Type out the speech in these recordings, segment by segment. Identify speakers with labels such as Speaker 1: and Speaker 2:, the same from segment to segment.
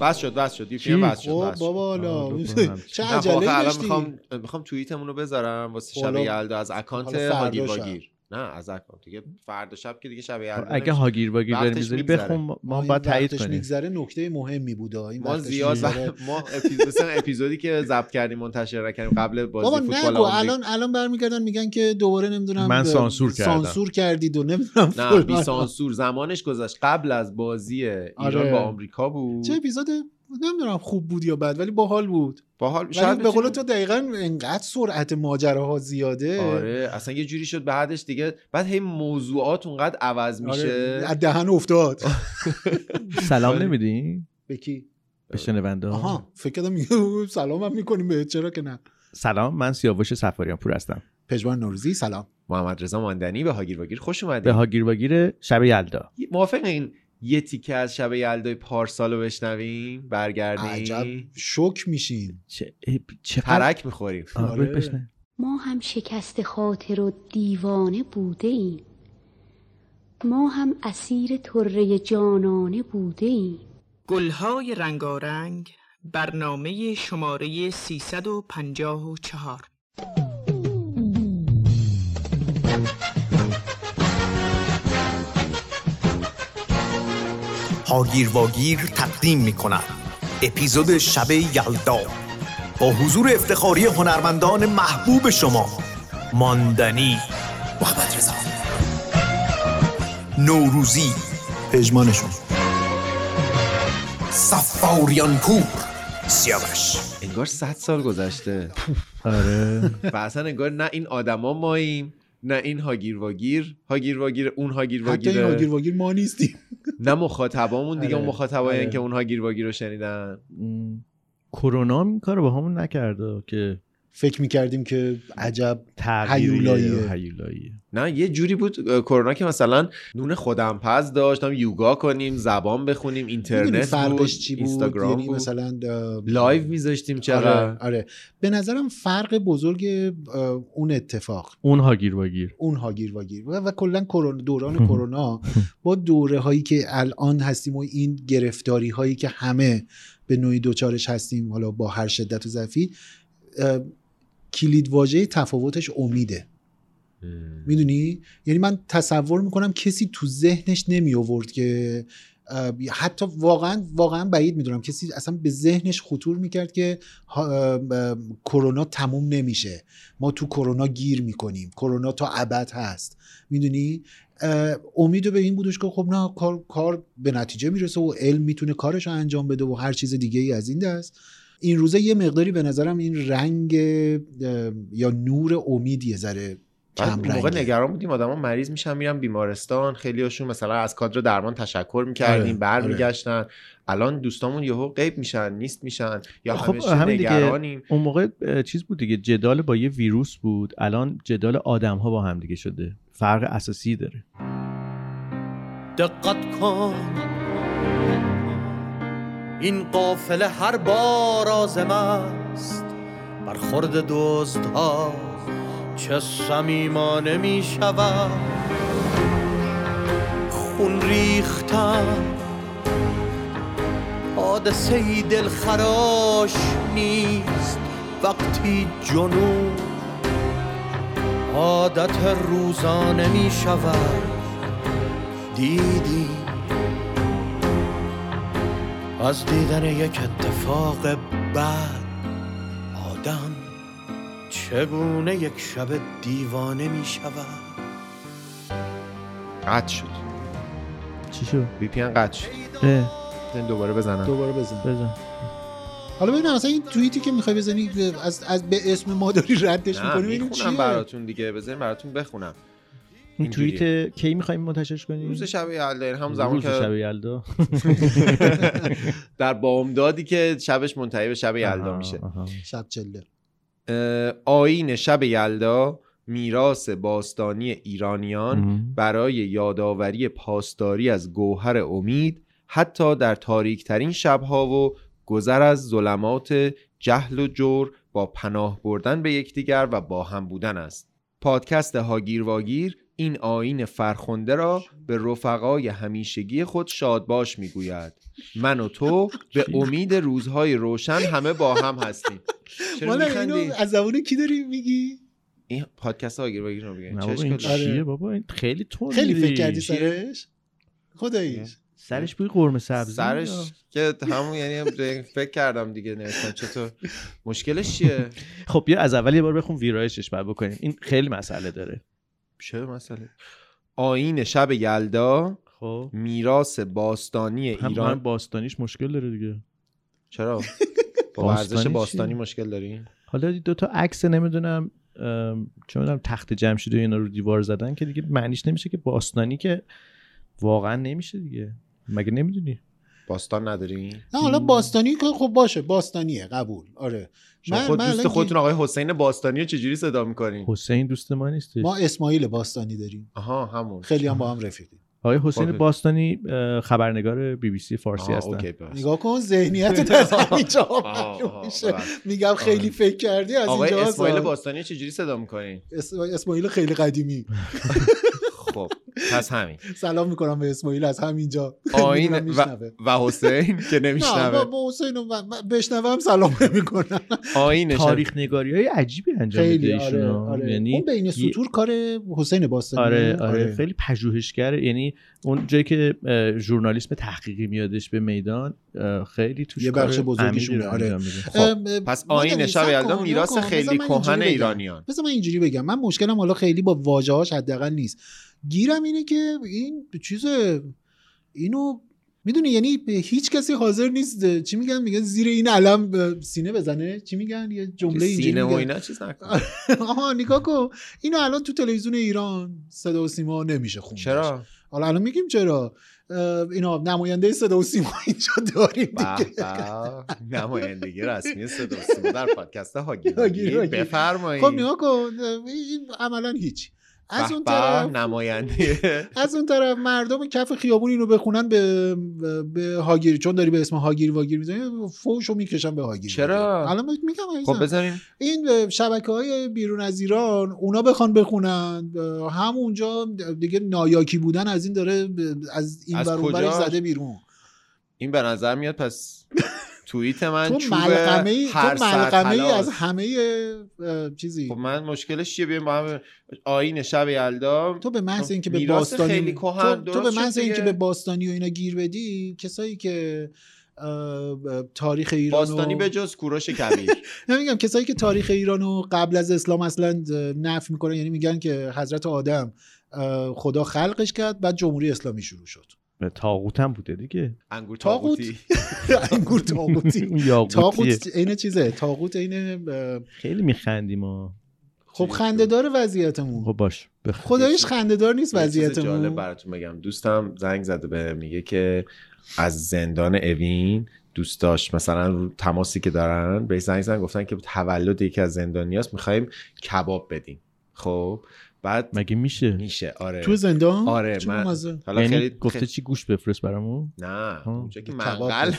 Speaker 1: بس شد بس شد یکی بس شد
Speaker 2: خب
Speaker 1: بس شد.
Speaker 2: بابا حالا
Speaker 3: آره، بکنم.
Speaker 2: چه
Speaker 1: نه، خب آخه
Speaker 2: عجله
Speaker 1: الان
Speaker 2: داشتی
Speaker 1: میخوام میخوام توییتمون رو بذارم واسه شب
Speaker 2: حالا-
Speaker 1: یلدا از اکانت
Speaker 2: حالا فردا
Speaker 1: هاگیر
Speaker 2: شب.
Speaker 1: واگیر نه از اکانت دیگه فردا شب که دیگه شب
Speaker 3: خب،
Speaker 1: یلدا
Speaker 3: اگه
Speaker 1: نمیشه.
Speaker 3: هاگیر باگیر داری
Speaker 1: وقتش
Speaker 3: میذاری
Speaker 1: می‌گذره.
Speaker 3: بخون ما- ما
Speaker 2: این
Speaker 3: باید تایید
Speaker 2: وقتش
Speaker 3: کنیم
Speaker 2: میگذره نکته مهمی بود آه، این
Speaker 1: ما
Speaker 2: وقتش
Speaker 1: زیاد
Speaker 2: می‌گذره.
Speaker 1: وقت- ما اپیزود مثلا اپیزودی که ضبط کردیم منتشر نکردیم قبل بازی
Speaker 2: بابا
Speaker 1: فوتبال
Speaker 2: نگو
Speaker 1: آمریکا.
Speaker 2: الان الان برمیگردن میگن که دوباره نمیدونم
Speaker 3: من
Speaker 2: به-
Speaker 3: سانسور کردم.
Speaker 2: سانسور کردید و نمیدونم
Speaker 1: نه
Speaker 2: فلان.
Speaker 1: بی سانسور زمانش گذشت قبل از بازی ایران
Speaker 2: آره.
Speaker 1: با آمریکا بود
Speaker 2: چه اپیزود نمیدونم خوب بود یا بد ولی باحال بود
Speaker 1: باحال
Speaker 2: شاید به قول
Speaker 1: بتونیم-
Speaker 2: تو دقیقا انقدر سرعت ماجراها زیاده
Speaker 1: آره اصلا یه جوری شد بعدش دیگه بعد هی موضوعات اونقدر عوض
Speaker 2: آره،
Speaker 1: میشه
Speaker 2: از دهن افتاد
Speaker 3: سلام نمیدین
Speaker 2: به کی
Speaker 3: به شنونده
Speaker 2: آها فکر کردم میگه سلام هم میکنیم بهت چرا که نه
Speaker 3: سلام من سیاوش سفاریان پور هستم
Speaker 2: پژمان نوروزی سلام
Speaker 1: محمد رضا ماندنی به هاگیر واگیر خوش
Speaker 3: به
Speaker 1: اومدید
Speaker 3: هاگیر باگیر شب یلدا
Speaker 1: موافق این یه تیکه از شب یلدای پارسال رو بشنویم
Speaker 2: عجب
Speaker 1: برگردیم
Speaker 2: شوک میشیم
Speaker 3: چه اه، چقدر
Speaker 1: ترک میخوریم
Speaker 3: آه،
Speaker 2: آره.
Speaker 3: بشنو.
Speaker 4: ما هم شکست خاطر و دیوانه بوده ایم ما هم اسیر طره جانانه بوده ایم
Speaker 5: گلهای رنگارنگ برنامه شماره 354
Speaker 6: هاگیر واگیر تقدیم می اپیزود شب یلدا با حضور افتخاری هنرمندان محبوب شما ماندنی محمد رضا نوروزی پژمانشون سفاریان پور سیاوش
Speaker 1: انگار 100 سال گذشته
Speaker 3: آره
Speaker 1: و اصلا انگار نه این آدما ماییم نه این هاگیر واگیر هاگیر واگیر اون هاگیر
Speaker 2: حتی این هاگیر
Speaker 1: واگیر
Speaker 2: واگیر ما نیستیم
Speaker 1: نه مخاطبامون دیگه
Speaker 2: آره،
Speaker 1: اون مخاطبایی
Speaker 2: آره.
Speaker 1: که اون هاگیر واگیر رو شنیدن
Speaker 3: م، کرونا هم این کارو با همون نکرده که
Speaker 2: فکر میکردیم که عجب
Speaker 3: تغییریه
Speaker 2: هیولاییه.
Speaker 3: و هیولاییه.
Speaker 1: نه یه جوری بود اه، کرونا که مثلا نون خودمپز داشتم یوگا کنیم زبان بخونیم
Speaker 2: می‌دونی
Speaker 1: اینترنت بود
Speaker 2: فرقش چی بود
Speaker 1: اینستاگرام
Speaker 2: یعنی
Speaker 1: بود
Speaker 2: مثلا اه،
Speaker 1: لایو میذاشتیم چقدر
Speaker 2: آره, آره. به نظرم فرق بزرگ اه، اون اتفاق
Speaker 3: اون هاگیر واگیر
Speaker 2: اون هاگیر واگیر و, و کلا کرونا-
Speaker 3: هم.
Speaker 2: دوران کرونا با دوره هایی که الان هستیم و این گرفتاری هایی که همه به نوعی دوچارش هستیم حالا با هر شدت و ضعفی اه، کلید واژه تفاوتش امیده میدونی یعنی من تصور میکنم کسی تو ذهنش نمی آورد که اه، حتی واقعا واقعا بعید میدونم کسی اصلا به ذهنش خطور میکرد که ها- اه، اه، کرونا تموم نمیشه ما تو کرونا گیر میکنیم کرونا تا ابد هست میدونی امید به این بودش که خب نه کار, کار به نتیجه میرسه و علم میتونه کارش رو انجام بده و هر چیز دیگه ای از این دست این روزه یه مقداری به نظرم این رنگ اه، یا نور امید یه ذره
Speaker 1: بعد
Speaker 2: کم
Speaker 1: اون موقع
Speaker 2: رنگه.
Speaker 1: نگران بودیم آدما مریض میشن میرن بیمارستان خیلی هاشون مثلا از کادر درمان تشکر میکردیم
Speaker 2: آره،
Speaker 1: بر
Speaker 2: آره.
Speaker 1: میگشتن الان دوستامون یهو غیب میشن نیست میشن یا
Speaker 3: خب،
Speaker 1: همیشه
Speaker 3: همین دیگه.
Speaker 1: نگرانیم
Speaker 3: اون موقع اه، چیز بود دیگه جدال با یه ویروس بود الان جدال آدم ها با هم دیگه شده فرق اساسی داره
Speaker 7: دقت کن این قافله هر بار آزم است برخورد دوست ها چه صمیمانه می شود خون ریختن حادثه ای دل خراش نیست وقتی جنون عادت روزانه می شود دیدی از دیدن یک اتفاق بد آدم چگونه یک شب دیوانه می شود
Speaker 1: قطع شد
Speaker 3: چی شد
Speaker 1: وی پی قطع شد
Speaker 3: اه،
Speaker 1: این دوباره بزنم
Speaker 2: دوباره بزن
Speaker 3: بزن
Speaker 2: حالا ببینم مثلا این توییتی که میخوای بزنی از, از به اسم ما داری ردش
Speaker 1: نه
Speaker 2: میکنی ببینیم چیه
Speaker 1: میخونم براتون دیگه بذارین براتون بخونم
Speaker 3: این
Speaker 1: اینجوریه.
Speaker 3: توییت کی میخوایم منتشرش کنیم
Speaker 1: روز شب یلدا این هم زمان
Speaker 3: روز شب
Speaker 1: که
Speaker 3: یلدا
Speaker 1: در بامدادی که شبش منتهی به شب یلدا
Speaker 3: آها،
Speaker 1: میشه
Speaker 3: آها.
Speaker 2: شب چله
Speaker 1: اه، آیین شب یلدا میراث باستانی ایرانیان
Speaker 3: مم.
Speaker 1: برای یادآوری پاسداری از گوهر امید حتی در تاریکترین شبها و گذر از ظلمات جهل و جور با پناه بردن به یکدیگر و با هم بودن است پادکست هاگیر واگیر این آین فرخنده را به رفقای همیشگی خود شادباش میگوید من و تو به
Speaker 3: چی؟
Speaker 1: امید روزهای روشن همه با هم هستیم چرا
Speaker 2: والا اینو
Speaker 1: میخندی؟
Speaker 2: از زبون کی داری میگی
Speaker 1: این پادکست ها گیر بگیر رو بگیر
Speaker 3: نه بابا
Speaker 1: چه
Speaker 3: این
Speaker 1: اشکالی داره؟
Speaker 3: چیه بابا این آره. خیلی تون
Speaker 2: خیلی فکر کردی سرش خداییش
Speaker 3: سرش بوی قرمه سبزی میاد.
Speaker 1: سرش که همون یعنی فکر کردم دیگه نوشتم چطور مشکلش چیه
Speaker 3: خب بیا از اول یه بار بخون ویرایشش بعد بکنیم این خیلی مسئله داره
Speaker 1: چه مسئله آین شب یلدا
Speaker 3: خب
Speaker 1: میراث باستانی
Speaker 3: هم ایران
Speaker 1: ایران
Speaker 3: باستانیش مشکل داره دیگه
Speaker 1: چرا با ورزش
Speaker 3: باستانی
Speaker 1: باستانی
Speaker 3: چیه؟
Speaker 1: مشکل داریم
Speaker 3: حالا دو تا عکس نمیدونم ام، چه میدونم تخت جمشید و اینا رو دیوار زدن که دیگه معنیش نمیشه که باستانی که واقعا نمیشه دیگه مگه نمیدونی
Speaker 1: باستان نداریم
Speaker 2: نه حالا باستانی که خب باشه باستانیه قبول آره
Speaker 1: شما
Speaker 2: من-
Speaker 1: خود
Speaker 2: من
Speaker 1: دوست
Speaker 2: الان خب-
Speaker 1: خودتون آقای حسین باستانی رو چجوری صدا میکنین
Speaker 3: حسین دوست ما نیستش
Speaker 2: ما اسماعیل باستانی داریم
Speaker 1: آها همون
Speaker 2: خیلی هم با هم رفیقیم
Speaker 3: آقای حسین
Speaker 1: خودت.
Speaker 3: باستانی اه، خبرنگار بی بی سی فارسی
Speaker 1: آها،
Speaker 3: هستن
Speaker 1: اوکی، ببخشید.
Speaker 2: نگاه کن ذهنیت تو از همینجا
Speaker 1: آها،
Speaker 2: معلوم
Speaker 1: آها،
Speaker 2: میشه
Speaker 1: ببخشید.
Speaker 2: میگم خیلی
Speaker 1: آره.
Speaker 2: فکر کردی از
Speaker 1: آقای
Speaker 2: اینجا
Speaker 1: اسماعیل
Speaker 2: سوال.
Speaker 1: باستانی چجوری صدا میکنین
Speaker 2: اس- اسماعیل خیلی قدیمی
Speaker 1: خب پس همین
Speaker 2: سلام میکنم به اسماعیل از همینجا
Speaker 1: آین
Speaker 2: میدونم
Speaker 1: و,
Speaker 2: میشنوه.
Speaker 1: و حسین که
Speaker 2: نه با-
Speaker 1: نمیشنوه
Speaker 2: با حسین و من- من بشنوم سلام نمیکنم
Speaker 1: آین شب
Speaker 3: تاریخ نگاری های عجیبی انجام
Speaker 2: خیلی
Speaker 3: میده
Speaker 2: آره
Speaker 3: ایشون
Speaker 2: آره
Speaker 3: یعنی
Speaker 2: اون بین سطور کار حسین باستانی
Speaker 3: آره, آره خیلی پژوهشگر یعنی اون جایی که اه، ژورنالیسم تحقیقی میادش به میدان اه، خیلی توش
Speaker 2: یه بخش
Speaker 3: کار
Speaker 2: بزرگیشونه،
Speaker 3: عمیقی رو
Speaker 2: آره.
Speaker 3: انجام میده.
Speaker 1: خب،
Speaker 2: ام، ام،
Speaker 1: پس
Speaker 2: مادر
Speaker 1: آین
Speaker 2: این
Speaker 1: شب
Speaker 2: سب
Speaker 1: یلدا
Speaker 2: کن،
Speaker 1: میراث
Speaker 2: نکن. بذار
Speaker 1: خیلی
Speaker 2: من اینجوری
Speaker 1: کهن
Speaker 2: بگم.
Speaker 1: ایرانیان
Speaker 2: بذار من اینجوری بگم من مشکلم حالا خیلی با واژه هاش حداقل نیست گیرم اینه که این چیز اینو میدونی یعنی به هیچ کسی حاضر نیست چی میگن میگن زیر این علم به سینه بزنه چی میگن یه جمله اینجوری
Speaker 1: سینه و
Speaker 2: میگن.
Speaker 1: اینا چیز نکن
Speaker 2: آها نگاه کن اینو الان تو تلویزیون ایران صدا و سیما نمیشه خوندش
Speaker 1: چرا
Speaker 2: حالا الان میگیم چرا اه، اینا نماینده صدا و سیما اینجا داریم
Speaker 1: به
Speaker 2: دیگه
Speaker 1: به نمایندگی رسمی صدا و سیما در پادکست هاگیر
Speaker 2: هاگیر
Speaker 1: واگیر.
Speaker 2: واگیر.
Speaker 1: بفرمایید
Speaker 2: خب نگاه کن این عملا هیچ از
Speaker 1: به
Speaker 2: اون
Speaker 1: به،
Speaker 2: طرف
Speaker 1: نماینده
Speaker 2: از اون طرف مردم کف خیابون اینو بخونن به به هاگیری چون داری به اسم هاگیری واگیر میزنی فوشو میکشن به هاگیری
Speaker 1: چرا؟
Speaker 2: واگیر. الان میگم عزیزم.
Speaker 1: خب بذاریم
Speaker 2: این شبکه های بیرون از ایران اونا بخوان بخونن همونجا دیگه نایاکی بودن از این داره ب- از این
Speaker 1: از
Speaker 2: ور اون
Speaker 1: کجاش؟
Speaker 2: برش زده بیرون
Speaker 1: این به نظر میاد پس توییت من
Speaker 2: تو
Speaker 1: چوب
Speaker 2: ملقمه ای
Speaker 1: هر
Speaker 2: تو
Speaker 1: سر
Speaker 2: ملقمه ای از
Speaker 1: پلاس.
Speaker 2: همه اه، چیزی
Speaker 1: خب من مشکلش چیه بیم با هم آیین شب یلدا
Speaker 2: تو به محض
Speaker 1: خب،
Speaker 2: اینکه به
Speaker 1: میراث
Speaker 2: باستانی
Speaker 1: خیلی کهن،
Speaker 2: تو, تو
Speaker 1: درست
Speaker 2: به
Speaker 1: شد
Speaker 2: محض اینکه
Speaker 1: دیگه.
Speaker 2: به باستانی و اینا گیر بدی کسایی که اه، تاریخ ایران
Speaker 1: باستانی به جز کوروش کبیر
Speaker 2: نمیگم کسایی که تاریخ ایران رو قبل از اسلام اصلا نفی میکنن یعنی میگن که حضرت آدم اه، خدا خلقش کرد بعد جمهوری اسلامی شروع شد
Speaker 3: به طاغوت هم بوده دیگه
Speaker 1: انگور
Speaker 2: تاغوت.
Speaker 1: تاغوتی
Speaker 2: انگور تاغوتی
Speaker 3: اون یاقوتیه.
Speaker 2: تاغوت عین چیزه تاغوت عین اه،
Speaker 3: خیلی میخندیم ما
Speaker 2: خب خنده دار وضعیتمون
Speaker 3: خب باش بخ...
Speaker 2: خدایش خنده دار نیست
Speaker 1: یه چیز
Speaker 2: وضعیتمون
Speaker 1: جالب براتون بگم دوستم زنگ زده به میگه که از زندان اوین دوستاش مثلا رو تماسی که دارن به زنگ زدن گفتن که تولد یکی از زندانیاست میخوایم کباب بدیم خب بعد
Speaker 3: مگه میشه
Speaker 1: میشه آره
Speaker 2: تو زندان
Speaker 1: آره،
Speaker 2: چه
Speaker 1: من-
Speaker 2: بامزه.
Speaker 1: حالا
Speaker 3: یعنی
Speaker 1: خیلی
Speaker 3: گفته
Speaker 1: خیلی-
Speaker 3: چی گوش بفرست برامون
Speaker 1: نه
Speaker 3: ها.
Speaker 1: اونجا که
Speaker 2: کباب
Speaker 1: منقل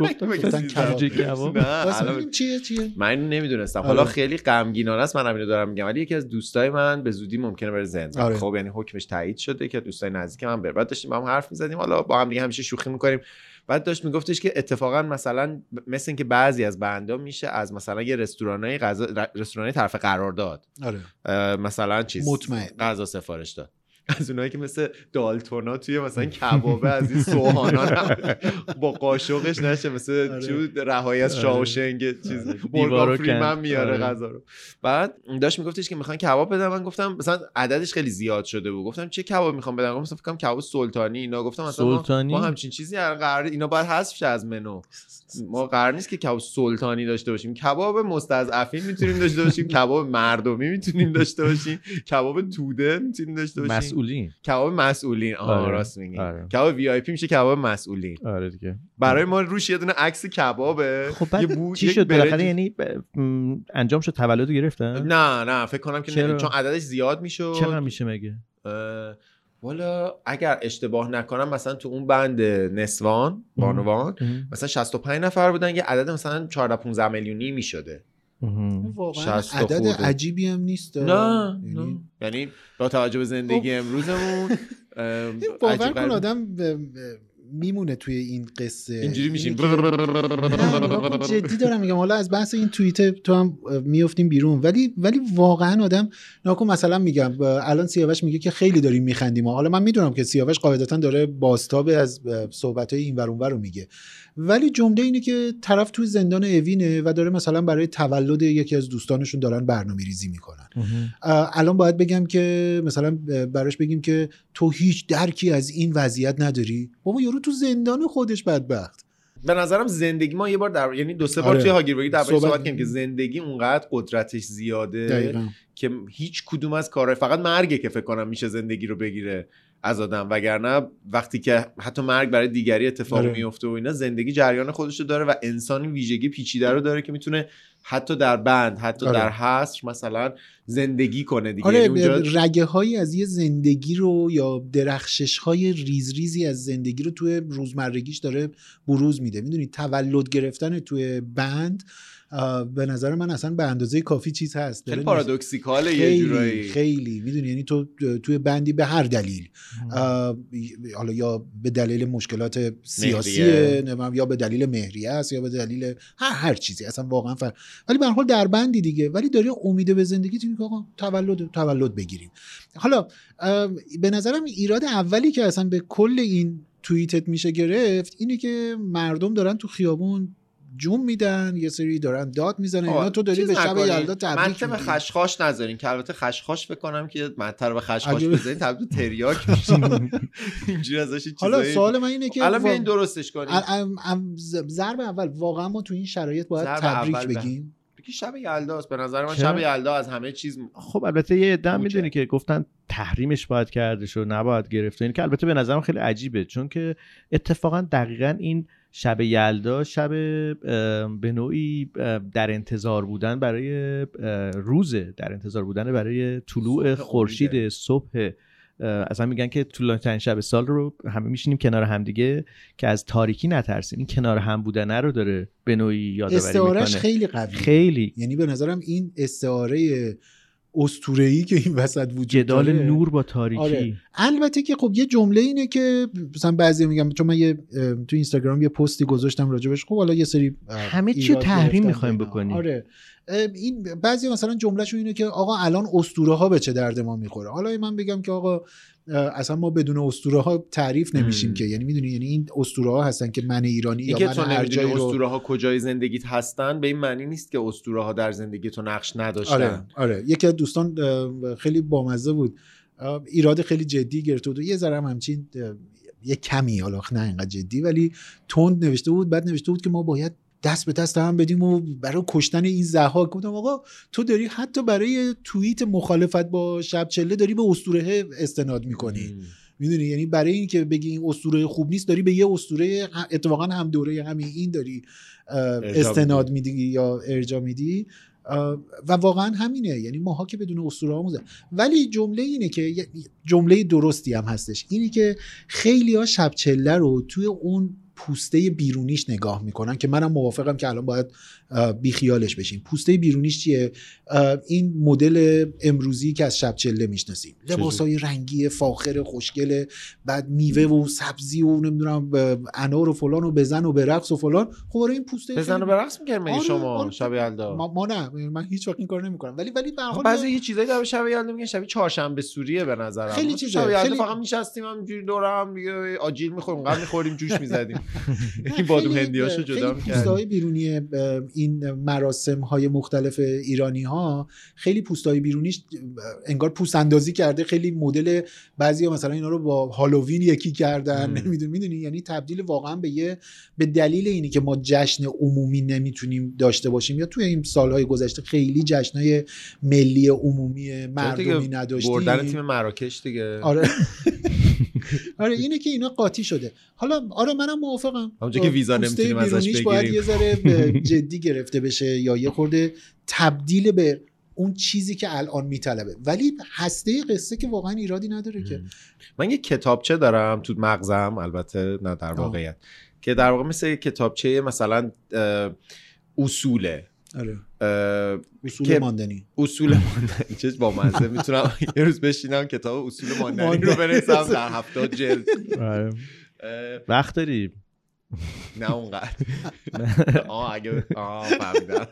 Speaker 3: گفتم
Speaker 1: بگم.
Speaker 2: گفتن کباب.
Speaker 3: جوجه کباب.
Speaker 1: نه،
Speaker 2: واسه
Speaker 1: الان-
Speaker 2: ببینیم چیه چیه
Speaker 1: من اینو نمیدونستم
Speaker 2: آره.
Speaker 1: حالا خیلی غمگینانه است من همینو دارم میگم ولی یکی از دوستای من به زودی ممکنه بره زندان
Speaker 2: آره.
Speaker 1: خب یعنی حکمش تایید شده که دوستای نزدیک من بره بعد داشتیم با هم حرف میزدیم حالا با هم دیگه همیشه شوخی میکنیم بعد داشت میگفتش که اتفاقا مثلا ب- مثل اینکه بعضی از بندا میشه از مثلا یه رستورانای غذا ر- رستورانای طرف قرارداد
Speaker 2: آره
Speaker 1: اه، مثلا چیز
Speaker 2: مطمئن.
Speaker 1: غذا سفارش داد از اونایی که مثل دالتونا توی مثلا کبابه از این سوهانا نبود. با قاشقش نشه مثل
Speaker 2: آره.
Speaker 1: چی بود؟ رهایی از
Speaker 3: آره.
Speaker 1: شاوشنگ چیز
Speaker 3: آره.
Speaker 1: مورگان
Speaker 3: دیوارو
Speaker 1: فریمن
Speaker 3: کند.
Speaker 1: میاره
Speaker 3: آره.
Speaker 1: غذا رو بعد داشت میگفتش که میخوان کباب بدم من گفتم مثلا عددش خیلی زیاد شده بود گفتم چه کباب میخوام بدم گفتم مثلا فکر کنم کباب سلطانی اینا گفتم مثلا ما-
Speaker 3: سلطانی؟
Speaker 1: ما همچین چیزی الان قرار اینا باید حذف شه از منو ما قرار نیست که کباب سلطانی داشته باشیم کباب مستضعفین میتونیم داشته باشیم کباب مردمی میتونیم داشته باشیم کباب توده میتونیم داشته باشیم
Speaker 3: مسئولین
Speaker 1: کباب مسئولین آها
Speaker 3: آره.
Speaker 1: راست میگی
Speaker 3: آره.
Speaker 1: کباب وی آی پی میشه کباب مسئولین
Speaker 3: آره دیگه
Speaker 1: برای ما روش یه دونه عکس کبابه
Speaker 3: خب
Speaker 1: یه
Speaker 3: بعد
Speaker 1: بو-
Speaker 3: چی
Speaker 1: یه
Speaker 3: شد
Speaker 1: برنج-
Speaker 3: بالاخره یعنی ب- م، انجام شد تولد رو گرفتن
Speaker 1: نه نه فکر کنم که نه،
Speaker 3: چرا؟
Speaker 1: چون عددش زیاد میشد
Speaker 3: چقدر میشه مگه
Speaker 1: اه، والا اگر اشتباه نکنم مثلا تو اون بند نسوان بانوان
Speaker 3: اه.
Speaker 1: مثلا 65 نفر بودن یه عدد مثلا 14 15 میلیونی میشده
Speaker 3: اه.
Speaker 2: واقعا
Speaker 1: شصت
Speaker 2: عدد
Speaker 1: خورده.
Speaker 2: عجیبی هم نیست
Speaker 1: نه
Speaker 2: یعنی-
Speaker 1: نه. یعنی با توجه به زندگی امروزمون ام،
Speaker 2: باور
Speaker 1: عجیب
Speaker 2: کن
Speaker 1: غریب.
Speaker 2: آدم به- به- میمونه توی این قصه
Speaker 1: اینجوری میشیم
Speaker 2: اینه که- نه، نگاه کن، جدی دارم میگم حالا از بحث این توییت تو هم اه، میفتیم بیرون ولی ولی واقعا آدم ناکن مثلا میگم اه، الان سیاوش میگه که خیلی داریم میخندیم حالا من میدونم که سیاوش قاعدتا داره باستاب از صحبت های این ورون رو میگه ولی جمله اینه که طرف توی زندان اوینه و داره مثلا برای تولد یکی از دوستانشون دارن برنامه ریزی میکنن اه، الان باید بگم که مثلا اه، براش بگیم که تو هیچ درکی از این وضعیت نداری بابا یارو تو زندان خودش بدبخت
Speaker 1: به نظرم زندگی ما یه بار در یعنی دو سه بار
Speaker 2: آره.
Speaker 1: توی هاگیر بگی در صحبت,
Speaker 2: صحبت-
Speaker 1: صحبت کنیم که زندگی اونقدر قدرتش زیاده
Speaker 2: دقیقا
Speaker 1: که هیچ کدوم از کارهای فقط مرگه که فکر کنم میشه زندگی رو بگیره از آدم وگرنه وقتی که حتی مرگ برای دیگری اتفاق
Speaker 2: آره.
Speaker 1: میفته و اینا زندگی جریان خودش رو داره و انسانی ویژگی پیچیده رو داره که میتونه حتی در بند حتی
Speaker 2: آره.
Speaker 1: در حصر مثلا زندگی کنه دیگه
Speaker 2: آره
Speaker 1: یعنی اونجا
Speaker 2: رگه هایی از یه زندگی رو یا درخشش های ریز ریزی از زندگی رو توی روزمرگیش داره بروز میده میدونی تولد گرفتن توی بند آه، به نظر من اصلا به اندازه کافی چیز هست
Speaker 1: خیلی
Speaker 2: داره
Speaker 1: پارادوکسیکاله یه
Speaker 2: خیلی
Speaker 1: جورایی
Speaker 2: خیلی میدونی یعنی تو توی بندی به هر دلیل اه، حالا یا به دلیل مشکلات سیاسی
Speaker 1: مهریه.
Speaker 2: نمیدونم، یا به دلیل مهریه است یا به دلیل هر, هر چیزی اصلا واقعا فرق ولی به هر حال در بندی دیگه ولی داری امید به زندگی تو که آقا تولد تولد بگیریم حالا اه، به نظرم ایراد اولی که اصلا به کل این توییتت میشه گرفت اینه که مردم دارن تو خیابون جوم میدن یه سری دارن داد میزنن
Speaker 1: آه،
Speaker 2: اینا تو داری
Speaker 1: چیز
Speaker 2: به شب
Speaker 1: نکنین.
Speaker 2: یلدا تبریک
Speaker 1: مطلب
Speaker 2: می‌گی.
Speaker 1: خشخاش نذارین که البته خشخاش فکر کنم که مطلب خشخاش
Speaker 2: اگه-
Speaker 1: بزنین تبدیل به تریاک میشه اینجوری ازش یه
Speaker 2: حالا
Speaker 1: چیزایی-
Speaker 2: سوال من اینه که
Speaker 1: الان
Speaker 2: وا-
Speaker 1: بیاین درستش کنیم
Speaker 2: ال- ام- ام- ز- ضرب اول واقعا ما تو این شرایط باید
Speaker 1: ضرب
Speaker 2: تبریک
Speaker 1: اول به-
Speaker 2: بگیم
Speaker 1: که شب یلداست به نظر من
Speaker 3: چرا؟
Speaker 1: شب یلدا از همه چیز
Speaker 3: خب البته یه عده
Speaker 1: بود
Speaker 3: میدونی که گفتن تحریمش باید کرده شد نباید گرفت و این که البته به نظرم خیلی عجیبه چون که اتفاقا دقیقا این شب یلدا شب اه، به نوعی اه، در انتظار بودن برای اه، روزه در انتظار بودن برای طلوع
Speaker 1: صبح امیده.
Speaker 3: خورشید صبح اه، اصلا میگن که طولانی ترین شب سال رو همه میشینیم کنار همدیگه که از تاریکی نترسیم این کنار هم بودنه رو داره به نوعی یادآوری
Speaker 2: استعارش
Speaker 3: میکنه
Speaker 2: خیلی قوی
Speaker 3: خیلی
Speaker 2: یعنی به نظرم این استعاره اسطوره‌ای که این وسط وجود
Speaker 3: جدال
Speaker 2: داره-
Speaker 3: نور با تاریکی
Speaker 2: آره. البته که خب یه جمله اینه که مثلا بعضی میگم چون من یه اه، تو اینستاگرام یه پستی گذاشتم راجبش خب حالا یه سری اه،
Speaker 3: همه چی
Speaker 2: ایراد
Speaker 3: تحریم
Speaker 2: گرفتن
Speaker 3: می‌خوایم
Speaker 2: و اینا.
Speaker 3: بکنیم.
Speaker 2: آره اه، این بعضی مثلا جملهشون اینه که آقا الان اسطوره ها به چه درد ما میخوره حالا من بگم که آقا اه، اصلا ما بدون اسطوره ها تعریف
Speaker 1: مم.
Speaker 2: نمیشیم که یعنی میدونی یعنی این اسطوره ها هستن که من ایرانی یا
Speaker 1: اینکه
Speaker 2: من
Speaker 1: تو
Speaker 2: هر
Speaker 1: نمیدونی
Speaker 2: جایی رو
Speaker 1: اسطوره ها کجای زندگیت هستن به این معنی نیست که اسطوره ها در زندگی تو نقش نداشتن
Speaker 2: آره آره یکی از دوستان اه، خیلی بامزه بود اه، ایراد خیلی جدی گرفته بود و یه ذره هم همچین اه، یه کمی حالا نه اینقدر جدی ولی تند نوشته بود بعد نوشته بود که ما باید دست به دست هم بدیم و برای کشتن این زها گفتم آقا تو داری حتی برای توییت مخالفت با شب چله داری به اسطوره استناد میکنی
Speaker 1: مم.
Speaker 2: میدونی یعنی برای اینکه بگی این اسطوره خوب نیست داری به یه اسطوره ه- اتفاقا هم دوره همین این داری اه، استناد میدی یا ارجا میدی اه، و واقعا همینه یعنی ماها که بدون اسطوره آموزه ولی جمله اینه که یه- جمله درستی هم هستش اینه که خیلی ها شب چله رو توی اون پوسته بیرونیش نگاه میکنن که منم موافقم که الان باید اه، بیخیالش بشیم پوسته بیرونیش چیه اه، این مدل امروزی که از شب چله میشناسیم لباسای رنگی فاخر خوشگل بعد میوه و سبزی و نمیدونم انار و فلان و بزن و برقص و فلان خب آره این پوسته
Speaker 1: بزن
Speaker 2: خیلی-
Speaker 1: و برقص میکردیم
Speaker 2: آره،
Speaker 1: شما
Speaker 2: آره.
Speaker 1: شب یلدا
Speaker 2: ما, ما نه من هیچ وقت این کار نمیکنم ولی ولی به هر
Speaker 1: خب
Speaker 2: حال
Speaker 1: بعضی یه چیزایی در شب یلدا میگن شبیه چهارشنبه سوریه به نظرم
Speaker 2: خیلی
Speaker 1: ما تو
Speaker 2: چیزه،
Speaker 1: شب یلدا
Speaker 2: خیلی-
Speaker 1: فقط میشستیم همینجوری دور هم دیگه آجیل میخوریم قبل میخوریم جوش میزدیم این بادوم هندیاشو جدا میکردیم
Speaker 2: پوستای بیرونی اه، این مراسم های مختلف ایرانی ها خیلی پوستای بیرونیش اه، انگار پوست اندازی کرده خیلی مدل بعضی مثلا اینا رو با هالووین یکی کردن
Speaker 1: مم.
Speaker 2: نمیدونی میدونی یعنی تبدیل واقعا به یه به دلیل اینی که ما جشن عمومی نمیتونیم داشته باشیم یا توی این سالهای گذشته خیلی جشنهای ملی عمومی مردمی نداشتیم
Speaker 1: بردن تیم مراکش دیگه
Speaker 2: آره آره اینه که اینا قاطی شده حالا آره منم موافقم
Speaker 1: همونجا که ویزا
Speaker 2: پوسته
Speaker 1: نمیتونیم ازش
Speaker 2: بیرونیش باید
Speaker 1: بگیریم.
Speaker 2: یه ذره به جدی گرفته بشه یا یه خورده تبدیل به اون چیزی که الان میطلبه ولی هسته قصه که واقعا ایرادی نداره که
Speaker 1: من یه کتابچه دارم تو مغزم البته نه در واقعیت که در واقع مثل یه کتابچه مثلا اه، اصوله
Speaker 2: آره
Speaker 1: اه،
Speaker 2: اصول
Speaker 1: که-
Speaker 2: ماندنی
Speaker 1: اصول ماندنی چه با مزه میتونم یه روز بشینم کتاب اصول ماندنی رو بنویسم در هفتاد جلد
Speaker 3: آره.
Speaker 1: اه،
Speaker 3: وقت داری
Speaker 1: نه اونقدر آه اگه آه فهمیدم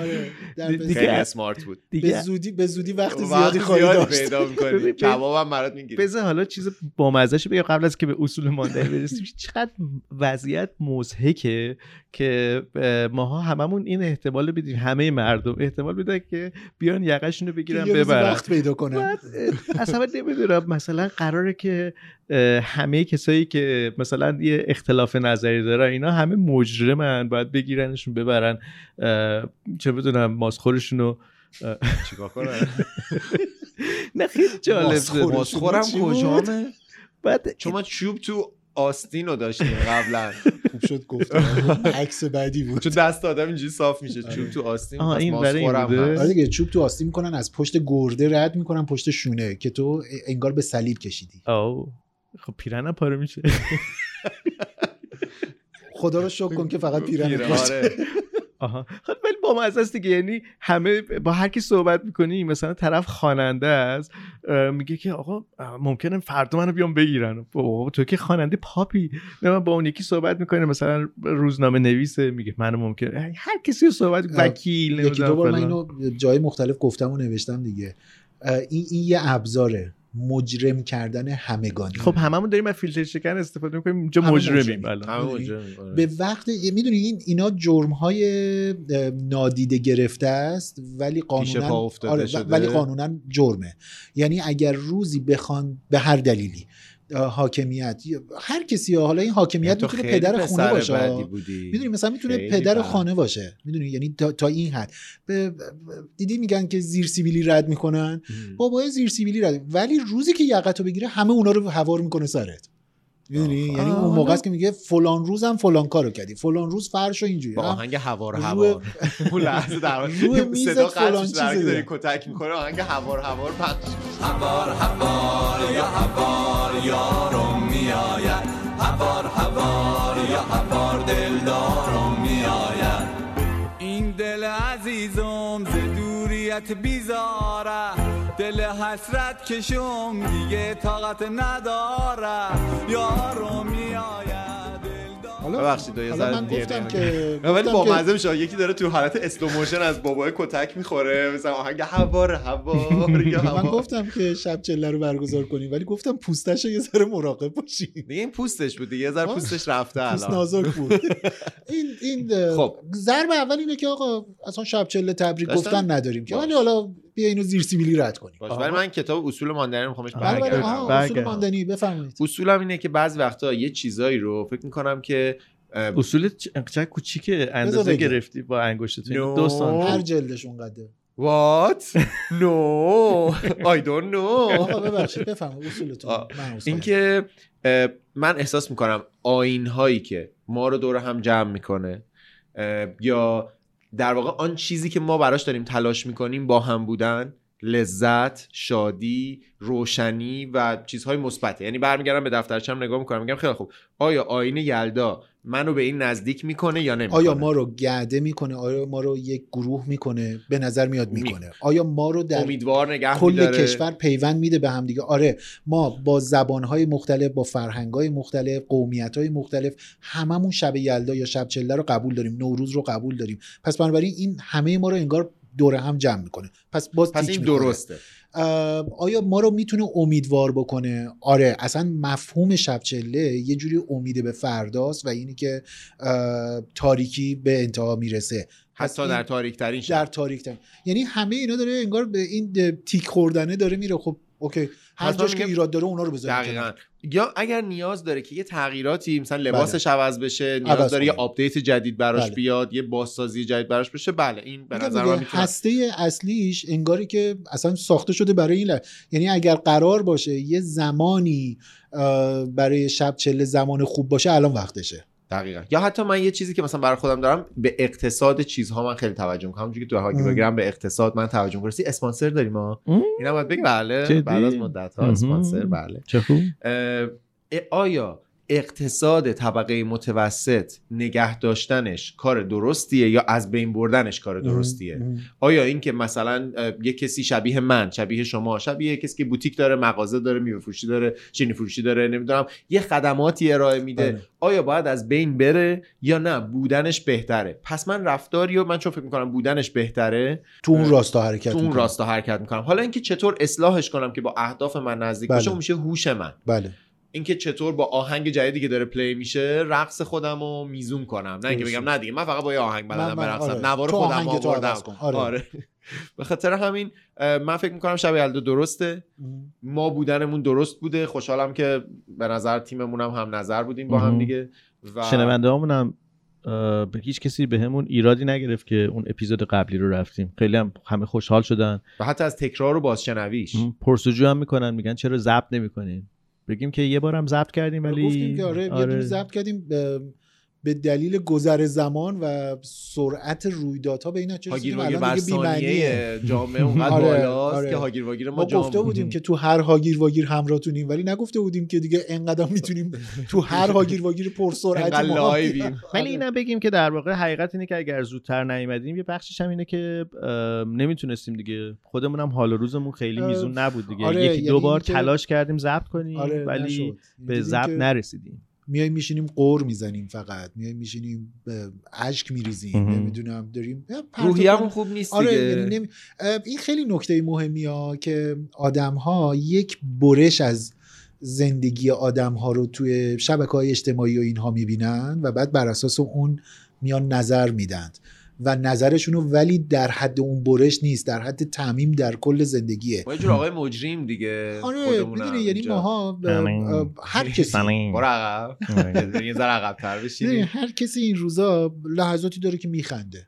Speaker 2: آره در
Speaker 3: دیگه
Speaker 2: پس-
Speaker 1: خیلی اسمارت بود
Speaker 2: به
Speaker 3: دیگه
Speaker 2: زودی به زودی وقت
Speaker 1: وقت
Speaker 2: زیادی خواهی
Speaker 1: زیادی
Speaker 2: داشت
Speaker 1: پیدا میکنی
Speaker 3: ببین،
Speaker 1: کبابم برات میگیری
Speaker 3: بذار حالا چیز بامزهش بگم قبل از که به اصول ماندنی برسیم چقدر وضعیت مضحکه که اه، ماها هممون این احتمال رو بدیم همه مردم احتمال بدن که بیان یقشون رو بگیرن
Speaker 2: یه روزی
Speaker 3: ببرن
Speaker 2: وقت پیدا کنم
Speaker 3: بعد اه، اصلا نمیدونم مثلا قراره که اه، همه کسایی که مثلا یه اختلاف نظری دارن اینا همه مجرمن باید بگیرنشون ببرن اه، چه بدونم ماسخورشون رو
Speaker 1: چیکار کنم
Speaker 3: نه خیلی جالب
Speaker 2: ماسخور.
Speaker 3: شد.
Speaker 1: ماسخورم
Speaker 2: چی بود؟
Speaker 1: کجامه
Speaker 3: بعد
Speaker 1: چون ما چوب تو آستین رو داشتیم قبلا
Speaker 2: خوب شد گفتم عکس بعدی بود
Speaker 1: چون دست آدم اینجوری صاف میشه چوب تو آستین
Speaker 3: آها،
Speaker 1: پس
Speaker 3: این برای این
Speaker 1: ماسخورم
Speaker 3: بوده؟
Speaker 1: هست.
Speaker 2: آره دیگه چوب تو آستی میکنن از پشت گرده رد میکنن پشت شونه که تو انگار به صلیب کشیدی
Speaker 3: آو خب پیرنم پاره میشه
Speaker 2: خدا رو شکر کن که فقط
Speaker 1: پیره،
Speaker 2: پیرن
Speaker 1: آره.
Speaker 3: آها خب ولی با مزه است دیگه یعنی همه با هر کی صحبت میکنی مثلا طرف خواننده است اه، میگه که آقا اه، ممکنه فردا منو بیام بگیرن بابا تو که خواننده پاپی نه من با اون یکی صحبت میکنه مثلا روزنامه نویسه میگه منو ممکن هر کسی رو صحبت وکیل
Speaker 2: یکی دو
Speaker 3: آره، نمیدونم
Speaker 2: بار من
Speaker 3: فلان.
Speaker 2: اینو جای مختلف گفتم و نوشتم دیگه اه، این این یه ابزاره مجرم کردن همگانی
Speaker 3: خب هممون داریم از فیلتر شکن استفاده میکنیم اینجا
Speaker 2: همه
Speaker 3: مجرمیم
Speaker 2: مجرمیم.
Speaker 3: الان
Speaker 1: همه مجرمیم، آره.
Speaker 2: به وقت میدونی این اینا جرم های نادیده گرفته است ولی
Speaker 1: پیش
Speaker 2: قانونا
Speaker 1: پا افتاده
Speaker 2: آره، و-
Speaker 1: شده.
Speaker 2: ولی قانونا جرمه یعنی اگر روزی بخوان به هر دلیلی اه، حاکمیت یا- هر کسی ها، حالا این حاکمیت
Speaker 1: تو
Speaker 2: میتونه
Speaker 1: خیلی
Speaker 2: پدر
Speaker 1: پسر
Speaker 2: خونه باشه
Speaker 1: بدی
Speaker 2: ها.
Speaker 1: بودی
Speaker 2: میدونی مثلا میتونه
Speaker 1: خیلی
Speaker 2: پدر
Speaker 1: بد.
Speaker 2: خانه باشه میدونی یعنی تا, تا این حد به- دیدی میگن که زیر سیبیلی رد میکنن
Speaker 1: مم.
Speaker 2: بابا زیر سیبیلی رد ولی روزی که یقتو بگیره همه اونا رو هوار میکنه سرت میدونی
Speaker 1: آخ.
Speaker 2: یعنی
Speaker 3: آه،
Speaker 2: اون موقع
Speaker 3: حالا-
Speaker 2: است که میگه فلان روزم فلان کارو کردی فلان روز فرش و اینجوری
Speaker 1: با
Speaker 2: هم
Speaker 1: آهنگ هوار
Speaker 2: روی-
Speaker 1: هوار اون لحظه در حال
Speaker 2: روی میزت
Speaker 1: صدا قطع
Speaker 2: فلان
Speaker 1: میشه در حالی که
Speaker 2: چیزه. خب،
Speaker 1: داری کتک میکنه آهنگ هوار هوار پخش میشه.
Speaker 8: این دل عزیزم ز دوریت بیزاره دل حسرت کشم دیگه طاقت نداره یارو میآید دل
Speaker 2: حالا
Speaker 1: ببخشید دو یه
Speaker 2: حالا
Speaker 1: ذره
Speaker 2: من
Speaker 1: دیگه
Speaker 2: گفتم
Speaker 1: نگاه.
Speaker 2: که
Speaker 1: نه، ولی
Speaker 2: گفتم
Speaker 1: با
Speaker 2: که
Speaker 1: مزه میشه یکی داره تو حالت اسلوموشن از بابای کتک میخوره مثلا آهنگ هوار هوار یا
Speaker 2: من
Speaker 1: هوار
Speaker 2: گفتم که شب چله رو برگزار کنیم ولی گفتم پوستش یه ذره مراقب باشین
Speaker 1: دیگه این پوستش بود دیگه یه ذره
Speaker 2: آه.
Speaker 1: پوستش رفته
Speaker 2: پوست
Speaker 1: الان
Speaker 2: نازک بود این این
Speaker 1: خب.
Speaker 2: ضرب اول اینه که آقا اصلا شب چله تبریک
Speaker 1: داشتم؟
Speaker 2: گفتن نداریم که
Speaker 1: باش.
Speaker 2: ولی حالا بیا اینو زیر سیبیلی رد کنیم
Speaker 1: باشه ولی من کتاب اصول ماندنی رو میخوامش
Speaker 2: بله بله
Speaker 1: برگردم
Speaker 2: آها اصول
Speaker 3: برگردم.
Speaker 2: ماندنی بفرمایید
Speaker 1: اصولم اینه که بعض وقتا یه چیزایی رو فکر میکنم که اه،
Speaker 3: اصول چ- چه کوچیکه اندازه
Speaker 2: بگم.
Speaker 3: گرفتی با انگشتت
Speaker 1: نو.
Speaker 3: دو
Speaker 2: هر
Speaker 3: سانتی
Speaker 2: جلدش اونقدره
Speaker 1: What? No. I don't know.
Speaker 2: آقا ببخشید بفرمایید اصولتون
Speaker 1: آه.
Speaker 2: من عذرخواهی.
Speaker 1: اینکه اه، من احساس میکنم آین هایی که ما رو دور هم جمع میکنه یا در واقع آن چیزی که ما براش داریم تلاش میکنیم با هم بودن لذت شادی روشنی و چیزهای مثبته یعنی برمیگردم به دفترچم نگاه میکنم میگم خیلی خوب آیا آین یلدا منو به این نزدیک میکنه یا نمیکنه
Speaker 2: آیا ما رو گعده میکنه آیا ما رو یک گروه میکنه به نظر میاد
Speaker 1: می-
Speaker 2: میکنه آیا ما رو در
Speaker 1: امیدوار نگه
Speaker 2: کل
Speaker 1: می‌داره؟
Speaker 2: کشور پیوند میده به هم دیگه آره ما با زبانهای مختلف با فرهنگهای مختلف قومیتهای مختلف هممون شب یلدا یا شب چله رو قبول داریم نوروز رو قبول داریم پس بنابراین این همه ما رو انگار دوره هم جمع میکنه پس باز
Speaker 1: پس
Speaker 2: تیک
Speaker 1: این
Speaker 2: می‌خوره.
Speaker 1: درسته
Speaker 2: اه، آیا ما رو میتونه امیدوار بکنه آره اصلا مفهوم شب چله یه جوری امید به فرداست و اینی که اه، تاریکی به انتها میرسه پس
Speaker 1: حتی
Speaker 2: این-
Speaker 1: در تاریک ترین
Speaker 2: در تاریک تن. یعنی همه اینا داره انگار به این د- تیک خوردنه داره میره خب اوکی هر
Speaker 1: حتما
Speaker 2: جاش که
Speaker 1: میگم-
Speaker 2: ایراد داره اونا رو بذاریم
Speaker 1: دقیقا یا اگر نیاز داره که یه تغییراتی مثلا لباسش عوض بشه نیاز
Speaker 2: بله. عوض
Speaker 1: داره یه
Speaker 2: کنه.
Speaker 1: آپدیت جدید براش
Speaker 2: بله.
Speaker 1: بیاد یه بازسازی جدید براش بشه بله این به
Speaker 2: میگم
Speaker 1: نظر
Speaker 2: دیگه
Speaker 1: من میتونه
Speaker 2: هسته اصلیش انگاری که اصلا ساخته شده برای این لح- یعنی اگر قرار باشه یه زمانی اه، برای شب چله زمان خوب باشه الان وقتشه
Speaker 1: دقیقا یا حتی من یه چیزی که مثلا برای خودم دارم به اقتصاد چیزها من خیلی توجه میکنم همونجوری که تو هاگی
Speaker 2: ام.
Speaker 1: بگیرم به اقتصاد من توجه میکنم اسپانسر داریم ما
Speaker 3: ام.
Speaker 1: اینا باید بگی بله
Speaker 3: جدی؟
Speaker 1: بعد از مدت ها
Speaker 3: امم.
Speaker 1: اسپانسر بله
Speaker 3: چه خوب
Speaker 1: اه، آیا اقتصاد طبقه متوسط نگه داشتنش کار درستیه یا از بین بردنش کار درستیه آیا اینکه مثلا اه، یه کسی شبیه من شبیه شما شبیه یه کسی که بوتیک داره مغازه داره میوه فروشی داره چینی فروشی داره نمیدونم یه خدماتی ارائه میده
Speaker 2: بله.
Speaker 1: آیا باید از بین بره یا نه بودنش بهتره پس من رفتاری و من چون فکر میکنم بودنش بهتره
Speaker 2: بله. تو اون راستا حرکت
Speaker 1: تو اون
Speaker 2: می‌کنه.
Speaker 1: راستا حرکت میکنم حالا اینکه چطور اصلاحش کنم که با اهداف من نزدیک
Speaker 2: بله.
Speaker 1: باشه اون میشه هوش من
Speaker 2: بله
Speaker 1: اینکه چطور با آهنگ جدیدی که داره پلی میشه رقص خودم رو میزون کنم نه اینکه
Speaker 2: درسته.
Speaker 1: بگم نه دیگه من فقط با یه آهنگ بلدم
Speaker 2: من- من-
Speaker 1: برقصم
Speaker 2: آره.
Speaker 1: نوار
Speaker 2: تو
Speaker 1: خودم
Speaker 2: آهنگ تو عوض
Speaker 1: آوردم
Speaker 2: کن. آره.
Speaker 1: آره, به خاطر همین اه، من فکر میکنم شب یلدا درسته
Speaker 2: مم.
Speaker 1: ما بودنمون درست بوده خوشحالم که به نظر تیممون هم هم نظر بودیم با هم
Speaker 3: مهم.
Speaker 1: دیگه و
Speaker 3: شنونده همون هم اه، به هیچ کسی به همون ایرادی نگرفت که اون اپیزود قبلی رو رفتیم خیلی هم همه خوشحال شدن
Speaker 1: و حتی از تکرار و بازشنویش
Speaker 3: م، پرسجو هم میکنن میگن چرا ضبط نمیکنین بگیم که یه بارم ضبط کردیم ولی
Speaker 2: گفتیم که آره, یه دونه ضبط کردیم به- به دلیل گذر زمان و سرعت رویدادها به این نتیجه رسیدیم.
Speaker 1: هاگیر
Speaker 2: الان
Speaker 1: واگیر
Speaker 2: دیگه بی‌معنیه.
Speaker 1: ثانیه جامعه اونقدر
Speaker 2: آره،
Speaker 1: بالاست
Speaker 2: آره.
Speaker 1: که هاگیر واگیر ما,
Speaker 2: ما
Speaker 1: جام
Speaker 2: گفته بودیم که تو هر هاگیر واگیر همراهتونیم ولی نگفته بودیم که دیگه انقدر میتونیم تو هر هاگیر واگیر پر سرعت
Speaker 1: انقدر
Speaker 2: ما
Speaker 1: لایویم.
Speaker 2: آره.
Speaker 3: ولی اینم بگیم که در واقع حقیقت اینه که اگر زودتر نیومدیم یه بخشش هم اینه که نمیتونستیم دیگه خودمون هم حال و روزمون خیلی
Speaker 2: اه،
Speaker 3: میزون نبود دیگه
Speaker 2: آره،
Speaker 3: یکی
Speaker 2: یعنی
Speaker 3: دو بار
Speaker 2: اینکه-
Speaker 3: تلاش کردیم ضبط کنیم
Speaker 2: آره
Speaker 3: ولی
Speaker 2: نشد.
Speaker 3: به
Speaker 2: دیدیم
Speaker 3: ضبط
Speaker 2: که
Speaker 3: نرسیدیم
Speaker 2: میایم میشینیم قور میزنیم فقط میایم میشینیم به اشک میریزیم
Speaker 3: مهم.
Speaker 2: نمیدونم داریم
Speaker 1: روحیه‌مون خوب نیست
Speaker 2: آره
Speaker 1: دیگه
Speaker 2: یعنی نمی- اه، این خیلی نکته مهمی ها که آدم ها یک برش از زندگی آدم ها رو توی شبکه های اجتماعی و اینها میبینن و بعد بر اساس اون میان نظر میدن و نظرشون رو ولی در حد اون برش نیست در حد تعمیم در کل زندگیه
Speaker 1: ما یه جور آقای مجریم دیگه
Speaker 2: آره
Speaker 1: خودمونم
Speaker 2: میدونی یعنی
Speaker 1: اینجا.
Speaker 2: ماها اه، اه، هر کسی آره.
Speaker 1: برو عقب یعنی یه ذره عقب‌تر
Speaker 2: می‌دونی،
Speaker 1: بشینی
Speaker 2: هر کسی این روزا لحظاتی داره که میخنده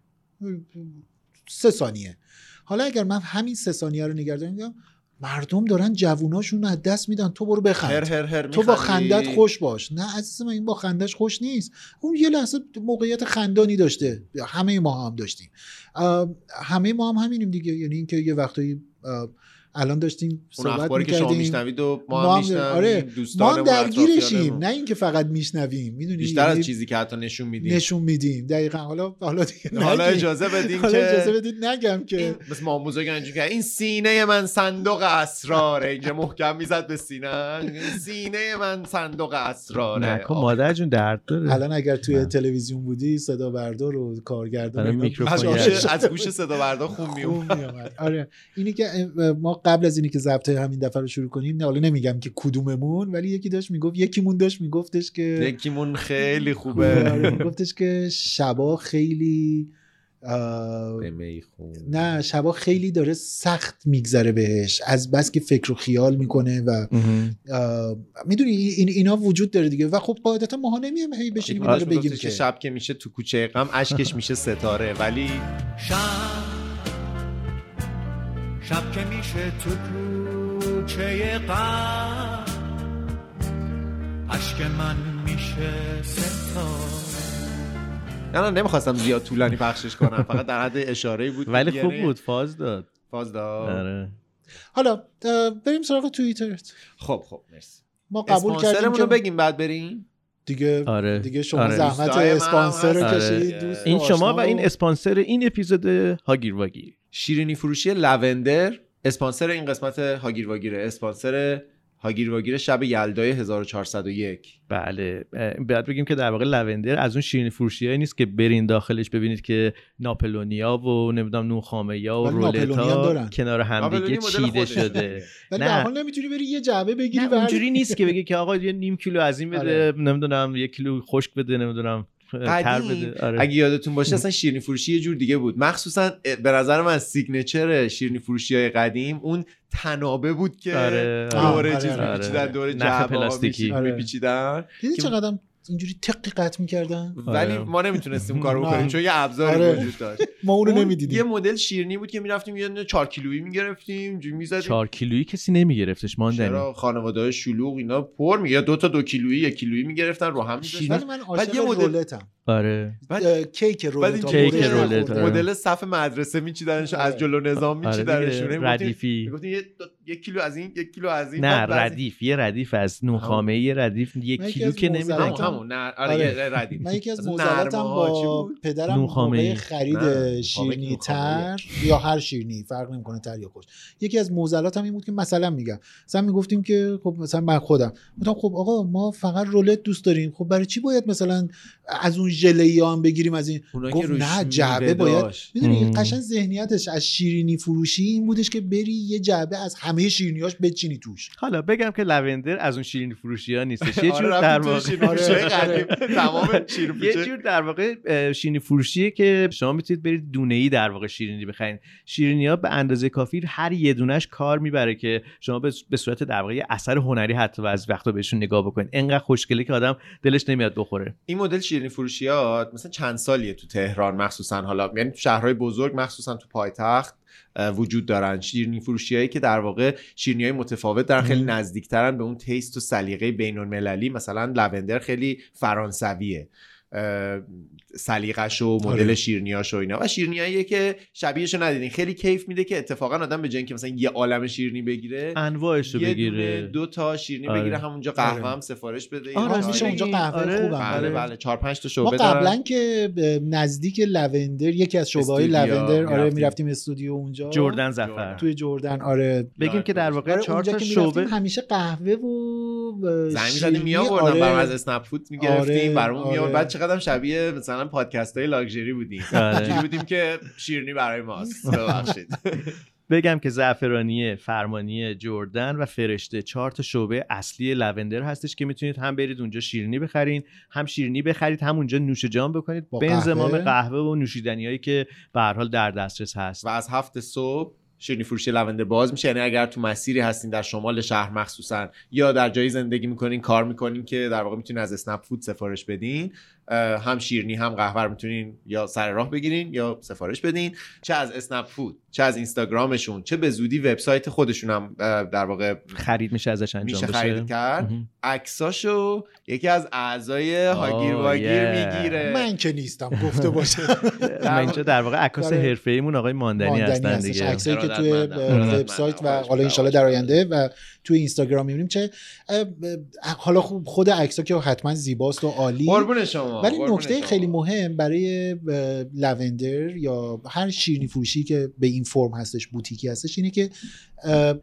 Speaker 2: سه ثانیه حالا اگر من همین سه ثانیه رو نگردم میگم مردم دارن جووناشون رو از دست میدن تو برو
Speaker 1: هر
Speaker 2: بخند
Speaker 1: هر هر
Speaker 2: تو با
Speaker 1: می‌خندی.
Speaker 2: خندت خوش باش نه عزیز من این با خندش خوش نیست اون یه لحظه موقعیت خندانی داشته همه ما هم داشتیم اه، همه ما هم همینیم دیگه یعنی اینکه یه وقتایی اه، الان داشتیم
Speaker 1: اون
Speaker 2: صحبت
Speaker 1: اخباری که شما
Speaker 2: میکردیم
Speaker 1: میشنوید و
Speaker 2: ما هم-
Speaker 1: ما هم میشنویم
Speaker 2: آره، ما هم
Speaker 1: دوستانمون
Speaker 2: درگیرشیم
Speaker 1: اطرافیانمون.
Speaker 2: نه اینکه فقط میشنویم میدونی یعنی
Speaker 1: بیشتر از چیزی که حتی نشون میدیم
Speaker 2: نشون میدیم دقیقا حالا حالا دیگه
Speaker 1: حالا
Speaker 2: نگیم.
Speaker 1: اجازه بدین
Speaker 2: حالا اجازه
Speaker 1: که
Speaker 2: بدید نگم که
Speaker 1: این- مثل ما آموزا که اینجوری کرد. این سینه من صندوق اسراره اینجا محکم میزد به سینه این سینه من صندوق اسراره
Speaker 3: نکن خب مادر جون درد داره
Speaker 2: الان اگر توی
Speaker 3: نه.
Speaker 2: تلویزیون بودی صدا بردار و کارگردان
Speaker 3: برای
Speaker 2: اینا
Speaker 3: آره، میکروفون
Speaker 1: از
Speaker 2: بچه‌ها
Speaker 3: یه-
Speaker 1: گوش
Speaker 2: شده
Speaker 1: از گوش صدا بردار خون میومد
Speaker 2: خوب می‌آمد. آره اینی که اه، ما قبل از اینی که ضبط همین دفعه رو شروع کنیم نه حالا نمیگم که کدوممون ولی یکی داشت میگفت یکیمون داشت میگفتش که
Speaker 1: یکیمون خیلی خوبه
Speaker 2: آره، میگفتش که شبا خیلی اه،
Speaker 1: به میخون.
Speaker 2: نه شبا خیلی داره سخت میگذره بهش از بس که فکر و خیال میکنه و
Speaker 3: مهم.
Speaker 2: میدونی این اینا وجود داره دیگه و خب قاعدتا ماها نمیایم هی بشینیم اینا
Speaker 1: آره
Speaker 2: رو
Speaker 1: بگیم
Speaker 2: بگیم
Speaker 1: که
Speaker 2: که
Speaker 1: شب که میشه تو کوچه غم اشکش میشه ستاره ولی
Speaker 7: شب شب که میشه تو کوچه غم اشک من میشه ستاره
Speaker 1: نه نه نمیخواستم زیاد طولانی پخشش کنم فقط در حد اشاره بود
Speaker 3: ولی
Speaker 2: یعنی
Speaker 1: دیگه.
Speaker 3: خوب بود فاز داد
Speaker 1: فاز داد.
Speaker 3: آره
Speaker 2: حالا اه، بریم سراغ توییترت
Speaker 1: خب خب مرسی
Speaker 2: ما قبول کردیم
Speaker 1: اسپانسرمون
Speaker 2: که
Speaker 1: رو بگیم بعد بریم
Speaker 2: دیگه
Speaker 3: آره.
Speaker 2: دیگه شما
Speaker 3: آره.
Speaker 2: زحمت
Speaker 1: دوستای من هم
Speaker 2: اسپانسر رو
Speaker 3: هست.
Speaker 2: کشید
Speaker 1: آره.
Speaker 2: دوست
Speaker 3: این شما
Speaker 2: آشنا
Speaker 3: و این اسپانسر این اپیزود هاگیر واگیر
Speaker 1: شیرینی فروشی لوندر اسپانسر این قسمت هاگیر واگیره اسپانسر هاگیر واگیر شب یلدای 1401
Speaker 3: بله اه، باید بگیم که در واقع لوندر از اون شیرینی فروشی نیست که برین داخلش ببینید که ناپلونیا و نمیدونم نون خامه و
Speaker 2: ولی ناپلونیا هم
Speaker 3: رولتا
Speaker 2: دارن.
Speaker 3: کنار هم
Speaker 1: آبلونی
Speaker 3: دیگه
Speaker 1: مدل
Speaker 3: چیده
Speaker 1: خودشه.
Speaker 3: شده
Speaker 2: ولی
Speaker 3: نه.
Speaker 2: به هر حال نمیتونی بری یه جعبه بگیری
Speaker 3: نه
Speaker 2: و هر-
Speaker 3: اونجوری نیست که بگی که آقا یه نیم کیلو از این بده
Speaker 2: آره.
Speaker 3: نمیدونم یه کیلو خشک بده نمیدونم اه، تر
Speaker 1: قدیم،
Speaker 3: بده آره.
Speaker 1: اگه یادتون باشه اصلا شیرینی فروشی یه جور دیگه بود مخصوصا اه، به نظر من سیگنچر شیرینی فروشی های قدیم اون تنابه بود که
Speaker 3: آره، آره.
Speaker 1: دوره
Speaker 2: آره،
Speaker 1: چیز
Speaker 2: آره.
Speaker 1: میپیچیدن دوره
Speaker 3: نخ
Speaker 1: جعبه
Speaker 3: پلاستیکی.
Speaker 2: آره.
Speaker 1: میپیچیدن
Speaker 2: دیدی
Speaker 1: که-
Speaker 2: چقدر هم اینجوری تقی قطع میکردن
Speaker 1: ولی
Speaker 3: آره.
Speaker 1: ما نمیتونستیم اون کارو بکنیم
Speaker 2: نه.
Speaker 1: چون یه ابزاری
Speaker 2: آره.
Speaker 1: وجود داشت
Speaker 2: ما اونو
Speaker 1: اون یه
Speaker 2: نمیدیدیم
Speaker 1: مدل شیرینی بود که میرفتیم یه دونه 4 کیلویی میگرفتیم جو میزدیم
Speaker 3: چهار کیلویی کسی نمیگرفتش ماندنی
Speaker 1: چرا خانواده های شلوغ اینا پر می یا دو تا دو کیلویی یک کیلویی میگرفتن رو هم می‌ذاشتن.
Speaker 2: ولی من عاشق
Speaker 1: یه مدل-
Speaker 2: رولتم
Speaker 3: آره
Speaker 1: بعد-
Speaker 2: اه، کیک رولت
Speaker 3: این کیک
Speaker 2: آمورش
Speaker 3: رولت،
Speaker 2: نخوردن.
Speaker 3: آره.
Speaker 1: مدل صف مدرسه میچیدنش از جلو نظام
Speaker 3: آره
Speaker 1: میچیدنشون
Speaker 3: دیگه، ردیفی
Speaker 1: میگفتین یه, دو- یه کیلو از این یک کیلو از این
Speaker 3: نه
Speaker 1: بعد بعضی-
Speaker 3: ردیف یه ردیف از نونخامه یه ردیف یه
Speaker 2: من یکی
Speaker 3: کیلو
Speaker 2: از
Speaker 3: که
Speaker 2: معضلاتم-
Speaker 3: نمیدونم
Speaker 1: همون همون نه آره,
Speaker 2: آره.
Speaker 1: یه ردیف
Speaker 2: من یکی از
Speaker 1: اون
Speaker 2: موزلاتم
Speaker 1: نرمه‌ها چی
Speaker 2: با
Speaker 1: بود؟
Speaker 2: پدرم
Speaker 3: نونخامه
Speaker 2: موقع
Speaker 3: ای.
Speaker 1: نه،
Speaker 2: خرید شیرنی
Speaker 1: نونخامه
Speaker 2: تر یا هر شیرنی فرق نمیکنه تر یا خوش یکی از موزلاتم این بود که مثلا میگم مثلا میگفتیم که خب مثلا من خودم گفتم خب آقا ما فقط رولت دوست داریم خب برای چی باید مثلا از اون ژله هم بگیریم از این
Speaker 1: اونا
Speaker 2: گفت
Speaker 1: که روش
Speaker 2: نه، جعبه
Speaker 1: میوه
Speaker 2: باید-
Speaker 1: داشت.
Speaker 2: میدونی
Speaker 3: مم.
Speaker 2: قشنگ ذهنیتش از شیرینی فروشی این بودش که بری یه جعبه از همه شیرینیاش بچینی توش
Speaker 3: حالا بگم که لوندر از اون شیرین فروشی ها نیستش یه
Speaker 1: آره،
Speaker 3: جور
Speaker 1: رفتیم
Speaker 3: در
Speaker 1: توی
Speaker 3: واقع
Speaker 1: شیرینی‌فروشی‌های
Speaker 2: آره،
Speaker 1: قدیم. تمام شیرینی‌فروشی.
Speaker 3: یه جور در واقع اه، شیرینی فروشیه که شما میتونید برید دونه ای در واقع شیرینی بخرید شیرینی ها به اندازه کافی هر یه دونش کار میبره که شما به به صورت در واقع یه اثر هنری حتی از وقتا بهشون نگاه بکنید انقدر خوشگله که آدم دلش نمیاد بخوره
Speaker 1: این مدل شیرینی فروشیات مثلا چند سالیه تو تهران مخصوصا حالا یعنی تو شهرهای بزرگ مخصوصا تو پایتخت اه، وجود دارن شیرینی فروشیایی که در واقع شیرینی های متفاوت در خیلی نزدیکترن به اون تیست و سلیقه بین المللی مثلا لوندر خیلی فرانسویه اه، سلیقش و مدل
Speaker 2: آره.
Speaker 1: شیرینیاش و اینا و شیرینیایی که شبیهش رو ندیدین خیلی کیف میده که اتفاقا آدم به جای اینکه مثلا یه عالم شیرینی بگیره
Speaker 3: انواعش رو
Speaker 1: یه دونه
Speaker 3: بگیره
Speaker 1: دو تا شیرینی
Speaker 3: آره.
Speaker 1: بگیره همونجا قهوه هم سفارش
Speaker 3: آره،
Speaker 1: بده یه
Speaker 2: آه،
Speaker 1: چای.
Speaker 2: میشه اونجا قهوه
Speaker 3: آره،
Speaker 2: خوبم
Speaker 1: بله
Speaker 3: آره.
Speaker 1: بله چهار پنج تا
Speaker 2: ما
Speaker 1: شعبه دارن
Speaker 2: قبلا که به نزدیک لوندر یکی از شعبه های
Speaker 1: استودیو
Speaker 2: لوندر آره
Speaker 1: می‌رفتیم.
Speaker 2: میرفتیم استودیو اونجا
Speaker 3: جردن
Speaker 1: جردن.
Speaker 3: زفر
Speaker 2: توی جردن آره
Speaker 3: بگیم که در واقع
Speaker 2: آره
Speaker 3: چهار
Speaker 2: اونجا
Speaker 3: تا
Speaker 2: که
Speaker 3: شعبه
Speaker 2: میرفتیم همیشه قهوه و اه،
Speaker 1: زمین زده
Speaker 2: شیرینی،
Speaker 1: می آوردن
Speaker 2: آره.
Speaker 1: برام از اسنپ فود میگرفتیم
Speaker 2: آره،
Speaker 1: برامون می آورد
Speaker 2: آره.
Speaker 1: بعد چقدر هم شبیه مثلا پادکست های لاکچری بودیم
Speaker 3: آره.
Speaker 1: اینجوری بودیم که شیرینی برای ماست ببخشید
Speaker 3: بگم که زعفرانی فرمانی جردن و فرشته چهار تا شعبه اصلی لوندر هستش که میتونید هم برید اونجا شیرینی بخرین هم شیرینی بخرید هم اونجا نوش جان بکنید
Speaker 2: با
Speaker 3: به انضمام
Speaker 2: قهوه.
Speaker 3: قهوه و نوشیدنی هایی که به هر حال در دسترس هست
Speaker 1: و از هفت صبح شیرینی فروشی لوندر باز میشه یعنی اگر تو مسیری هستین در شمال شهر مخصوصا یا در جایی زندگی میکنین کار میکنین که در واقع میتونین از اسنپ فود سفارش بدین اه، هم شیرینی هم قهوه رو میتونین یا سر راه بگیرین یا سفارش بدین چه از اسنپ فود چه از اینستاگرامشون چه به زودی وبسایت خودشون هم اه، در واقع
Speaker 3: خرید میشه ازش انجام
Speaker 1: میشه
Speaker 3: بشه
Speaker 1: خرید کرد
Speaker 3: مهم.
Speaker 1: عکساشو یکی از اعضای هاگیر
Speaker 3: آه،
Speaker 1: واگیر
Speaker 3: yeah.
Speaker 1: میگیره
Speaker 2: من که نیستم گفته باشم
Speaker 3: و اینجا در واقع عکاس
Speaker 2: آره.
Speaker 3: حرفه ایمون آقای ماندنی هستن
Speaker 2: هستش.
Speaker 3: دیگه
Speaker 2: عکسایی که توی
Speaker 1: ارادتمندم. ارادتمندم.
Speaker 2: وبسایت و
Speaker 1: خواهش
Speaker 2: حالا انشالله در
Speaker 1: می‌کنم.
Speaker 2: آینده و توی اینستاگرام میبینیم چه اه، اه، حالا خوب خود عکس‌ها که حتما زیباست و عالی
Speaker 1: قربون شما
Speaker 2: ولی
Speaker 1: قربون
Speaker 2: نکته
Speaker 1: شما.
Speaker 2: خیلی مهم برای اه، لوندر یا هر شیرینی فروشی که به این فرم هستش بوتیکی هستش اینه که اه،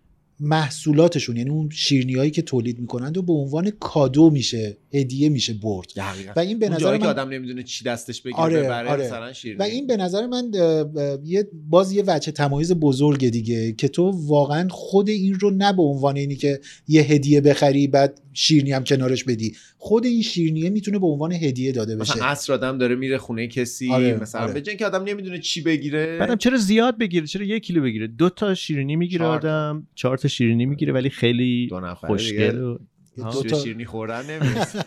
Speaker 2: محصولاتشون یعنی اون شیرینی هایی که تولید میکنند و به عنوان کادو میشه هدیه میشه برد
Speaker 1: دقیقاً.
Speaker 2: و این به
Speaker 1: اون
Speaker 2: نظر
Speaker 1: جایی که
Speaker 2: من
Speaker 1: آدم نمیدونه چی دستش بگیره
Speaker 2: آره،
Speaker 1: ببره
Speaker 2: آره.
Speaker 1: مثلا شیرینی
Speaker 2: و این به نظر من اه، اه، یه باز یه وجه تمایز بزرگه دیگه که تو واقعا خود این رو نه به عنوان اینی که یه هدیه بخری بعد شیرینی هم کنارش بدی خود این شیرینیه میتونه به عنوان هدیه داده بشه
Speaker 1: مثلا عصر آدم داره میره خونه کسی
Speaker 2: آره،
Speaker 1: مثلا
Speaker 2: آره.
Speaker 1: به جای که آدم نمیدونه چی بگیره
Speaker 3: بعدم چرا زیاد بگیره چرا یک کیلو بگیره دو تا شیرینی میگیره
Speaker 1: چهار تا.
Speaker 3: آدم چهار تا شیرینی میگیره ولی خیلی
Speaker 1: دو نفره
Speaker 3: خوشگل
Speaker 1: دیگه.
Speaker 3: و-
Speaker 2: یه
Speaker 3: ها.
Speaker 2: دو
Speaker 1: سوی
Speaker 2: تا-
Speaker 1: شیرینی خوردن نمیرسه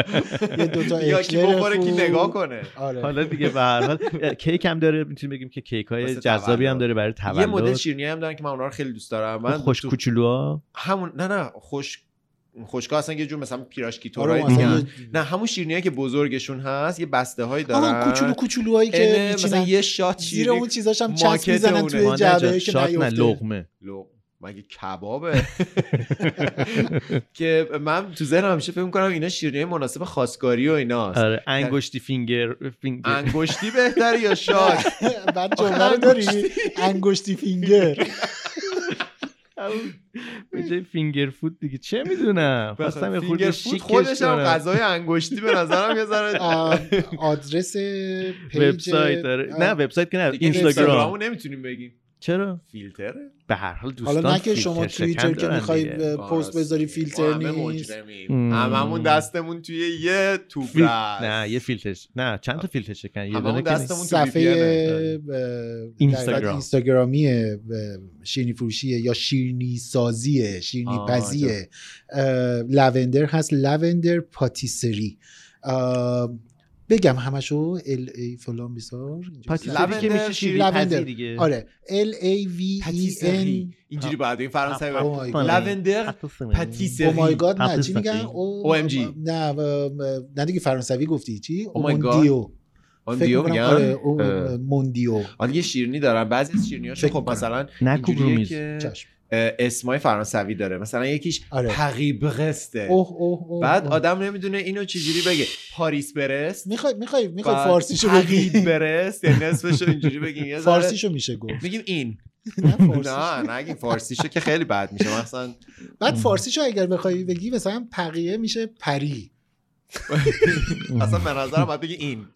Speaker 2: یه دو تا
Speaker 1: یا کی
Speaker 2: اکلر
Speaker 1: بخوره کی
Speaker 2: خوب.
Speaker 1: نگاه کنه
Speaker 2: آره
Speaker 3: حالا دیگه به هر حال اه، کیک هم داره میتونیم بگیم که کیک های
Speaker 1: واسه
Speaker 3: جذابی هم داره
Speaker 1: تولد.
Speaker 3: برای
Speaker 1: یه مدل
Speaker 3: تولد
Speaker 1: شیرینی هم دارن که من اونا رو خیلی دوست دارم
Speaker 3: اون
Speaker 1: من
Speaker 3: خوش
Speaker 1: تو-
Speaker 3: کوچولوها
Speaker 1: همون نه نه خوش خوشگاه اصلا یه جور مثلا پیراشکی
Speaker 2: آره،
Speaker 1: تورای
Speaker 2: مثلا
Speaker 1: دیگه
Speaker 2: یه-
Speaker 1: نه همون شیرینیایی که بزرگشون هست یه بسته هایی دارن
Speaker 2: آه آره، کوچولو کوچولوهایی که
Speaker 1: اینه، مثلا
Speaker 2: می‌چینن.
Speaker 1: یه شات
Speaker 2: زیر
Speaker 1: شیرینی
Speaker 2: اون چیزاش هم
Speaker 1: ماکت
Speaker 2: چسب میزنن
Speaker 1: اونه.
Speaker 2: توی
Speaker 3: مانه جا-
Speaker 2: جعبه که
Speaker 3: شات نه
Speaker 2: نیفته
Speaker 3: لغمه
Speaker 1: لو مگه کبابه که من تو ذهنم همیشه فکر می‌کنم اینا شیرینی مناسب خواستگاری و ایناست
Speaker 3: آره انگشتی فینگر فینگر
Speaker 1: انگشتی بهتره یا شات
Speaker 2: بعد جمله رو داری انگشتی فینگر
Speaker 3: به جای فینگر فود دیگه چه میدونم خواستم یه خورده
Speaker 1: فینگر فود
Speaker 3: شیکش
Speaker 1: خودش هم
Speaker 3: کنم.
Speaker 1: غذای انگشتی به نظرم یه ذره
Speaker 2: آم، آدرس پیج
Speaker 3: وبسایت داره
Speaker 2: آه،
Speaker 3: نه وبسایت که نه
Speaker 1: دیگه
Speaker 3: اینستاگرام
Speaker 1: اینستاگرامو نمیتونیم بگیم
Speaker 3: چرا
Speaker 1: فیلتره
Speaker 3: به هر حال دوستان
Speaker 2: حالا نه که شما
Speaker 3: فیلتر شکن
Speaker 2: توییتر که
Speaker 3: دارن
Speaker 2: میخوای
Speaker 3: دیگه.
Speaker 2: پست بذاری
Speaker 1: آره،
Speaker 2: فیلتر نیست
Speaker 3: مم.
Speaker 1: هممون دستمون توی یه توپ
Speaker 3: فیل-
Speaker 1: است.
Speaker 3: نه یه فیلتر نه چند تا فیلتر شکن یه
Speaker 1: هممون
Speaker 3: دونه که
Speaker 1: دستمون
Speaker 3: نیست.
Speaker 1: تو
Speaker 2: صفحه اه،
Speaker 1: VPN
Speaker 2: در واقع
Speaker 3: اینستاگرام.
Speaker 2: اینستاگرامی اه، شیرینی فروشیه یا شیرینی سازیه شیرینی
Speaker 3: آه،
Speaker 2: پزیه اه، لوندر هست لوندر پاتیسری اه، بگم همشو ال ای فلان بیسار اینجا
Speaker 3: پاتیسری که
Speaker 1: لوندر،
Speaker 3: میشه شیرین
Speaker 2: لوندر.
Speaker 3: پزی دیگه
Speaker 2: آره L A V E N
Speaker 1: پتیسری اینجوری باید این فرانسوی
Speaker 2: آه،
Speaker 1: باید.
Speaker 2: آه،
Speaker 3: آه.
Speaker 1: لوندر
Speaker 3: پتیسری.
Speaker 1: پتیسری
Speaker 2: او مای گاد Oh نه
Speaker 3: پتیسری.
Speaker 2: چی میگن او
Speaker 1: OMG.
Speaker 2: نه و- نه دیگه فرانسوی گفتی چی
Speaker 1: Oh my God.
Speaker 2: اوموندیو.
Speaker 1: آن
Speaker 2: فکر
Speaker 1: دیو
Speaker 2: می‌کنم،
Speaker 1: میگن
Speaker 2: آره، او-
Speaker 1: اه.
Speaker 2: موندیو
Speaker 1: حالا یه شیرینی دارن بعضی از شیرینی
Speaker 2: فکر
Speaker 1: خب
Speaker 2: کنم.
Speaker 1: مثلا
Speaker 3: نکوب رو
Speaker 1: اینجوریه
Speaker 3: میز
Speaker 1: که
Speaker 2: چشم
Speaker 1: اه، اسمای فرانسوی داره مثلا یکیش
Speaker 2: آره
Speaker 1: پقیبغسته
Speaker 2: اوه اوه اوه
Speaker 1: بعد آدم نمیدونه اینو چجوری بگه پاریس برست
Speaker 2: میخوای میخوای میخوای
Speaker 1: بعد
Speaker 2: فارسیشو بگی
Speaker 1: پقیب برست یعنی اسمشو اینجوری بگیم یه ذره
Speaker 2: فارسیشو میشه گفت
Speaker 1: میگیم این
Speaker 2: نه فارسیش
Speaker 1: نه نگیم فارسیشو که خیلی بد میشه مثلا
Speaker 2: بعد فارسیشو اگر بخوای بگی مثلا پقیه میشه پری
Speaker 1: اصلا به نظرم باید بگی این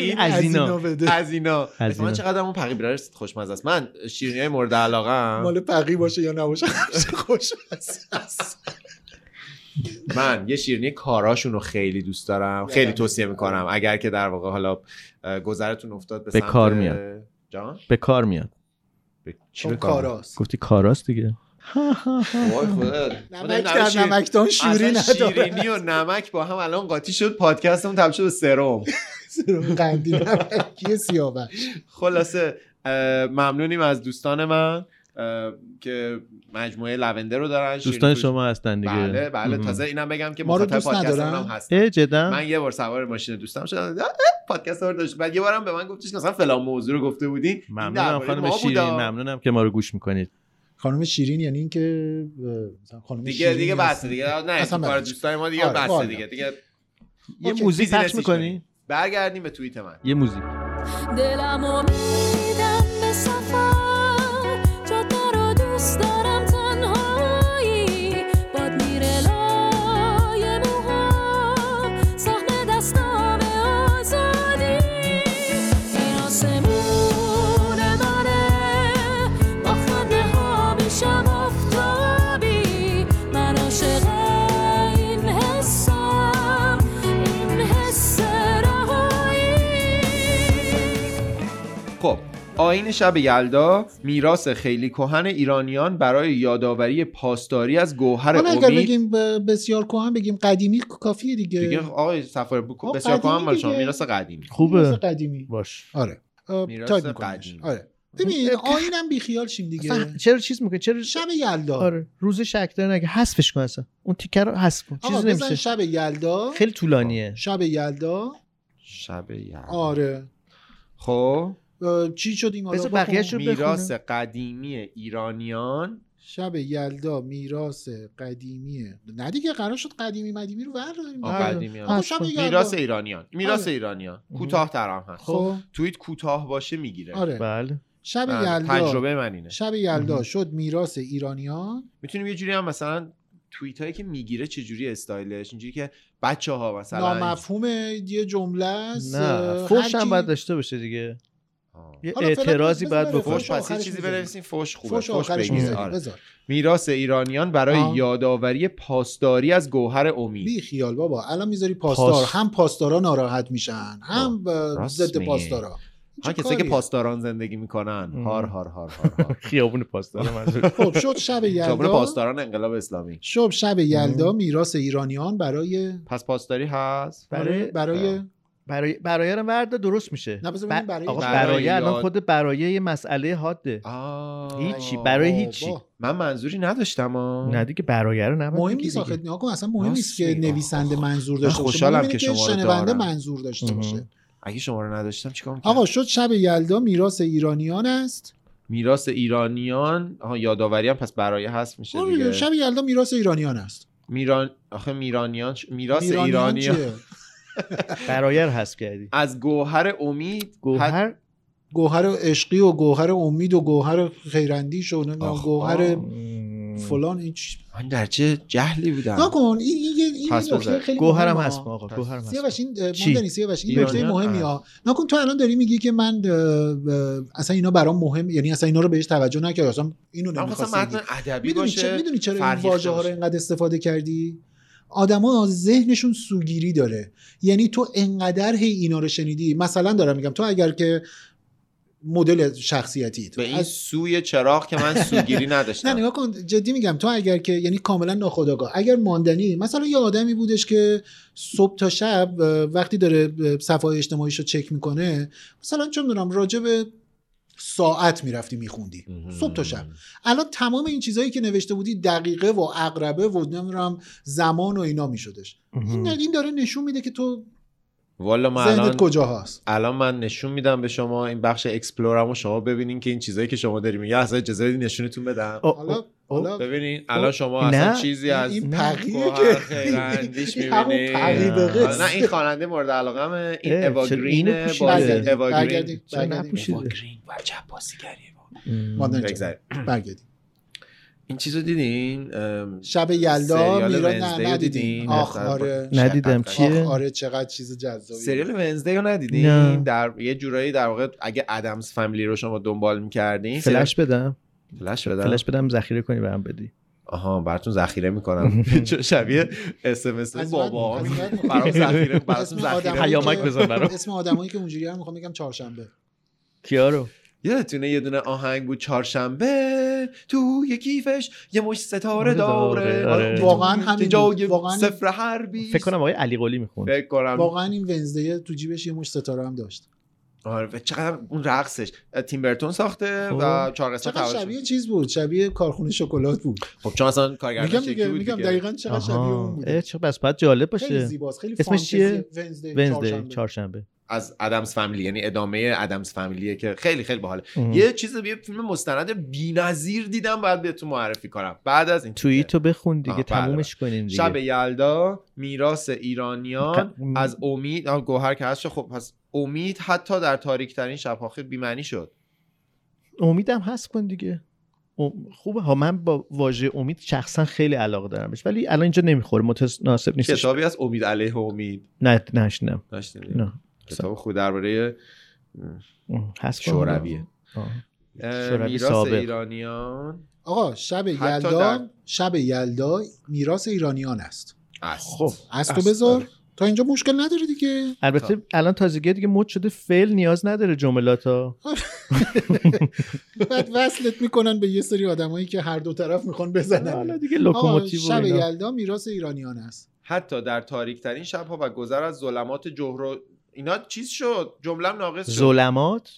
Speaker 3: یه
Speaker 2: از
Speaker 3: از اینا
Speaker 2: اینا بده.
Speaker 1: از اینا
Speaker 3: از
Speaker 1: من
Speaker 3: اینا.
Speaker 1: چقدر اون پقیب برست خوشمزه است من شیرینی های مورد علاقه
Speaker 2: مال پقی باشه یا نباشه همیشه خوش هست
Speaker 1: من یه شیرینی کاراشون رو خیلی دوست دارم خیلی توصیه میکنم اگر که در واقع حالا اه، گذرتون افتاد به,
Speaker 3: به
Speaker 1: سمت-
Speaker 3: کار میاد.
Speaker 1: جان
Speaker 3: به کار میاد
Speaker 1: به
Speaker 3: خب
Speaker 1: چی
Speaker 2: چون
Speaker 1: به کار
Speaker 2: کاراست
Speaker 3: گفتی کاراست دیگه
Speaker 1: میاد؟ وای خدا خدا،
Speaker 2: نمک
Speaker 1: نمک
Speaker 2: در
Speaker 1: شیر-
Speaker 2: نمکدان
Speaker 1: اصلا
Speaker 2: شوری نداره
Speaker 1: شیرینی و نمک با هم الان قاطی شد پادکستمون تبدیل شد به سرم
Speaker 2: قندی نمکی سیاوش
Speaker 1: خلاصه اه، ممنونیم از دوستان من اه، که مجموعه لوندر رو دارن شیرینی
Speaker 3: دوستان
Speaker 1: فروش-
Speaker 3: شما هستن دیگه
Speaker 1: بله بله
Speaker 3: ام.
Speaker 1: تازه اینم بگم که
Speaker 2: ما رو
Speaker 1: مخاطب
Speaker 2: دوست
Speaker 1: پادکست
Speaker 2: ندارن؟
Speaker 1: هم هست
Speaker 3: اه جدا
Speaker 1: من یه بار سوار ماشین دوستم شدم آه، پادکست رو داشت بعد یه بارم به من گفتش که مثلا فلان موضوع رو گفته بودی این
Speaker 3: ممنونم
Speaker 1: درباره
Speaker 3: خانم
Speaker 1: ما
Speaker 3: شیرین
Speaker 1: بودا.
Speaker 3: ممنونم که ما رو گوش میکنید
Speaker 2: خانم شیرین یعنی اینکه اه، مثلا خانم
Speaker 1: دیگه
Speaker 2: شیرین
Speaker 1: دیگه بس
Speaker 2: هستن.
Speaker 1: دیگه نه
Speaker 2: اصلا
Speaker 1: اصلا بله. کار
Speaker 2: بلدش.
Speaker 1: دوستای ما دیگه
Speaker 2: آره،
Speaker 1: بس
Speaker 2: والا.
Speaker 1: دیگه خب، دیگه
Speaker 3: یه
Speaker 2: اوکی.
Speaker 3: موزیک پخش
Speaker 1: بیزینسیش
Speaker 3: میکنی
Speaker 1: برگردیم به توییت من
Speaker 3: یه موزیک
Speaker 9: دلمو میدم به سفر جاده رو دوست دارم تنهایی باد میره لای موهام سهم دستام به آزادی این آسمون منه با خنده ها میشم آفتابی من عاشق این حسم این حس رهایی
Speaker 1: خب آین شب یلدا میراث خیلی کهن ایرانیان برای یادآوری پاسداری از گوهر
Speaker 3: آره،
Speaker 2: حالا اگر
Speaker 1: امید
Speaker 2: بگیم ب- بسیار کهن بگیم قدیمی کافیه دیگه
Speaker 1: دیگه آقای سفر بکو
Speaker 2: آه،
Speaker 1: بسیار
Speaker 2: قدیمی
Speaker 1: کهن مال شما
Speaker 2: دیگه.
Speaker 1: میراث قدیمی
Speaker 2: میراث
Speaker 3: خوبه
Speaker 2: قدیمی
Speaker 3: باش
Speaker 2: آره اه،
Speaker 1: میراث
Speaker 2: تایپ می‌کنمش.
Speaker 1: قدیمی.
Speaker 2: آره ببین آینم بیخیال شیم دیگه
Speaker 3: اصلا چرا چیز میکنی چرا
Speaker 2: شب یلدا
Speaker 3: آره روز شکدار نگه حذفش کن اصلا اون تیکه رو حذف کن
Speaker 2: آقا
Speaker 3: چیزی
Speaker 2: بزن
Speaker 3: نمیشه
Speaker 2: شب یلدا
Speaker 3: خیلی طولانیه
Speaker 2: شب یلدا
Speaker 1: شب یلدا
Speaker 2: آره
Speaker 1: خب
Speaker 2: اه، چی شدیم حالا
Speaker 3: بذار
Speaker 2: بخون.
Speaker 3: بقیه‌ش رو-
Speaker 1: میراث قدیمی ایرانیان
Speaker 2: شب یلدا میراث قدیمیه نه دیگه قرار شد قدیمی مدیمی رو برداریم
Speaker 1: آه،
Speaker 2: آره.
Speaker 1: قدیمی ها.
Speaker 2: آقا شب یلدا
Speaker 1: میراث ایرانیان میراث
Speaker 2: آره.
Speaker 1: ایرانیان کوتاه ترم هست
Speaker 2: خب
Speaker 1: توییت کوتاه باشه میگیره
Speaker 2: آره
Speaker 3: بله
Speaker 2: شب یلدا
Speaker 1: تجربه من اینه
Speaker 2: شب یلدا شد میراث ایرانیان
Speaker 1: میتونیم یه جوری هم مثلا توییت هایی که میگیره چه جوری استایلش اینجوری که بچه ها مثلا
Speaker 2: نامفهوم یه جمله است
Speaker 3: نه
Speaker 2: اه،
Speaker 3: فوش
Speaker 2: هر
Speaker 3: هم
Speaker 2: کی-
Speaker 3: باید داشته باشه دیگه
Speaker 1: آه.
Speaker 3: یه
Speaker 2: حالا فعلا
Speaker 3: اعتراضی
Speaker 2: بذار
Speaker 3: باید
Speaker 2: بره
Speaker 3: بکنه
Speaker 1: فوش پس یه
Speaker 2: آخرش
Speaker 1: چیزی
Speaker 2: می‌ذاریم.
Speaker 1: بنویسین فوش خوبه
Speaker 2: فوش
Speaker 1: فوش,
Speaker 2: آخرش
Speaker 1: بگیرین.
Speaker 2: می‌ذاریم.
Speaker 1: آره.
Speaker 2: بذار
Speaker 1: میراث ایرانیان برای
Speaker 2: آه.
Speaker 1: یادآوری پاسداری از گوهر امید
Speaker 2: بی خیال بابا الان میذاری پاسدار
Speaker 3: پاس.
Speaker 2: هم پاسدارا ناراحت میشن هم اه،
Speaker 1: خب، راست
Speaker 2: ضد
Speaker 1: میگه.
Speaker 2: پاسدارا
Speaker 1: ها
Speaker 2: چه
Speaker 1: کسایی که
Speaker 2: کاریه؟
Speaker 1: پاسداران زندگی میکنن
Speaker 3: ام.
Speaker 1: هار هار هار هار, هار.
Speaker 3: خیابون پاسدار منظور
Speaker 2: خب شد شب
Speaker 1: خیابون
Speaker 2: یلدا
Speaker 1: پاسداران انقلاب اسلامی
Speaker 2: شب شب یلدا میراث ایرانیان برای آره،
Speaker 1: پس پاسداری هست
Speaker 3: برای
Speaker 2: برای
Speaker 3: برای برای رو ورد درست میشه
Speaker 2: نه، بذار
Speaker 3: ب-
Speaker 2: ببینیم برای
Speaker 3: آقا
Speaker 1: چی.
Speaker 3: برای
Speaker 1: برای
Speaker 3: الان
Speaker 1: یاد.
Speaker 3: خود برای یه مسئله حاده
Speaker 2: بله.
Speaker 1: آه.
Speaker 3: هیچی، برای
Speaker 2: بابا.
Speaker 3: هیچی.
Speaker 1: من منظوری نداشتم آه.
Speaker 3: نه دیگه برای رو نباید
Speaker 2: مهم
Speaker 3: بگی
Speaker 2: نیست
Speaker 3: دیگه.
Speaker 2: آخه نگاه کن اصلا مهم
Speaker 1: راست
Speaker 2: نیست که
Speaker 1: میگی. آخ،
Speaker 2: نویسنده
Speaker 1: آخ.
Speaker 2: منظور
Speaker 1: من
Speaker 2: داشته باشه
Speaker 1: خوشحالم
Speaker 2: مهم اینه
Speaker 1: که
Speaker 2: که
Speaker 1: شما رو
Speaker 2: شنونده
Speaker 1: دارم.
Speaker 2: منظور داشته
Speaker 3: مهم.
Speaker 2: باشه
Speaker 1: اگه شما رو نداشتم چیکار می‌کردم؟
Speaker 2: آقا شد شب یلدا میراث ایرانیان است
Speaker 1: میراث ایرانیان آها یادآوری هم پس برای هست میشه
Speaker 2: آره،
Speaker 1: دیگه
Speaker 2: شب یلدا میراث ایرانیان است
Speaker 1: میران آخه میرانیان چ- میراث
Speaker 2: ایرانیان
Speaker 1: ایرانیان
Speaker 2: چیه؟
Speaker 3: برای رو حذف کردی
Speaker 1: از گوهر امید حد-
Speaker 3: گوهر
Speaker 2: گوهر عشقی و گوهر امید و گوهر خیراندیش و نمیدونم
Speaker 1: آخ،
Speaker 2: گوهر
Speaker 3: مم.
Speaker 2: فلان این چی
Speaker 1: من در چه جهلی بودم
Speaker 2: نکن این این این- این
Speaker 1: پس
Speaker 2: نکته
Speaker 1: بذار.
Speaker 2: خیلی
Speaker 3: گوهرم
Speaker 2: مهمه
Speaker 3: هست
Speaker 2: ها.
Speaker 3: آقا گوهرم هست
Speaker 2: سیاوش این اه،
Speaker 3: چی؟
Speaker 2: ماندنی سیاوش این
Speaker 1: ایرانیان؟
Speaker 2: نکته مهمی
Speaker 1: آه.
Speaker 2: ها نکن تو الان داری میگی که من اه، اه، اصلا اینا برام مهم یعنی اصلا اینا رو بهش توجه نکردم اصلا اینو
Speaker 1: من خواستم
Speaker 2: نمیخواستم
Speaker 1: متن ادبی
Speaker 2: میدونی چه
Speaker 1: باشه
Speaker 2: میدونی چرا این
Speaker 1: فرهیخته
Speaker 2: واژه ها رو
Speaker 1: باشه.
Speaker 2: اینقدر استفاده کردی آدما ذهنشون سوگیری داره یعنی تو انقدر هی اینا رو شنیدی مثلا دارم میگم تو اگر که مدل شخصیتیت
Speaker 1: به این
Speaker 2: از
Speaker 1: سوی چراغ که من سوگیری
Speaker 2: نه
Speaker 1: نداشتم
Speaker 2: نگاه کن جدی میگم تو اگر که یعنی کاملا ناخودآگاه اگر ماندنی مثلا یه آدمی بودش که صبح تا شب اه، وقتی داره اه، صفحه اجتماعیش رو چک میکنه مثلا چه میدونم راجع به ساعت میرفتی میخوندی صبح تا شب الان تمام این چیزهایی که نوشته بودی دقیقه و اقربه و نمیدونم زمان و اینا میشدش این این داره نشون میده که تو
Speaker 1: والا من
Speaker 2: ذهنت
Speaker 1: الان
Speaker 2: کجا هست
Speaker 1: الان من نشون میدم به شما این بخش اکسپلورم رو شما ببینین که این چیزایی که شما داری میگه اصلا اجازه بدین نشونتون بدم
Speaker 3: او-
Speaker 2: حالا
Speaker 3: او-
Speaker 2: حالا
Speaker 1: ببینین الان شما
Speaker 3: نه.
Speaker 1: اصلا چیزی از
Speaker 2: این
Speaker 3: نه.
Speaker 2: پقیه
Speaker 1: گوهر
Speaker 2: که
Speaker 1: خیراندیش
Speaker 2: این همون
Speaker 1: می‌بینی.
Speaker 2: پقیبقه است.
Speaker 1: نه این خواننده مورد علاقمه این
Speaker 3: اه، چرا اینو
Speaker 1: اواگرین
Speaker 3: پوشیده؟
Speaker 1: بازی
Speaker 2: برگردیم،
Speaker 1: اواگرین
Speaker 2: برگردیم،
Speaker 3: چرا
Speaker 2: برگردیم.
Speaker 3: نپوشیده؟
Speaker 1: وجب بازیگریه
Speaker 2: ماندنی جان،
Speaker 1: بگذاریم
Speaker 2: برگردیم
Speaker 1: این چیزو دیدین ام،
Speaker 2: شب یلدا
Speaker 1: سریال
Speaker 2: میرا
Speaker 1: ونزدی
Speaker 2: نه
Speaker 1: رو
Speaker 2: ندیدیم
Speaker 1: دیدین؟
Speaker 2: آخ
Speaker 1: نه.
Speaker 2: آره
Speaker 3: ندیدم
Speaker 1: شب
Speaker 3: چیه؟
Speaker 2: آخ آره چقدر چیز جذابی
Speaker 1: خب. سریال ونزدی رو
Speaker 3: نه.
Speaker 1: ندیدین در یه جورایی در واقع اگه ادمز فامیلی رو شما دنبال میکردین
Speaker 3: فلش بدم
Speaker 1: فلش بدم
Speaker 3: فلش بدم ذخیره کنی به هم بدی
Speaker 1: آها براتون ذخیره میکنم چون شبیه اس ام اس
Speaker 2: از
Speaker 1: بابا
Speaker 2: من- از من-
Speaker 1: برام ذخیره براتون
Speaker 2: اسم آدمایی
Speaker 1: ذخیره
Speaker 2: که-
Speaker 3: پیامک بزن برام.
Speaker 2: اسم آدمایی که اونجوری هم میخوام بگم چهارشنبه
Speaker 3: کیا رو
Speaker 1: یادتونه یه دونه آهنگ بود چهارشنبه تو یه کیفش یه مش ستاره
Speaker 3: آره،
Speaker 1: داره
Speaker 3: داره، آره.
Speaker 2: واقعاً همین
Speaker 1: یه جای
Speaker 2: بود. واقعاً-
Speaker 1: صفر حربی
Speaker 3: فکر کنم آقای علی قلی میخوند
Speaker 1: فکر کنم
Speaker 2: واقعا این ونزدی تو جیبش یه مش ستاره هم داشت
Speaker 1: آره و چقدر اون رقصش تیمبرتون ساخته
Speaker 3: خب.
Speaker 1: و چهار قسمت
Speaker 2: چقدر
Speaker 1: اولش
Speaker 2: شبیه
Speaker 1: بود.
Speaker 2: چیز بود شبیه کارخونه شکلات بود
Speaker 1: خب چون اصلا
Speaker 2: میگم
Speaker 1: کارگردانش یکی
Speaker 2: دیگه
Speaker 1: بود
Speaker 2: میگم
Speaker 1: دیگه.
Speaker 2: دقیقاً چقدر شبیه اون بود
Speaker 3: اه چه بس باید جالب
Speaker 2: خیلی
Speaker 3: باشه
Speaker 2: زیباست خیلی
Speaker 3: اسمش
Speaker 2: فانتزی
Speaker 3: چیه؟
Speaker 2: ونزدی
Speaker 3: ونزدی
Speaker 2: چهارشنبه.
Speaker 3: چهارشنبه
Speaker 1: از ادمز فامیلی یعنی ادامه ادمز فامیلیه که خیلی خیلی باحاله
Speaker 3: ام.
Speaker 1: یه چیز یه فیلم مستند بی‌نظیر دیدم بعد بهتون معرفی کنم بعد از این
Speaker 3: توییتو بخون دیگه
Speaker 1: آه، بله،
Speaker 3: تمومش کنیم دیگه خب،
Speaker 1: شب یلدا میراث ایرانیان
Speaker 3: ق-
Speaker 1: از امید آه، گوهر که هست خب پس امید حتی در تاریک ترین شب آخر بی‌معنی شد
Speaker 3: امیدم هست کن دیگه ام- خوبه ها من با واژه امید شخصا خیلی علاقه دارم بهش ولی الان اینجا نمیخوره متناسب نیست
Speaker 1: کتابی از امید علیه امید
Speaker 3: نه نشنم
Speaker 1: داشتین
Speaker 3: نه
Speaker 1: کتاب خود درباره
Speaker 3: ام، هست کن.
Speaker 1: شورویه
Speaker 3: آه.
Speaker 1: اه،
Speaker 3: شوروی
Speaker 1: میراث
Speaker 3: سابق.
Speaker 1: ایرانیان
Speaker 2: آقا شب
Speaker 1: حتی
Speaker 2: یلدا
Speaker 1: در-
Speaker 2: شب یلدا میراث ایرانیان است
Speaker 1: است
Speaker 3: خب.
Speaker 2: از تو
Speaker 1: است،
Speaker 2: بذار
Speaker 1: آره.
Speaker 2: تا اینجا مشکل نداری دیگه
Speaker 3: البته الان تازگی دیگه مد شده فعل نیاز نداره جملات ها
Speaker 2: بعد وصلت میکنن به یه سری آدمایی که هر دو طرف میخوان
Speaker 3: حالا دیگه
Speaker 2: بزنن آقا
Speaker 3: بله. لوکوموتیو و
Speaker 2: شب
Speaker 3: اینا.
Speaker 2: یلدا میراث ایرانیان است
Speaker 1: حتی در تاریک ترین شبها و گذر از ظلمات جهر و- اینا چیز شد جملم ناقص شد
Speaker 3: ظلمات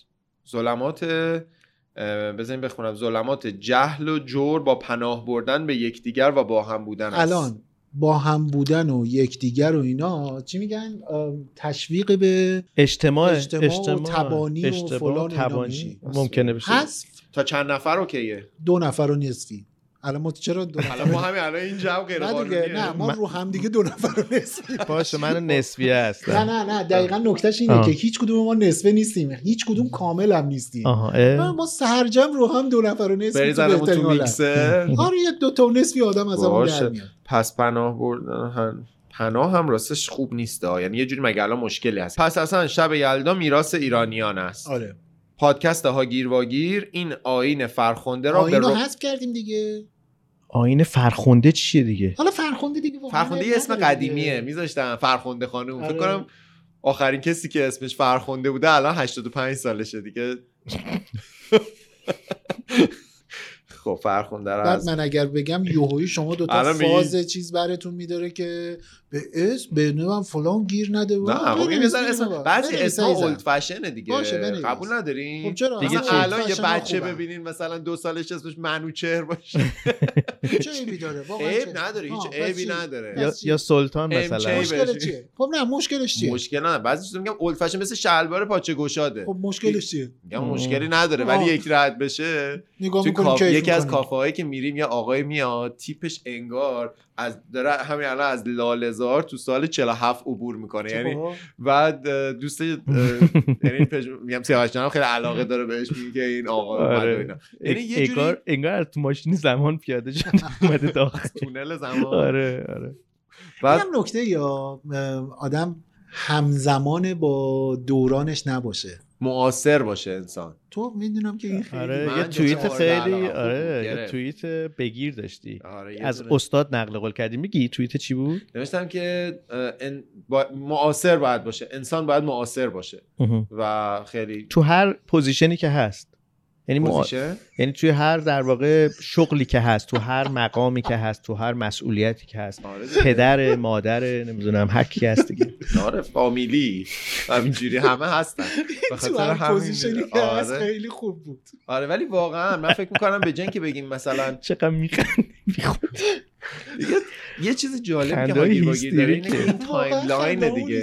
Speaker 1: ظلمات اه، بذارین بخونم ظلمات جهل و جور با پناه بردن به یکدیگر و با هم بودن است.
Speaker 2: الان با هم بودن و یکدیگر و اینا چی میگن آم، تشویق به
Speaker 3: اجتماع
Speaker 2: اجتماع و تبانی و فلان و اینا
Speaker 3: تبانی
Speaker 2: میشی.
Speaker 3: ممکنه بشه
Speaker 2: حذف
Speaker 1: تا چند نفر اوکیه
Speaker 2: دو نفر و نصفی الان ما چرا دو نفر
Speaker 1: الان ما همین الان این جمع غیر
Speaker 2: نه دیگه نه ما
Speaker 3: من-
Speaker 2: رو هم دیگه دو نفر و نصفی
Speaker 3: باشه من نسبیه
Speaker 2: نه
Speaker 3: هستم
Speaker 2: نه نه دقیقا نکتهش اینه
Speaker 3: بله. آه.
Speaker 2: که هیچ کدوم ما نصفه نیستیم هیچ کدوم کامل هم نیستیم
Speaker 3: آها اه.
Speaker 2: ما سرجم رو هم دو نفر و نصفی تو
Speaker 1: بریزنمون
Speaker 2: بهترین
Speaker 1: تو
Speaker 2: حالت
Speaker 1: میکسر
Speaker 2: آره یه دو تا و نصفی آدم از همون
Speaker 1: باشه.
Speaker 2: در میاد
Speaker 1: پس پناه بردن هم- پناه هم راستش خوب نیست ها. یعنی یه جوری مگه الان مشکلی هست پس اصلا شب یلدا میراث ایرانیان است
Speaker 2: آره
Speaker 1: پادکست ها گیر واگیر این آین فرخنده را به
Speaker 2: آینو
Speaker 1: رو...
Speaker 2: حذف کردیم دیگه
Speaker 3: آین فرخنده چیه دیگه
Speaker 2: حالا فرخنده دیگه واقعا
Speaker 1: فرخنده یه اسم
Speaker 2: نداره
Speaker 1: قدیمیه
Speaker 2: دیگه.
Speaker 1: میذاشتن فرخنده خانم
Speaker 2: آره.
Speaker 1: فکر کنم آخرین کسی که اسمش فرخنده بوده الان 85 سالشه دیگه خب فرخنده رو
Speaker 2: بعد
Speaker 1: از
Speaker 2: من اگر بگم یوهویی شما دوتا
Speaker 1: الان میگی-
Speaker 2: فاز چیز براتون میداره که به اسم به نوم فلان گیر نده و
Speaker 1: نه خب این
Speaker 2: بنویس،
Speaker 1: بذار اسم
Speaker 2: بنویس.
Speaker 1: بعضی
Speaker 2: بنویس
Speaker 1: اسم
Speaker 2: عزیزم.
Speaker 1: اولد فشنه دیگه
Speaker 2: باشه، بنویس.
Speaker 1: قبول
Speaker 2: خب
Speaker 1: ندارین
Speaker 2: چرا
Speaker 3: دیگه
Speaker 1: دیگه
Speaker 2: اصلا
Speaker 3: چه؟
Speaker 1: الان یه
Speaker 2: فشن‌ها
Speaker 1: بچه
Speaker 2: خوبن.
Speaker 1: ببینین مثلا دو سالش اسمش منوچهر باشه
Speaker 2: خب چه عیبی داره واقعا چه؟
Speaker 1: عیب نداره
Speaker 2: آه،
Speaker 1: هیچ
Speaker 2: بس
Speaker 1: عیبی
Speaker 2: چی؟
Speaker 1: نداره
Speaker 3: یا,
Speaker 2: پس چی؟
Speaker 3: یا سلطان
Speaker 1: ام
Speaker 3: مثلا
Speaker 1: چی؟
Speaker 2: مشکلش
Speaker 1: بشی.
Speaker 2: چیه خب نه مشکلش چیه
Speaker 1: مشکل نداره بعضی چیزا میگم اولد فشن مثل شلوار پاچه گشاده
Speaker 2: خب مشکلش چیه
Speaker 1: میگم مشکلی نداره
Speaker 2: آه.
Speaker 1: ولی یک رد بشه
Speaker 2: نگاه
Speaker 1: تو
Speaker 2: میکنیم
Speaker 1: کاف...
Speaker 2: که
Speaker 1: یکی از کافه هایی که میریم یه آقای میاد تیپش انگار از داره همین الان از لالزار تو سال 47 عبور
Speaker 2: خب
Speaker 1: میکنه یعنی بعد اه، دوست اه، یعنی پژ- میگم سیاوش جان هم خیلی علاقه داره بهش میگه که این آقا اومده و اینا.
Speaker 3: آره.
Speaker 1: یعنی یه جوری- آره.
Speaker 3: انگار انگار از تو ماشین زمان پیاده شد اومده داخل
Speaker 1: تونل زمان
Speaker 3: آره آره
Speaker 1: بعد
Speaker 2: هم نکته یا اه، آدم همزمان با دورانش نباشه
Speaker 1: معاصر باشه انسان
Speaker 2: تو میدونم که این خیلی
Speaker 3: آره
Speaker 1: من
Speaker 3: یه توییت
Speaker 1: جزء
Speaker 3: خیلی
Speaker 1: آرگالا.
Speaker 3: آره یه
Speaker 1: گرفت.
Speaker 3: توییت بگیر داشتی
Speaker 1: آره، یه
Speaker 3: از
Speaker 1: دونه.
Speaker 3: استاد نقل قول کردی میگی توییت چی بود
Speaker 1: نوشتم که اه، ان- با- معاصر باید باشه انسان باید معاصر باشه و خیلی
Speaker 3: تو هر پوزیشنی که هست یعنی ما-
Speaker 1: پوزیشن
Speaker 3: یعنی توی هر در واقع شغلی که هست تو هر مقامی که هست تو هر مسئولیتی که هست
Speaker 1: آره دیگه.
Speaker 3: پدر مادر نمیدونم هر کی هست دیگه
Speaker 1: آره فامیلی همینجوری همه هستن
Speaker 2: تو
Speaker 1: به خاطر
Speaker 2: هر
Speaker 1: همین
Speaker 2: پوزیشنی
Speaker 1: می‌ره.
Speaker 2: که هست
Speaker 1: آره.
Speaker 2: خیلی خوب بود
Speaker 1: آره ولی واقعا من فکر میکنم به جنگ که بگیم مثلا
Speaker 3: چقدر میخندی
Speaker 1: یه چیز جالب که
Speaker 3: خنده‌های
Speaker 1: هاگیر واگیر داره اینه که
Speaker 3: هیستریکه.
Speaker 1: این تایملاین دیگه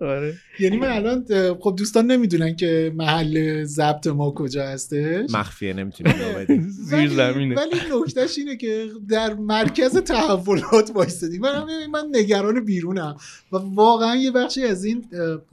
Speaker 3: آره
Speaker 2: یعنی من الان خب دوستان نمیدونن که محل ضبط ما کجا هستش
Speaker 1: مخفیه نمیتونیم بدیم
Speaker 3: زیر
Speaker 2: ولی-
Speaker 3: زمینه
Speaker 2: ولی نکتهش اینه که در مرکز تحولات وایستدی من هم ببین، من نگران بیرونم و واقعا یه بخشی از این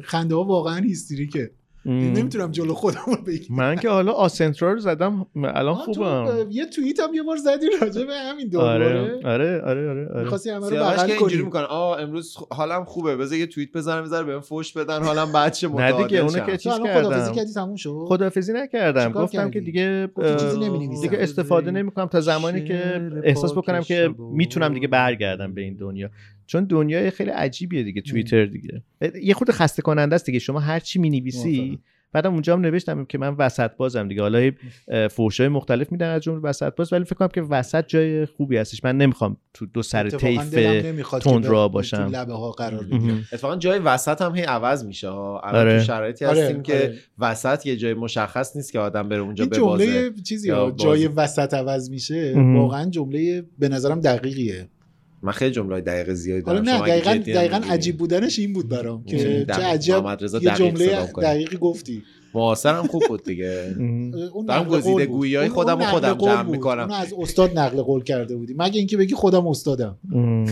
Speaker 2: خنده ها واقعا هیستریکه
Speaker 3: ام.
Speaker 2: نمیتونم جلو خودم رو بگیرم
Speaker 3: من که حالا آسنترا رو زدم الان
Speaker 2: آه، تو
Speaker 3: خوبم
Speaker 2: ب- یه توییت هم یه بار زدی راجع به همین
Speaker 3: آره
Speaker 2: دوباره
Speaker 3: آره آره آره آره
Speaker 2: میخواستی همه رو
Speaker 1: سیاوش که
Speaker 2: بغل
Speaker 1: اینجوری
Speaker 2: کنی
Speaker 1: میکنه آه امروز خ- حالم خوبه بذار یه توییت بزنم بذار بهم فوش بدن حالم بچه
Speaker 3: نه
Speaker 1: متعادل
Speaker 3: دیگه اونو
Speaker 1: شم.
Speaker 3: که
Speaker 2: تو
Speaker 3: چیز
Speaker 2: الان خدافزی
Speaker 3: کردم
Speaker 2: کردی تموم شد
Speaker 3: خدافزی نکردم
Speaker 2: چیکار
Speaker 3: گفتم که
Speaker 2: کردی؟
Speaker 3: دیگه
Speaker 2: گفتی چیزی
Speaker 3: اه،
Speaker 2: نمی‌نویسم.
Speaker 3: دیگه استفاده نمیکنم تا زمانی که احساس بکنم که میتونم دیگه برگردم به این دنیا چون دنیای خیلی عجیبیه دیگه توییتر دیگه یه خود خسته کننده است دیگه شما هر چی
Speaker 2: موافقم.
Speaker 3: مینویسی بعدم اونجا هم نوشتم که من وسط بازم دیگه حالا فوشای مختلف میدن از جمله وسط باز ولی فکر کنم که وسط جای خوبی هستش من نمیخوام تو دو سر
Speaker 2: اتفاقاً
Speaker 3: طیف
Speaker 2: دلم نمی‌خواد که
Speaker 3: تندرا
Speaker 2: به-
Speaker 3: باشم.
Speaker 2: تو لبه ها قرار بگیرم.
Speaker 3: مهم.
Speaker 1: اتفاقا جای وسط هم هی عوض میشه ها الان
Speaker 3: آره.
Speaker 1: تو شرایطی
Speaker 2: آره،
Speaker 1: هستیم که
Speaker 2: آره.
Speaker 1: وسط یه جای مشخص نیست که آدم بره اونجا
Speaker 2: این
Speaker 1: ببازه
Speaker 2: جمله چیزی
Speaker 1: یا
Speaker 2: ها، جای
Speaker 1: بازه.
Speaker 2: وسط عوض میشه
Speaker 3: مهم.
Speaker 2: واقعا جمله به نظرم دقیقیه
Speaker 1: من خیلی جمله دقیق زیادی دارم
Speaker 2: حالا نه
Speaker 1: شما اگه
Speaker 2: دقیقا,
Speaker 1: جدی هم
Speaker 2: دقیقا
Speaker 1: بگیری.
Speaker 2: عجیب بودنش این بود برام
Speaker 1: این
Speaker 2: که
Speaker 1: دقیق.
Speaker 2: چه عجب
Speaker 1: محمد رضا
Speaker 2: یه
Speaker 1: دقیق
Speaker 2: جمله یعنی
Speaker 1: صدام کنه.
Speaker 2: دقیقی گفتی
Speaker 1: معاصر هم خوب بود دیگه
Speaker 3: مهم.
Speaker 2: اون
Speaker 1: دارم
Speaker 2: نقل قول
Speaker 1: گزیده
Speaker 2: بود.
Speaker 1: گویی‌های
Speaker 2: اون-
Speaker 1: خودم
Speaker 2: اون
Speaker 1: رو
Speaker 2: نقل
Speaker 1: خودم
Speaker 2: قول
Speaker 1: جمع
Speaker 2: بود.
Speaker 1: می‌کنم.
Speaker 2: اونو از استاد نقل قول کرده بودی مگه اینکه بگی خودم استادم
Speaker 3: مهم.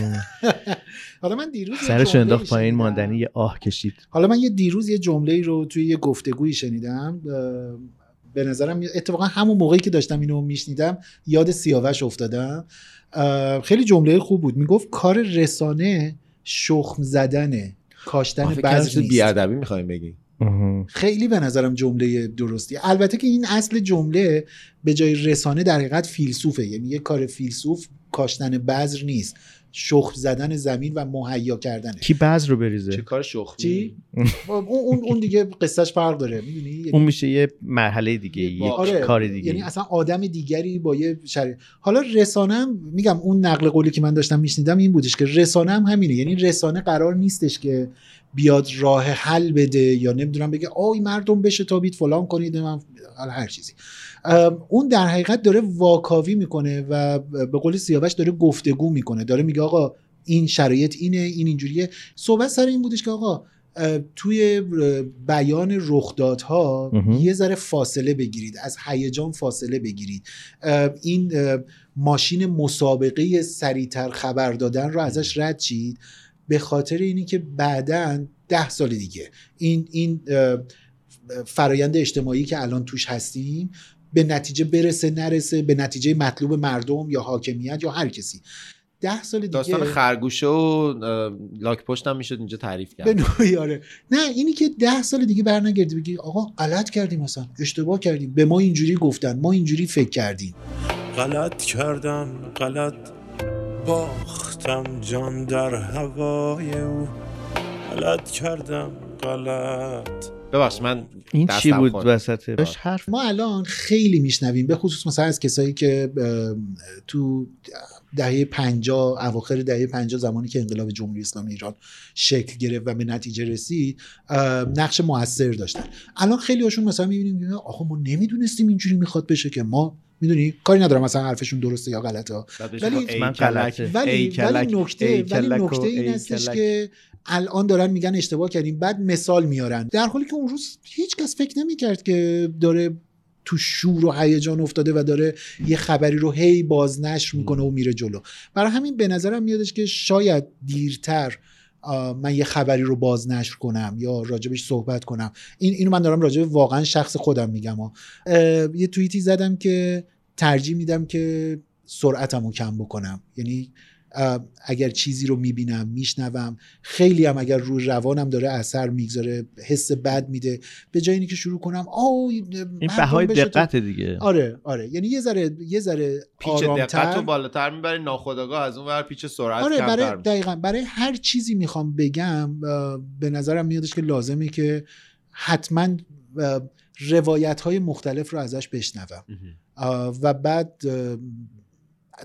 Speaker 2: حالا من دیروز یه
Speaker 3: سرش
Speaker 2: جمله‌ای
Speaker 3: انداخت پایین
Speaker 2: شنیدم.
Speaker 3: ماندنی یه آه کشید
Speaker 2: حالا من یه دیروز یه جمله ای رو توی یه گفتگویی شنیدم اه، به نظرم اتفاقا همون موقعی که داشتم اینو میشنیدم یاد سیاوش افتادم اه، خیلی جمله خوب بود میگفت کار رسانه شخم زدنه
Speaker 1: من
Speaker 2: کاشتن
Speaker 1: فکر کردم
Speaker 2: بذر
Speaker 1: چیز
Speaker 2: نیست
Speaker 1: بی‌ادبی می‌خوایم بگی
Speaker 3: مهم.
Speaker 2: خیلی به نظرم جمله درستی البته که این اصل جمله به جای رسانه در حقیقت فیلسوفه یعنی یه کار فیلسوف کاشتن بذر نیست شخم زدن زمین و مهیا کردنه
Speaker 3: کی بعض رو بریزه
Speaker 1: چه کار شخمی
Speaker 2: چی؟ اون اون اون دیگه قصهش فرق داره میدونی
Speaker 3: اون میشه یه مرحله دیگه یک
Speaker 2: آره،
Speaker 3: کار دیگه
Speaker 2: یعنی اصلا آدم دیگری با یه شر... حالا رسانم میگم اون نقل قولی که من داشتم میشنیدم این بودش که رسانم همینه یعنی رسانه قرار نیستش که بیاد راه حل بده یا نمیدونم بگه آی مردم بشه تابید فلان کنید من هر چیزی ام، اون در حقیقت داره واکاوی میکنه و به قول سیاوش داره گفتگو میکنه داره میگه آقا این شرایط اینه این اینجوریه صحبت سر این بودش که آقا اه، توی اه، بیان رخدادها
Speaker 3: مهم.
Speaker 2: یه ذره فاصله بگیرید از هیجان فاصله بگیرید اه، این اه، ماشین مسابقه سریعتر خبر دادن رو ازش رد چید به خاطر اینی که بعدا ده سال دیگه این این اه، فرایند اجتماعی که الان توش هستیم به نتیجه برسه نرسه به نتیجه مطلوب مردم یا حاکمیت یا هر کسی ده سال دیگه
Speaker 1: داستان خرگوشه و اه، لاک پشت هم میشد اینجا تعریف کرد
Speaker 2: به نوعی آره. نه اینی که ده سال دیگه برنگردی بگی آقا غلط کردیم مثلا اشتباه کردیم به ما اینجوری گفتن ما اینجوری فکر کردیم
Speaker 7: غلط کردم غلط باختم جان در هوای او غلط کردم غلط
Speaker 1: ببخش من
Speaker 3: این
Speaker 1: دستم
Speaker 3: چی بود
Speaker 1: خورد.
Speaker 3: وسط داشت حرف
Speaker 2: ما الان خیلی میشنویم به خصوص مثلا از کسایی که اه، تو دهه 50 اواخر دهه 50 زمانی که انقلاب جمهوری اسلامی ایران شکل گرفت و به نتیجه رسید اه، نقش موثر داشتن الان خیلی هاشون مثلا میبینیم آخه ما نمیدونستیم اینجوری میخواد بشه که ما میدونی کاری ندارم مثلا حرفشون درسته یا غلطه ها.
Speaker 1: بعد بهش
Speaker 2: ولی-
Speaker 1: می‌گفت ای
Speaker 3: من
Speaker 1: کلک،
Speaker 3: غلطه.
Speaker 1: ای
Speaker 2: ولی
Speaker 1: کلک،
Speaker 2: ولی نکته
Speaker 1: ای
Speaker 2: ولی
Speaker 1: کلک و
Speaker 2: نکته این
Speaker 1: ای
Speaker 2: هستش
Speaker 1: کلک.
Speaker 2: که الان دارن میگن اشتباه کردیم بعد مثال میارن در حالی که اون روز هیچ کس فکر نمیکرد که داره تو شور و هیجان افتاده و داره یه خبری رو هی بازنشر میکنه و میره جلو برای همین به نظرم میادش که شاید دیرتر آ، من یه خبری رو بازنشر کنم یا راجبش صحبت کنم این اینو من دارم راجب واقعا شخص خودم میگم ها. اه، یه توییتی زدم که ترجیح میدم که سرعتم رو کم بکنم یعنی اه، اگر چیزی رو میبینم میشنوم خیلی هم اگر روی روانم داره اثر میگذاره حس بد میده به جای اینکه شروع کنم آو
Speaker 3: این بهای دقت دیگه
Speaker 2: آره آره یعنی یه ذره یه ذره
Speaker 1: پیچ دقت رو
Speaker 2: آرامتر
Speaker 1: بالاتر میبره ناخداگاه از اون ور پیچ سرعت
Speaker 2: آره
Speaker 1: کمتر
Speaker 2: برای
Speaker 1: می‌شه.
Speaker 2: دقیقا برای هر چیزی میخوام بگم اه، به نظرم میادش که لازمه که حتما روایت های مختلف رو ازش بشنوم اه، و بعد اه،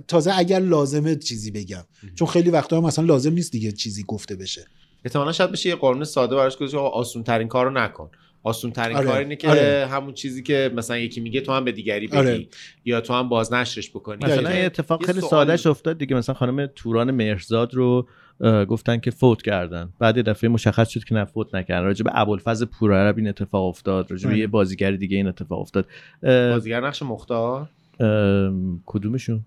Speaker 2: تازه اگر لازمه چیزی بگم چون خیلی وقتا هم اصلا لازم نیست دیگه چیزی گفته بشه
Speaker 1: احتمالا شاید بشه یه قانون ساده براش گذاشت آسون ترین کارو نکن آسون ترین
Speaker 2: آره،
Speaker 1: کار اینه که
Speaker 2: آره.
Speaker 1: همون چیزی که مثلا یکی میگه تو هم به دیگری بگی
Speaker 2: آره.
Speaker 1: یا تو هم بازنشرش بکنی
Speaker 3: مثلا
Speaker 1: یعنی
Speaker 3: یه اتفاق
Speaker 1: یه
Speaker 3: خیلی
Speaker 1: سوال
Speaker 3: سادهش
Speaker 1: بود.
Speaker 3: افتاد دیگه مثلا خانم توران مهرزاد رو اه، گفتن که فوت کردن بعد یه دفعه مشخص شد که نه فوت نکردن راجع به ابوالفضل پورعرب این اتفاق افتاد راجع به
Speaker 2: بله.
Speaker 3: یه بازیگر دیگه این اتفاق افتاد اه،
Speaker 1: بازیگر نقش مختار
Speaker 3: ام، کدومشون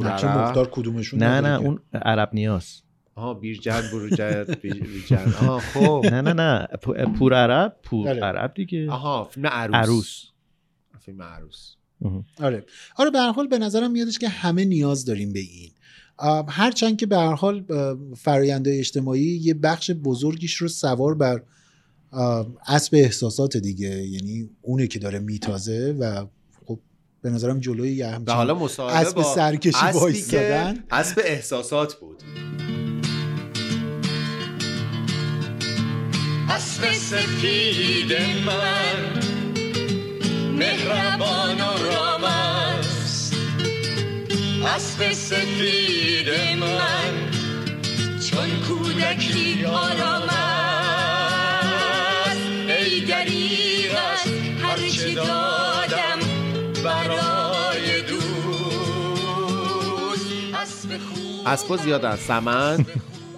Speaker 2: نقش
Speaker 1: عرب.
Speaker 2: مختار کدومشون
Speaker 3: نه
Speaker 2: نداره
Speaker 3: نه
Speaker 2: که.
Speaker 3: اون عرب نیاز
Speaker 1: آها بیرجن بروجت بیرجن آها خب
Speaker 3: نه نه نه پو- پور عرب پور
Speaker 2: بله.
Speaker 3: عرب دیگه
Speaker 1: آها فیلم عروس
Speaker 3: عروس
Speaker 1: فیلم عروس
Speaker 2: آره آره به هر حال به نظرم میادش که همه نیاز داریم به این آم، هرچند که به هر حال فرآیندهای اجتماعی یه بخش بزرگیش رو سوار بر آم، اسب احساسات دیگه یعنی اونه که داره میتازه و خب به نظرم جلوی یه
Speaker 1: و حالا
Speaker 2: همچین
Speaker 1: مصاحبه
Speaker 2: اسب
Speaker 1: با
Speaker 2: سرکشی
Speaker 1: اسبی که
Speaker 2: وایستادن
Speaker 1: اسب احساسات بود
Speaker 9: اسب سفید من مهربان و رام است اسب سفید من چون کودکی آرام است ای دریغ است هرچه دادم برای دوست اسب خوب
Speaker 1: اسبا زیادن سمن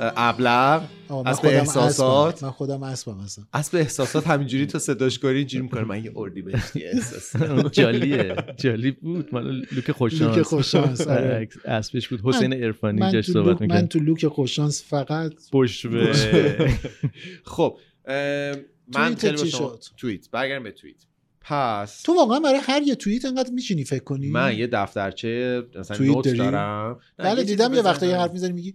Speaker 1: ابلغ
Speaker 2: آه، من
Speaker 1: اسب
Speaker 2: خودم
Speaker 1: احساسات.
Speaker 2: اسبم. من خودم اسبم هستم
Speaker 1: اسب احساسات همینجوری تو صداش کنی اینجوری میکنه من یه اردی بهشتی احساس
Speaker 3: جالیه جالی بود مال لوک خوششانس
Speaker 2: لوک خوششانس، آره.
Speaker 3: عکس- اسبش بود حسین عرفانی
Speaker 2: من
Speaker 3: جاش
Speaker 2: تو,
Speaker 3: صحبت
Speaker 2: لوک من
Speaker 3: میکرد
Speaker 2: تو لوک خوششانس فقط
Speaker 3: پشت به
Speaker 1: خب اه، من
Speaker 2: توییت
Speaker 1: خیلی با
Speaker 2: چی
Speaker 1: شما-
Speaker 2: شد؟
Speaker 1: توییت برگردم به توییت پس
Speaker 2: تو واقعا برای هر یه توییت انقدر میشینی فکر کنی
Speaker 1: من یه دفترچه مثلا
Speaker 2: توییت
Speaker 1: نوت
Speaker 2: داری؟
Speaker 1: دارم نه،
Speaker 2: بله
Speaker 1: چیزی
Speaker 2: دیدم یه وقتا یه
Speaker 1: بزنم.
Speaker 2: حرف میزنی میگی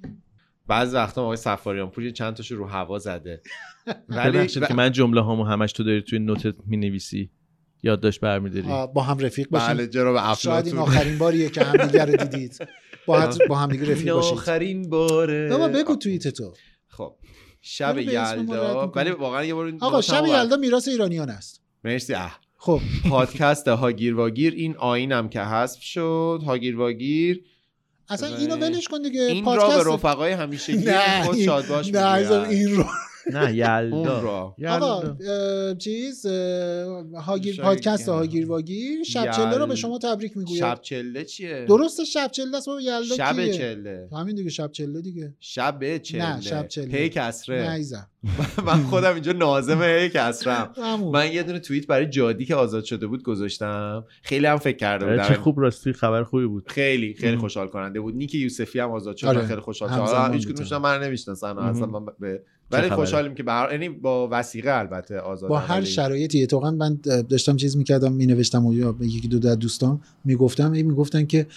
Speaker 1: بعض وقتا آقای سفاریان پور یه چند تاشو رو هوا زده ولی
Speaker 3: ببخشید که من جمله هامو همش تو داری توی نوتت مینویسی یادداشت برمیداری
Speaker 2: آه، با هم رفیق باشیم
Speaker 1: بله جناب
Speaker 2: شاید این
Speaker 1: افلاطون
Speaker 2: آخرین باریه که همدیگه رو دیدید با, هم- با همدیگه
Speaker 1: این
Speaker 2: رفیق باشید
Speaker 1: آخرین باره
Speaker 2: بابا بگو توییت تو
Speaker 1: خب شب
Speaker 2: چرا به اسم ما رد
Speaker 1: یلدا
Speaker 2: می‌کنی؟
Speaker 1: ولی واقعا یه بار این
Speaker 2: آقا
Speaker 1: نوتم
Speaker 2: شب
Speaker 1: رو بر-
Speaker 2: یلدا میراث ایرانیان است
Speaker 1: مرسی اه.
Speaker 2: خب
Speaker 1: پادکست هاگیر واگیر این آینم که حذف شد هاگیر واگیر بله.
Speaker 2: اصلا اینو ولش کن دیگه
Speaker 1: این را
Speaker 2: پادکست
Speaker 1: به رفقای همیشگی
Speaker 2: نه،
Speaker 1: خود
Speaker 2: این-
Speaker 1: شاد باش
Speaker 2: نه عزیزم،
Speaker 1: میگوید.
Speaker 2: این رو
Speaker 3: نه
Speaker 1: اون
Speaker 3: یلدا
Speaker 1: را
Speaker 2: آقا
Speaker 3: یلدا
Speaker 2: اه، چیز اه، هاگیر
Speaker 1: شاید
Speaker 2: پادکست
Speaker 1: یلدا.
Speaker 2: هاگیر واگیر شب
Speaker 1: یلدا.
Speaker 2: چله رو به شما تبریک میگوید
Speaker 1: شب چله چیه
Speaker 2: درسته شب چله است بابا یلدا
Speaker 1: شب
Speaker 2: کیه؟
Speaker 1: چله
Speaker 2: همین دیگه شب چله دیگه
Speaker 1: شب چله
Speaker 2: نه، شب چله.
Speaker 1: هی
Speaker 2: نه
Speaker 1: کسره
Speaker 2: عزیزم.
Speaker 1: من خودم اینجا نازم هی کسرم
Speaker 2: همون.
Speaker 1: من یه دونه توییت برای جادی که آزاد شده بود گذاشتم خیلی هم فکر کرده
Speaker 3: آره، چه
Speaker 1: بودم
Speaker 3: خوب راستی خبر خوبی بود
Speaker 1: خیلی خیلی
Speaker 3: مم.
Speaker 1: خوشحال کننده بود نیک یوسفی هم آزاد شد
Speaker 2: آره،
Speaker 1: من خیلی خوشحال
Speaker 2: همزمان
Speaker 1: شدم هیچ
Speaker 2: بودن.
Speaker 1: کدومشون من نمیشناسم
Speaker 3: مم.
Speaker 1: اصلا من به ولی
Speaker 3: خبره؟
Speaker 1: خوشحالیم که به هر یعنی با وسیقه البته آزاد
Speaker 2: با هر شرایطی اتفاقا من داشتم چیز میکردم مینوشتم و یا به یکی دو از دوستان میگفتم هی میگفتن که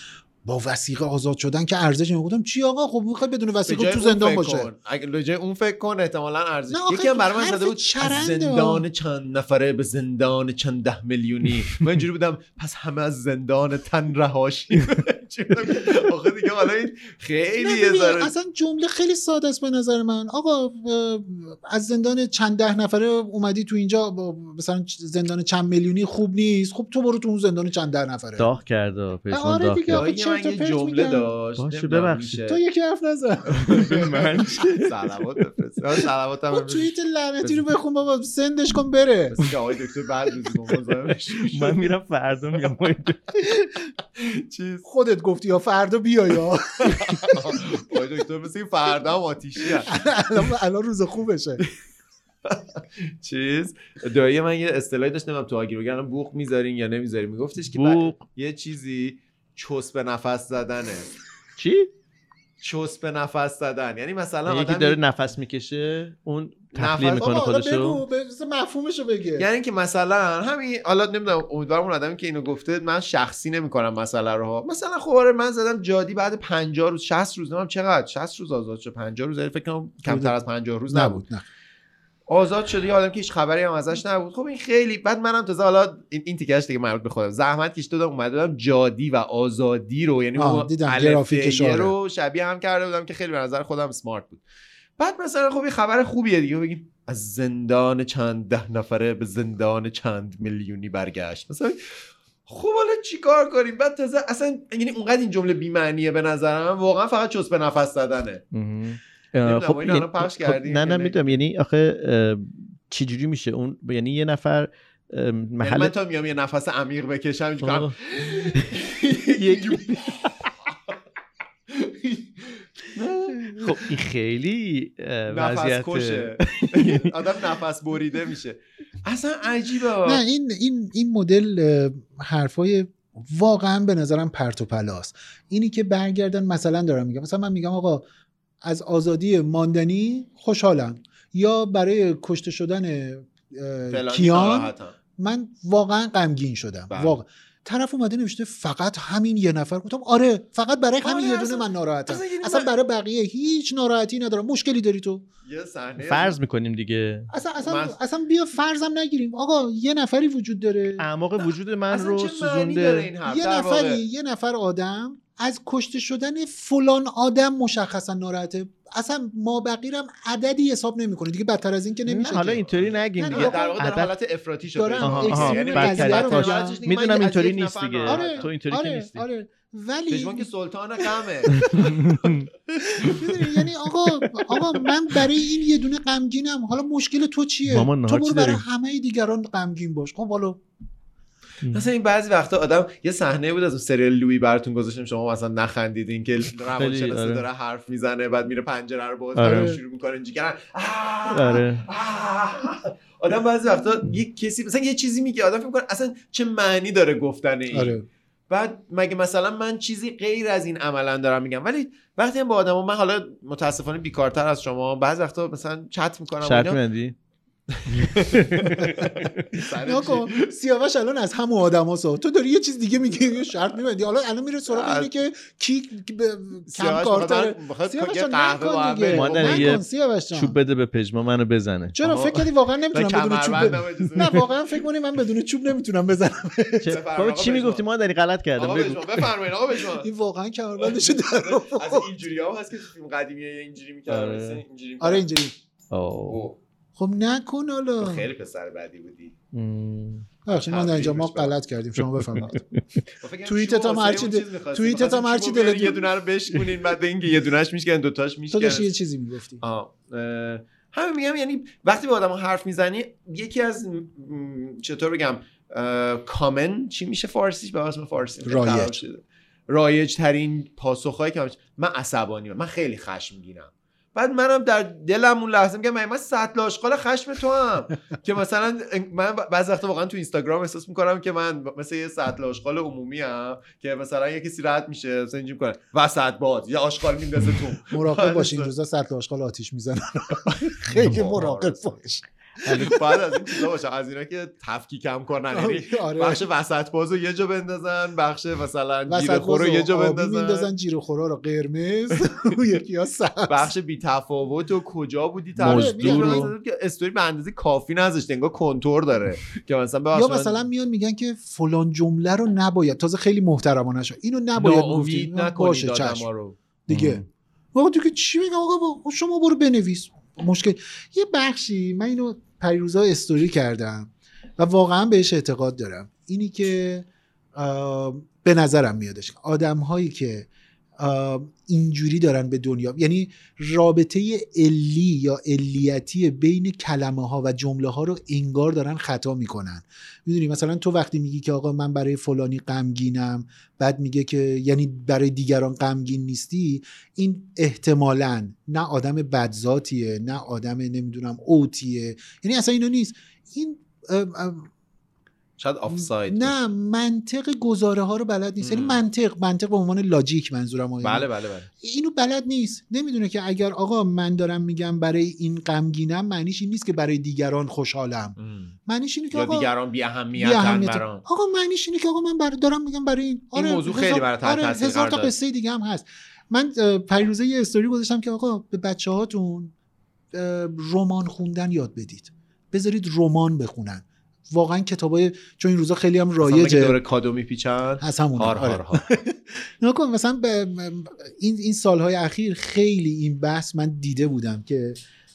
Speaker 2: با وسیقه آزاد شدن که ارزش نداره. گفتم چی آقا خب میخوای بدون وسیقه تو زندان باشه
Speaker 1: اگه به جای اون فکر کن احتمالا ارزش
Speaker 2: نه آخه
Speaker 1: یکی هم برای من
Speaker 2: حرف
Speaker 1: زده بود از
Speaker 2: چرنده.
Speaker 1: زندان چند نفره به زندان چند ده میلیونی من اینجوری بودم پس همه از زندان تن رهاشیم اینجوری بودم که آخه دیگه حالا این خیلی یه
Speaker 2: نه، ببین،
Speaker 1: ذره
Speaker 2: اصلا جمله خیلی ساده است به نظر من آقا اه، از زندان چند ده نفره اومدی تو اینجا با- مثلا زندان چند میلیونی خوب نیست خب تو برو تو اون زندان چند ده نفره
Speaker 3: داغ کرده پشمان
Speaker 2: آره
Speaker 3: داغ
Speaker 2: دیگه.
Speaker 3: کرد
Speaker 1: دایی
Speaker 2: چرت و
Speaker 1: من یه
Speaker 2: پرت
Speaker 1: جمله
Speaker 2: میگم.
Speaker 1: داشت
Speaker 3: باشه،
Speaker 1: نمی‌دونم
Speaker 3: ببخشید.
Speaker 1: میشه.
Speaker 2: تو یکی حرف نزن
Speaker 1: من سلامات بفرست من سلامات هم
Speaker 2: اون
Speaker 1: بفرست.
Speaker 2: خب توییت لعنتی رو بخون بابا سندش کن بره
Speaker 1: بس که آقای دکتر بعد روزی با مزاحمش می‌شد.
Speaker 3: من میرم فردا میگم
Speaker 1: چیز
Speaker 2: خودت گفتی یا فردا بیا یا
Speaker 1: آقای دکتر مثل این فردا هم آتیشی هست.
Speaker 2: الان الان روز خوبشه
Speaker 1: چیز دایی من یه اصطلاحی داشت نمیم تو آگیرو گرم بوق میذارین یا نمیذارین میگفتش که بعد
Speaker 3: بوق
Speaker 1: یه چیزی چس به نفس زدنه
Speaker 3: چی
Speaker 1: چوس به نفس زدن یعنی مثلا
Speaker 3: یکی
Speaker 1: آدم
Speaker 3: داره نفس میکشه اون تخلیه
Speaker 1: نفس-
Speaker 3: میکنه
Speaker 2: آقا حالا
Speaker 3: خودشو
Speaker 2: بگو بذار مفهومشو بگه
Speaker 1: یعنی که مثلا همین حالا نمیدونم امیدوارم اون آدمی که اینو گفته من شخصی نمیکنم مسئله رو ها. مثلا خب آره من زدم جادی بعد 50 روز 60 روز نمیدونم چقدر 60 روز آزاد شد 50 روز یعنی فکر کنم کمتر از 50 روز نبود
Speaker 2: نه
Speaker 1: آزاد شده یه آدم که هیچ خبری هم ازش نبود خب این خیلی بعد منم تازه حالا این, این تیکش دیگه مربوط به خودم زحمت کشیده بودم اومده بودم جادی و آزادی رو یعنی
Speaker 2: آه،
Speaker 1: اون
Speaker 2: دیدم،
Speaker 1: الف
Speaker 2: گرافیکش
Speaker 1: یه
Speaker 2: آره.
Speaker 1: رو شبیه هم کرده بودم که خیلی به نظر خودم اسمارت بود بعد مثلا خب یه خبر خوبیه دیگه بگیم از زندان چند ده نفره به زندان چند میلیونی برگشت مثلا خب حالا چیکار کنیم بعد تازه اصلا یعنی اونقدر این جمله بی‌معنیه به نظرم واقعا فقط چوس به نفس زدنه
Speaker 3: مهم.
Speaker 1: نمی‌دونم،
Speaker 3: اه،
Speaker 1: ما اینو الان پخش کردیم
Speaker 3: یعنی خب، نه
Speaker 1: یا
Speaker 3: نه
Speaker 1: نه؟
Speaker 3: میدونم یعنی آخه اه، چجوری میشه اون یعنی یه نفر اه،
Speaker 1: یعنی
Speaker 3: محل
Speaker 1: من تا میام یه نفس عمیق بکشم اینجوری کنم.
Speaker 3: آه. یه- خب این خیلی اه،
Speaker 1: نفس
Speaker 3: وضعیت
Speaker 1: کشه آدم نفس بریده میشه اصلا عجیبه
Speaker 2: نه این این این مدل اه، حرفای واقعا به نظرم پرت و پلاست اینی که برگردن مثلا دارم میگم مثلا من میگم آقا از آزادی ماندنی خوشحالم یا برای کشته شدن اه،
Speaker 1: فلانی
Speaker 2: کیان
Speaker 1: ناراحتم.
Speaker 2: من واقعا غمگین شدم
Speaker 1: بله.
Speaker 2: واقعا طرف اومده نوشته فقط همین یه نفر گفتم آره فقط برای همین
Speaker 1: آره،
Speaker 2: یه دونه
Speaker 1: اصلا-
Speaker 2: من ناراحتم
Speaker 1: اصلا
Speaker 2: اصلا,
Speaker 1: یعنی من-
Speaker 2: برای بقیه هیچ ناراحتی ندارم مشکلی داری تو
Speaker 1: یه صحنه
Speaker 3: فرض میکنیم دیگه
Speaker 2: اصلا اصلا
Speaker 1: من-
Speaker 2: اصلا بیا فرضم نگیریم آقا یه نفری وجود داره
Speaker 3: اعماق وجود من
Speaker 1: اصلا
Speaker 3: رو
Speaker 1: چه معنی داره
Speaker 3: سوزونده
Speaker 1: این حرف
Speaker 2: یه
Speaker 1: در واقع.
Speaker 2: نفری یه نفر آدم از کشته شدن فلان آدم مشخصا ناراحته اصلا ما بقیرم عددی حساب نمیکنه دیگه بدتر از این که
Speaker 3: نه،
Speaker 2: نمیشه
Speaker 3: حالا
Speaker 2: که.
Speaker 3: اینطوری نگیم
Speaker 2: نه،
Speaker 1: دیگه
Speaker 3: دیگه
Speaker 1: در واقع داره
Speaker 3: عدد-
Speaker 1: حالت افراطی شده
Speaker 2: دارم
Speaker 3: آها، آها،
Speaker 2: اکستریم
Speaker 3: برتری
Speaker 2: قضیه رو
Speaker 3: تاش.
Speaker 2: میگم.
Speaker 1: دیگه من
Speaker 3: میدونم
Speaker 1: از
Speaker 3: اینطوری
Speaker 1: یک
Speaker 3: نیست
Speaker 1: نفر
Speaker 3: دیگه
Speaker 1: ناراحتم.
Speaker 2: آره
Speaker 3: تو اینطوری که
Speaker 2: آره
Speaker 3: نیستی
Speaker 2: آره ولی
Speaker 1: پژمان که سلطان غمه
Speaker 2: می‌دونی، یعنی آقا آقا من برای این یه دونه غمگینم حالا مشکل تو چیه
Speaker 3: مامان، نهار
Speaker 2: تو
Speaker 3: چی
Speaker 2: برو برای
Speaker 3: داریم؟
Speaker 2: همه دیگران غمگین باش خب حالا
Speaker 1: مثلا این بعضی وقتا آدم یه صحنه بود از اون سریال لوی براتون گذاشتم شما مثلا نخندیدین که روانشناسه
Speaker 3: آره.
Speaker 1: داره حرف میزنه بعد میره پنجره رو باز
Speaker 3: آره.
Speaker 1: می‌کنه، شروع میکنه جیگر
Speaker 3: آره.
Speaker 1: آدم بعضی وقتا یه کسی مثلا یه چیزی میگه آدم فکر میکنه اصلا چه معنی داره گفتن این
Speaker 2: آره
Speaker 1: بعد مگه مثلا من چیزی غیر از این عملا دارم میگم ولی وقتی هم با آدما من حالا متاسفانه بیکارتر از شما بعضی وقتا مثلا چت میکنم
Speaker 3: شرط میبندی
Speaker 2: نکن
Speaker 1: آره،
Speaker 2: سیاوش الان از همون آدم سو تو داری یه چیز دیگه میگی یه شرط میبندی حالا الان میره سراغ اینه که کی ب- کم کارتره سیاوش جان، نکن دیگه.
Speaker 3: مادر
Speaker 2: نکن
Speaker 3: یه
Speaker 2: سیاوش جان.
Speaker 3: چوب بده به پژمان منو بزنه
Speaker 2: چرا
Speaker 1: آها.
Speaker 2: فکر کردی واقعا نمیتونم بدون چوب
Speaker 1: کمربند
Speaker 2: بزنم
Speaker 1: هم اجازه
Speaker 2: نه واقعا فکر کنی من بدون چوب نمیتونم بزنم
Speaker 3: چه-
Speaker 1: بفرما،
Speaker 3: بابا
Speaker 1: آقا
Speaker 3: چی
Speaker 1: پژمان.
Speaker 3: میگفتی ما داری غلط کردم
Speaker 1: آقا
Speaker 3: بگو
Speaker 1: بجوان بفرمایید آقا بجوان
Speaker 2: این واقعا کمربندش در آورد.
Speaker 1: از اینجوری ها هست که فیلم قدیمی یا اینجوری میکردن
Speaker 3: آره.
Speaker 1: مثلا اینجوری می‌کردن.
Speaker 2: آره اینجوری
Speaker 3: آه.
Speaker 1: اوه،
Speaker 2: خب نکن
Speaker 1: تو
Speaker 2: حالا
Speaker 1: خیلی پسر بعدی بودی
Speaker 3: مم.
Speaker 2: ببخشید ما
Speaker 1: تبریک
Speaker 2: در اینجا ما
Speaker 1: بهش بگو.
Speaker 2: غلط کردیم شما بفرمایید
Speaker 1: ما خب، فکر کردیم
Speaker 2: توییتت
Speaker 1: شما
Speaker 2: هم
Speaker 1: حسین
Speaker 2: هرچی
Speaker 1: اون
Speaker 2: د-
Speaker 1: چیز می‌خواستی.
Speaker 2: توییتت
Speaker 1: می‌خواستی
Speaker 2: هم
Speaker 1: شما
Speaker 2: هرچی دلت
Speaker 1: بیاری یه
Speaker 2: بود.
Speaker 1: دونه رو بشکنین بعد اینکه یه دونهش میشکنن دوتاش
Speaker 2: تو داشتی
Speaker 1: میشکنن
Speaker 2: یه چیزی میگفتی
Speaker 1: آه، اه، همین میگم یعنی وقتی با آدم حرف میزنی یکی از م، م، چطور بگم اه، کامن چی میشه فارسیش به اسم فارسی
Speaker 2: رایج.
Speaker 1: رایج ترین پاسخهایی که همش- من عصبانی من خیلی خشمگینم بعد منم در دلم اون لحظه میگم من سطل آشغال خشم تو هم که مثلا من بعضی وقتا واقعا تو اینستاگرام احساس میکنم که من مثل یه سطل آشغال عمومی هم که مثلا یه کسی رد میشه مثلا اینجوری میکنه وسط باز یا آشغال میندازه تو
Speaker 2: مراقب باش این روزا سطل آشغال آتیش میزنن خیلی
Speaker 1: آه،
Speaker 2: مراقب
Speaker 1: آره.
Speaker 2: باش
Speaker 1: باید از این چیزا باشه از اینا که تفکیکم کنن یعنی
Speaker 2: آره
Speaker 1: بخش وسط بازو یه جا بندازن بخش مثلا
Speaker 2: وسط
Speaker 1: گیر خور رو یه جا بندازن
Speaker 2: میندازن جیره خورا رو قرمز اون یکی ها سبز
Speaker 1: بخش بی تفاوت و کجا بودی
Speaker 2: مزدور رو.
Speaker 1: رو که استوری به اندازه کافی نذاشته انگار کنتور داره که مثلا ببخش
Speaker 2: یا
Speaker 1: من
Speaker 2: مثلا میان میگن که فلان جمله رو نباید تازه خیلی محترمانه شد اینو نباید گفتی
Speaker 1: ناامید نکنید
Speaker 2: باشه
Speaker 1: آدما
Speaker 2: چشم
Speaker 1: رو
Speaker 2: دیگه آقا تو که چی میگم آقا با- شما برو بنویس مشکل یه بخشی من اینو پریروزا استوری کردم و واقعا بهش اعتقاد دارم اینی که آه، به نظرم میادش آدم هایی که آه، اینجوری دارن به دنیا یعنی رابطه علی یا علیتی بین کلمه ها و جمله ها رو انگار دارن خطا میکنن میدونی مثلا تو وقتی میگی که آقا من برای فلانی غمگینم بعد میگه که یعنی برای دیگران غمگین نیستی این احتمالا نه آدم بدذاتیه نه آدم نمیدونم اوتیه یعنی اصلا اینو نیست این ام، ام،
Speaker 1: شاید آفساید
Speaker 2: نه
Speaker 1: باشه.
Speaker 2: منطق گزاره ها رو بلد نیست یعنی
Speaker 1: مم.
Speaker 2: منطق منطق به عنوان لاجیک منظورم آقای
Speaker 1: بله بله بله
Speaker 2: اینو بلد نیست نمیدونه که اگر آقا من دارم میگم برای این غمگینم معنیش این نیست که برای دیگران خوشحالم
Speaker 1: ام.
Speaker 2: معنیش اینه که
Speaker 1: یا
Speaker 2: آقا
Speaker 1: دیگران بی
Speaker 2: بی
Speaker 1: اهمیتن
Speaker 2: اهمیت.
Speaker 1: برام
Speaker 2: آقا معنیش اینه که آقا من بر دارم میگم برای این
Speaker 1: موضوع خیلی برای تحت
Speaker 2: آره
Speaker 1: تاثیر
Speaker 2: هزار تا
Speaker 1: قرار داد.
Speaker 2: قصه دیگه هم هست من اه، پریروزه یه استوری گذاشتم که آقا به بچه هاتون رمان خوندن یاد بدید بذارید رمان بخونن واقعا کتابای چون این روزا خیلی هم
Speaker 1: مثلا آره، من که
Speaker 2: رایجه آره.
Speaker 1: دور کادو میپیچن
Speaker 2: از همون
Speaker 1: هار هار هار
Speaker 2: نگاه کن مثلا به م- این این سالهای اخیر خیلی این بحث من دیده بودم که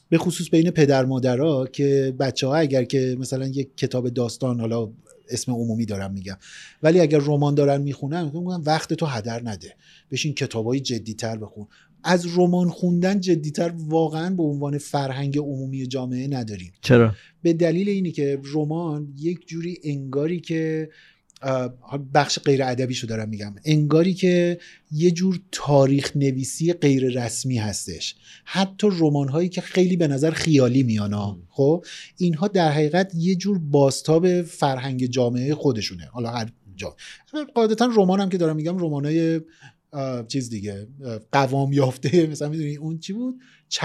Speaker 2: به خصوص بین پدر مادرها که بچه ها اگر که مثلا یک کتاب داستان حالا اسم عمومی دارم میگم ولی اگر رمان دارن میخونن میگم وقت تو هدر نده بشین کتابای جدیتر بخون از رمان خوندن جدیتر واقعا به عنوان فرهنگ عمومی جامعه نداریم
Speaker 3: چرا
Speaker 2: به دلیل اینه که رمان یک جوری انگاری که اه، بخش غیر ادبیشو دارم میگم انگاری که یه جور تاریخ نویسی غیر رسمی هستش حتی رمان هایی که خیلی به نظر خیالی میان ها. خب اینها در حقیقت یه جور باستاب فرهنگ جامعه خودشونه حالا هر جا قاعدتا رمان هم که دارم میگم رمان های چیز دیگه اه، قوام یافته مثلا میدونی اون چی بود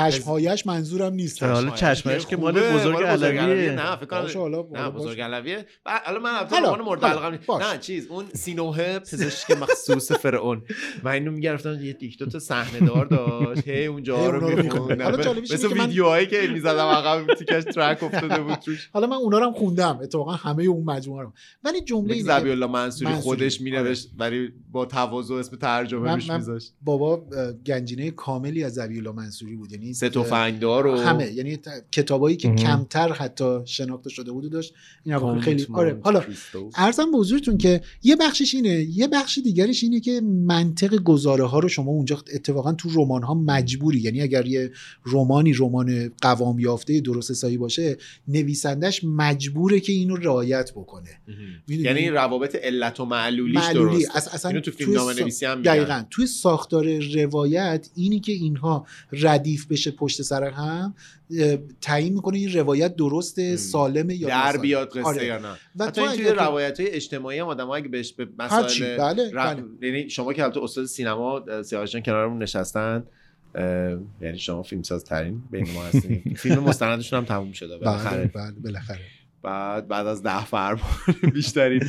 Speaker 2: چشمهایش منظورم نیست
Speaker 3: چرا حالا چشمش که مال بزرگ علویه
Speaker 1: نه فکر
Speaker 2: باشه،
Speaker 1: کنم
Speaker 2: حالا-
Speaker 1: نه
Speaker 2: حالا
Speaker 1: بزرگ
Speaker 2: آره، باشه.
Speaker 1: علویه بعد- حالا من البته
Speaker 2: حالا،
Speaker 1: عنوان مورد
Speaker 2: حالا،
Speaker 1: علاقه
Speaker 2: باش.
Speaker 1: نه چیز اون سینوه پزشک مخصوص فرعون من اینو میگرفتم یه یک دو تا صحنه دار داشت هی اونجا
Speaker 2: هی
Speaker 1: رو
Speaker 2: اونا رو
Speaker 1: میخوند
Speaker 2: می‌خوند. حالا جالبش اینه
Speaker 1: مثل
Speaker 2: که من-
Speaker 1: ویدیوهایی که میزدم عقب تیکش ترک افتاده بود توش
Speaker 2: حالا من اونا رو هم خوندم اتفاقا همه اون مجموعه رو ولی جمله
Speaker 1: مثل
Speaker 2: اینه
Speaker 1: زبی
Speaker 2: که
Speaker 1: الله منصوری
Speaker 2: منصوری. آره.
Speaker 1: خودش مینوشت ولی با تواضع اسم ترجمه
Speaker 2: من-
Speaker 1: روش
Speaker 2: من- آره.
Speaker 1: میذاشت
Speaker 2: بابا اه، گنجینه کاملی از زبیولا منصوری بود یعنی
Speaker 1: سه تفنگدار رو
Speaker 2: همه یعنی ت- کتابایی که
Speaker 3: مهم.
Speaker 2: کمتر حتی شناخته شده بود و داشت این عواقب خیلی
Speaker 1: کامیت
Speaker 2: آره
Speaker 1: مونت
Speaker 2: حالا
Speaker 1: کریستو.
Speaker 2: ارزم به حضورتون که یه بخشش اینه یه بخش دیگرش اینه که منطق گزاره ها رو شما اونجا اتفاقا تو رمان ها مجبوری یعنی اگر یه رمانی رمان قوام یافته درست حسابی باشه نویسندش مجبوره که اینو رعایت بکنه می‌دونی؟
Speaker 1: یعنی روابط علت و معلولیش
Speaker 2: معلولی.
Speaker 1: درست
Speaker 2: اص- اصلا
Speaker 1: اینو تو
Speaker 2: توی
Speaker 1: فیلم نامه
Speaker 2: سا-
Speaker 1: نویسی هم میگن.
Speaker 2: دقیقا توی ساختار روایت اینی که اینها ردیف بشه پشت سر هم اه، تعیین میکنه این روایت درسته
Speaker 1: ام.
Speaker 2: سالمه یا
Speaker 1: در
Speaker 2: ناسالمه.
Speaker 1: بیاد قصه
Speaker 2: آره.
Speaker 1: یا نه
Speaker 2: و
Speaker 1: حتی
Speaker 2: تو
Speaker 1: این توی
Speaker 2: اگر که-
Speaker 1: روایت های اجتماعی هم آدم اگه بهش به
Speaker 2: هرچی
Speaker 1: مسائل
Speaker 2: بله,
Speaker 1: ر-
Speaker 2: بله.
Speaker 1: یعنی شما که البته استاد سینما سیاوش جان کنارمون نشستن اه، یعنی شما فیلمساز ترین بین ما هستین فیلم مستندشون هم تموم
Speaker 2: بله
Speaker 1: شده بالاخره
Speaker 2: بله بالاخره
Speaker 1: بعد بعد از ده فرمان بیشترین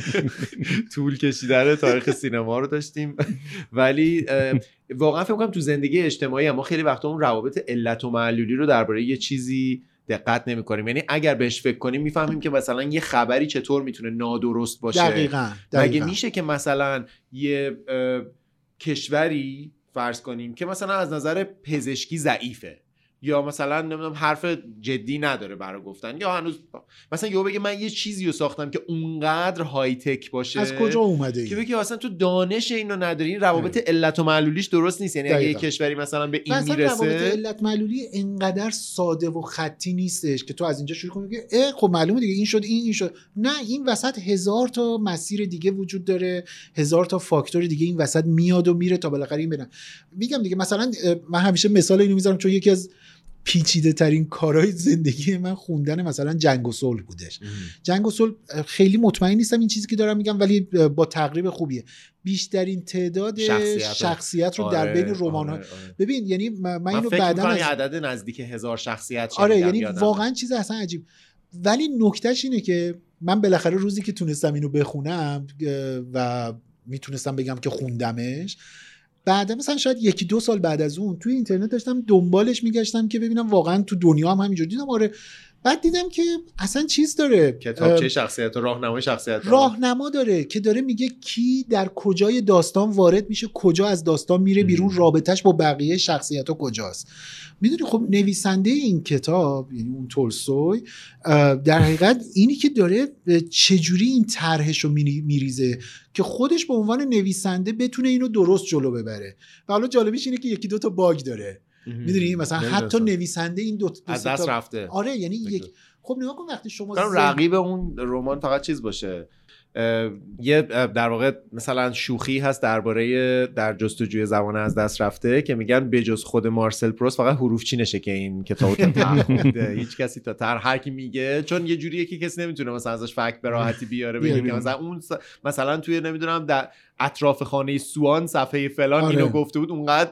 Speaker 1: طول کشیدن تاریخ سینما رو داشتیم ولی اه، واقعا فکر کنم تو زندگی اجتماعی هم ما خیلی وقتا اون روابط علت و معلولی رو درباره یه چیزی دقت نمی‌کنیم یعنی اگر بهش فکر کنیم میفهمیم که مثلا یه خبری چطور میتونه نادرست باشه
Speaker 2: دقیقا
Speaker 1: مگه
Speaker 2: دقیقا
Speaker 1: میشه که مثلا یه اه، کشوری فرض کنیم که مثلا از نظر پزشکی ضعیفه یا مثلا نمیدونم حرف جدی نداره برای گفتن یا هنوز مثلا یهو بگه من یه چیزی رو ساختم که اونقدر های تک باشه
Speaker 2: از کجا اومده
Speaker 1: که
Speaker 2: این
Speaker 1: بگی اصلا تو دانش اینو نداری این روابط علت و معلولیش درست نیست یعنی اگه یه
Speaker 2: دقیقاً.
Speaker 1: کشوری مثلا به
Speaker 2: و
Speaker 1: این
Speaker 2: اصلا روابط
Speaker 1: میرسه
Speaker 2: علت معلولی انقدر ساده و خطی نیستش که تو از اینجا شروع کنی که اه، خب معلومه دیگه این شد این این شد نه این وسط هزار تا مسیر دیگه وجود داره هزار تا فاکتور دیگه این وسط میاد و میره تا بالاخره این برن میگم دیگه مثلا اه، من همیشه مثال اینو میذارم چون یکی از پیچیده ترین کارهای زندگی من خوندن مثلا جنگ و صلح بودش جنگ و صلح اه، خیلی مطمئن نیستم این چیزی که دارم میگم ولی اه، با تقریب خوبیه بیشترین تعداد
Speaker 1: شخصیت.
Speaker 2: شخصیت, رو در
Speaker 1: آره،
Speaker 2: بین رمان
Speaker 1: آره، آره.
Speaker 2: ببین یعنی م- من,
Speaker 1: من
Speaker 2: اینو
Speaker 1: فکر
Speaker 2: بعدا
Speaker 1: می‌کنم
Speaker 2: از...
Speaker 1: یه عدد نزدیک هزار شخصیت
Speaker 2: آره
Speaker 1: شنیدم،
Speaker 2: یعنی
Speaker 1: یادم.
Speaker 2: واقعا چیز اصلا عجیب ولی نکتهش اینه که من بالاخره روزی که تونستم اینو بخونم اه، و میتونستم بگم که خوندمش بعد مثلا شاید یکی دو سال بعد از اون توی اینترنت داشتم دنبالش میگشتم که ببینم واقعا تو دنیا هم همینجور دیدم آره بعد دیدم که اصلا چیز داره
Speaker 1: کتاب
Speaker 2: اه،
Speaker 1: چه شخصیت و راهنمای شخصیت ها.
Speaker 2: راهنما داره که داره میگه کی در کجای داستان وارد میشه کجا از داستان میره بیرون رابطش با بقیه شخصیت ها کجاست میدونی خب نویسنده این کتاب یعنی اون تولستوی اه، در حقیقت اینی که داره اه، چجوری این طرحش رو میری- میریزه که خودش به عنوان نویسنده بتونه اینو درست جلو ببره و حالا جالبیش اینه که یکی دو تا باگ داره میدونی مثلا حتی
Speaker 1: نمی‌دونستم.
Speaker 2: نویسنده این دو, دو
Speaker 1: از
Speaker 2: سه
Speaker 1: دست
Speaker 2: تا
Speaker 1: رفته
Speaker 2: آره یعنی
Speaker 1: نگاه.
Speaker 2: یک خب نگاه کن وقتی شما
Speaker 1: کنم
Speaker 2: ذهن-
Speaker 1: رقیب اون رمان فقط چیز باشه اه، یه اه، در واقع مثلا شوخی هست درباره در جستجوی زبان از دست رفته که میگن بجز خود مارسل پروست فقط حروف چینشه که این کتاب تا ته خونده. هیچ کسی تا تر هر کی میگه چون یه جوریه که کسی نمیتونه مثلا ازش فکت به راحتی بیاره بگه که مثلا اون س- مثلا توی نمیدونم در اطراف خانه سوان صفحه فلان
Speaker 2: آره.
Speaker 1: اینو گفته بود اونقدر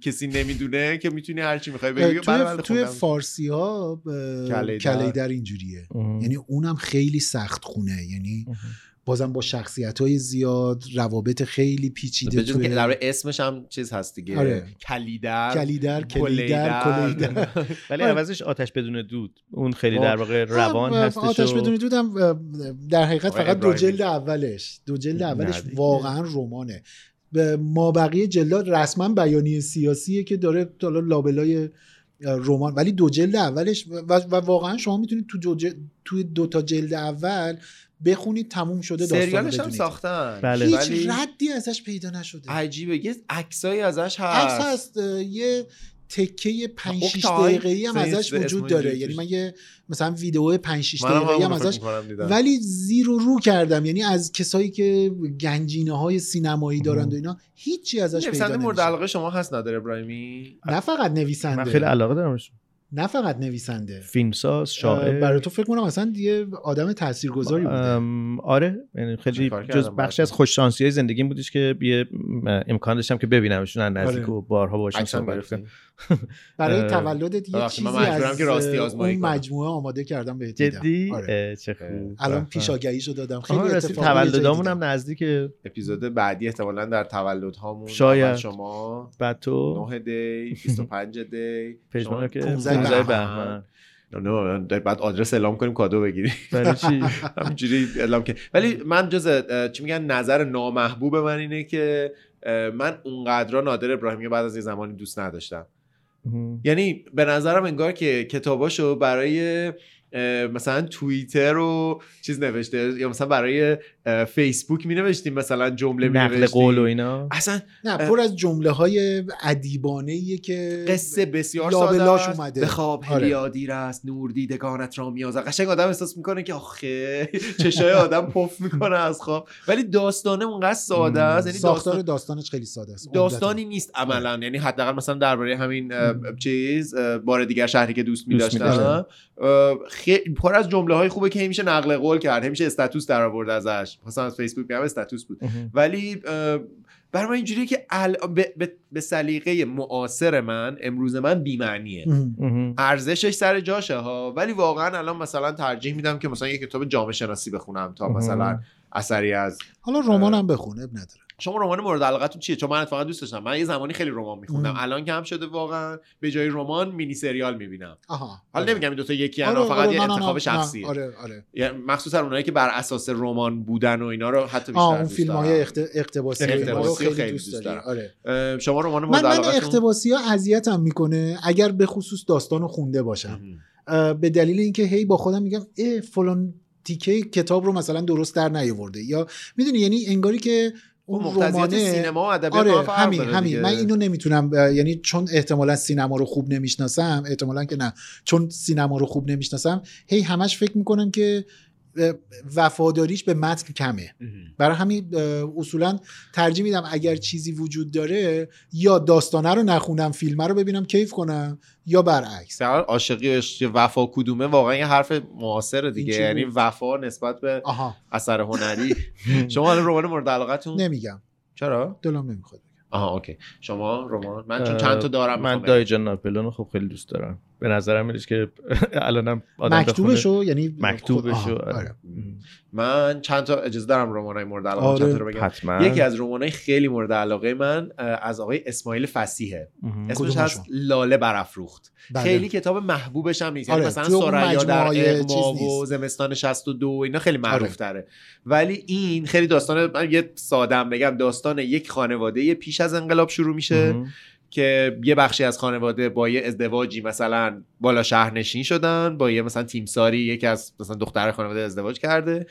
Speaker 1: کسی نمیدونه که میتونی هر چی میخوای بگی
Speaker 2: توی,
Speaker 1: بله، بله،
Speaker 2: توی
Speaker 1: خوندم.
Speaker 2: فارسی ها
Speaker 1: کله در.
Speaker 2: کلی در اینجوریه یعنی اونم خیلی سخت خونه یعنی بازم با شخصیت های زیاد روابط خیلی پیچیده
Speaker 1: به جز که
Speaker 2: توی
Speaker 1: در اسمش هم چیز هست دیگه
Speaker 2: آره.
Speaker 1: کلیدر
Speaker 2: کلیدر کلیدر کلیدر
Speaker 3: ولی
Speaker 2: آره.
Speaker 3: عوضش آتش بدون دود اون خیلی
Speaker 1: آه.
Speaker 3: در واقع روان
Speaker 2: هم
Speaker 3: هستش
Speaker 2: آتش
Speaker 3: و-
Speaker 2: بدون دودم در حقیقت
Speaker 1: آقای
Speaker 2: فقط دو
Speaker 1: ابراهیمی.
Speaker 2: جلد اولش دو جلد
Speaker 3: نه
Speaker 2: اولش
Speaker 3: دیگه.
Speaker 2: واقعا رمانه به ما بقیه جلد رسما بیانیه سیاسیه که داره تا حالا لابلای رمان ولی دو جلد اولش و, و واقعا شما میتونید تو دو, ج- تو دو تا جلد اول بخونید تموم شده داستان رو
Speaker 1: سریالش هم
Speaker 2: بدونید.
Speaker 1: ساختن
Speaker 3: بله.
Speaker 2: هیچ
Speaker 1: ولی
Speaker 2: ردی ازش پیدا نشده
Speaker 1: عجیبه یه عکسایی ازش
Speaker 2: عکس
Speaker 1: هست
Speaker 2: هست اه، یه تکه 5 6
Speaker 1: اوکتای.
Speaker 2: دقیقه‌ای هم
Speaker 1: فیس
Speaker 2: ازش
Speaker 1: به اسم
Speaker 2: وجود داره
Speaker 1: اینجوری
Speaker 2: یعنی
Speaker 1: توش.
Speaker 2: من یه مثلا ویدیو 5 6
Speaker 1: منم
Speaker 2: دقیقه‌ای هم
Speaker 1: همونو فکر
Speaker 2: ازش
Speaker 1: می‌کنم دیدم.
Speaker 2: ولی زیر و رو کردم یعنی از کسایی که گنجینه های سینمایی دارند و اینا هیچی ازش پیدا
Speaker 1: نویسنده مورد
Speaker 2: نمیشه
Speaker 1: علاقه شما هست نداره ابراهیمی
Speaker 2: نه فقط
Speaker 3: من خیلی
Speaker 2: نویسنده
Speaker 3: علاقه دارم بهش.
Speaker 2: نه فقط نویسنده
Speaker 3: فیلمساز
Speaker 2: اه،
Speaker 3: شاعر
Speaker 2: برای تو فکر کنم اصلا یه آدم تاثیرگذاری بوده
Speaker 3: ام، آره یعنی خیلی
Speaker 1: چه کار
Speaker 3: جز
Speaker 1: کردم
Speaker 3: بخشی
Speaker 1: بعد؟
Speaker 3: از خوش شانسی های زندگیم بودش که یه م، امکان داشتم که ببینمشون از نزدیک
Speaker 2: آره.
Speaker 3: و بارها باشون
Speaker 1: عکس هم
Speaker 3: صحبت
Speaker 1: گرفتی؟
Speaker 3: کنم
Speaker 2: برای
Speaker 3: اه،
Speaker 2: تولدت یه
Speaker 1: ببخشید،
Speaker 2: چیزی
Speaker 1: من مجبورم
Speaker 2: از
Speaker 1: که راستی
Speaker 2: اه،
Speaker 1: آزمایی
Speaker 2: اون
Speaker 1: کنم.
Speaker 2: مجموعه آماده کردم بهت دیدم
Speaker 3: جدی
Speaker 2: آره.
Speaker 3: اه، چه خوب
Speaker 2: الان
Speaker 3: آفرین.
Speaker 2: پیشاگیریشو دادم خیلی
Speaker 3: آها، راستی
Speaker 2: اتفاقی یه جایی
Speaker 3: تولدامون
Speaker 2: دیدم.
Speaker 3: هم نزدیک
Speaker 1: اپیزود بعدی احتمالا در تولد هامون
Speaker 3: شاید.
Speaker 1: اول شما
Speaker 3: بعد تو
Speaker 1: 9 دی 25 دی شما
Speaker 3: پژمان که
Speaker 2: 15
Speaker 3: 15
Speaker 1: بهمن.
Speaker 3: بهمن
Speaker 1: نه، نه، بعد آدرس اعلام کنیم کادو بگیری
Speaker 3: برای چی
Speaker 1: همینجوری اعلام که ولی من جز اه، چی میگن نظر نامحبوب من اینه که اه، من اونقدرا نادر ابراهیمی رو بعد از یه زمانی دوست نداشتم یعنی به نظرم انگار که کتاباشو برای اه، مثلا توییتر و چیز نوشته یا مثلا برای اه، فیسبوک می نوشتیم مثلا جمله می
Speaker 3: نقل قول و اینا
Speaker 1: اصلا
Speaker 2: نه پر از جمله های ادیبانه که
Speaker 1: قصه بسیار ساده
Speaker 2: لابلاش
Speaker 1: است
Speaker 2: اومده.
Speaker 1: به خواب
Speaker 2: آره.
Speaker 1: هلیادی است نور دیدگانت را میازد قشنگ آدم احساس میکنه که آخه چشای آدم پف میکنه از خواب ولی داستانه اونقدر ساده است یعنی داستان
Speaker 2: ساختار داستانش خیلی ساده است
Speaker 1: داستانی نیست عملا یعنی حداقل مثلا درباره همین اه، چیز اه، بار دیگر شهری که دوست می‌داشتم
Speaker 2: می‌داشتم.
Speaker 1: اه، خیلی پر از جمله های خوبه که همیشه نقل قول کرد همیشه استاتوس در آورد ازش مثلا از فیسبوک هم استاتوس بود
Speaker 3: مهم.
Speaker 1: ولی اه، بر من اینجوریه که ال... به, به- به سلیقه معاصر من امروز من بی‌معنیه
Speaker 2: مهم.
Speaker 3: مهم.
Speaker 1: ارزشش سر جاشه ها ولی واقعا الان مثلا ترجیح میدم که مثلا یه کتاب جامعه شناسی بخونم تا مثلا
Speaker 3: مهم.
Speaker 1: اثری از
Speaker 2: حالا
Speaker 1: آره.
Speaker 2: رمانم بخون اب نداره
Speaker 1: شما رمان مورد علاقتون چیه چون من اتفاقا دوست داشتم من یه زمانی خیلی رمان میخوندم الان که هم شده واقعا به جای رمان مینی سریال میبینم
Speaker 2: آها
Speaker 1: حالا
Speaker 2: آره.
Speaker 1: نمیگم این دو تا یکی
Speaker 2: آره،
Speaker 1: انا فقط
Speaker 2: آره،
Speaker 1: یه
Speaker 2: نه، نه،
Speaker 1: انتخاب
Speaker 2: نه،
Speaker 1: شخصیه
Speaker 2: آره آره
Speaker 1: یعنی مخصوصا اونایی که بر اساس رمان بودن و اینا رو حتی بیشتر
Speaker 2: آه اون
Speaker 1: دوست
Speaker 2: فیلم های
Speaker 1: دارم.
Speaker 2: اقتباسی و اینا رو
Speaker 1: اقتباسی رو
Speaker 2: خیلی
Speaker 1: خیلی
Speaker 2: دوست داری
Speaker 1: دوست دارم.
Speaker 2: آره
Speaker 1: اه، شما رمان
Speaker 2: من
Speaker 1: مورد
Speaker 2: من
Speaker 1: علاقتون
Speaker 2: اقتباسی ها اذیتم میکنه اگر به خصوص داستان رو خونده باشم
Speaker 1: مهم.
Speaker 2: اه، به دلیل اینکه هی با خودم میگم اه فلان تیکه کتاب رو مثلا درست در نیاورده یا میدونی یعنی انگاری که
Speaker 1: اون
Speaker 2: اون
Speaker 1: خب، مقتضیات
Speaker 2: رمانه
Speaker 1: سینما و ادبیات با هم
Speaker 2: آره
Speaker 1: خب، فرق
Speaker 2: همین
Speaker 1: داره
Speaker 2: همین
Speaker 1: دیگه.
Speaker 2: من اینو نمیتونم اه، یعنی چون احتمالا سینما رو خوب نمیشناسم احتمالا که نه چون سینما رو خوب نمیشناسم هی همش فکر میکنم که اه، وفاداریش به متن کمه برای همین اه، اصولا ترجیح میدم اگر چیزی وجود داره یا داستانه رو نخونم فیلمه رو ببینم کیف کنم یا برعکس
Speaker 1: سوال عاشقی و عشق وفا کدومه واقعا یه حرف معاصر دیگه
Speaker 2: این چی
Speaker 1: یعنی
Speaker 2: بود؟
Speaker 1: وفا نسبت به
Speaker 2: آها
Speaker 1: اثر هنری شما الان رمان مورد علاقتون
Speaker 2: نمیگم
Speaker 1: چرا
Speaker 2: دلم نمیخواد
Speaker 1: آها اوکی شما رمان من چون
Speaker 3: اه،
Speaker 1: چند تا دارم
Speaker 3: من
Speaker 1: می‌خوام
Speaker 3: دای جان ناپلون رو خب خیلی دوست دارم به نظرم میاد که الانم آدم بخونه.
Speaker 2: مکتوبشو یعنی
Speaker 3: مکتوبشو،
Speaker 2: آها،
Speaker 3: آره.
Speaker 2: آره.
Speaker 1: من چند تا اجازه دارم رمانای مورد علاقه
Speaker 2: آره.
Speaker 1: چند تا رو بگم
Speaker 3: حتما
Speaker 1: یکی از رمانای خیلی مورد علاقه من اه، از آقای اسماعیل فسیحه
Speaker 3: مهم.
Speaker 1: اسمش
Speaker 2: کدومشون؟
Speaker 1: هست لاله برافروخت
Speaker 2: بله.
Speaker 1: خیلی کتاب محبوبش هم نیست یعنی
Speaker 2: آره،
Speaker 1: مثلا
Speaker 2: توی اون
Speaker 1: سریا در
Speaker 2: مجموعه
Speaker 1: اقما
Speaker 2: چیز
Speaker 1: و
Speaker 2: نیست.
Speaker 1: زمستان 62 اینا خیلی معروف
Speaker 2: آره.
Speaker 1: تره ولی این خیلی داستان من یه سادم بگم داستان یک خانواده پیش از انقلاب شروع میشه
Speaker 3: مهم.
Speaker 1: که یه بخشی از خانواده با یه ازدواجی مثلا بالا شهرنشین شدن با یه مثلا تیمساری یکی از مثلا دختر خانواده ازدواج کرده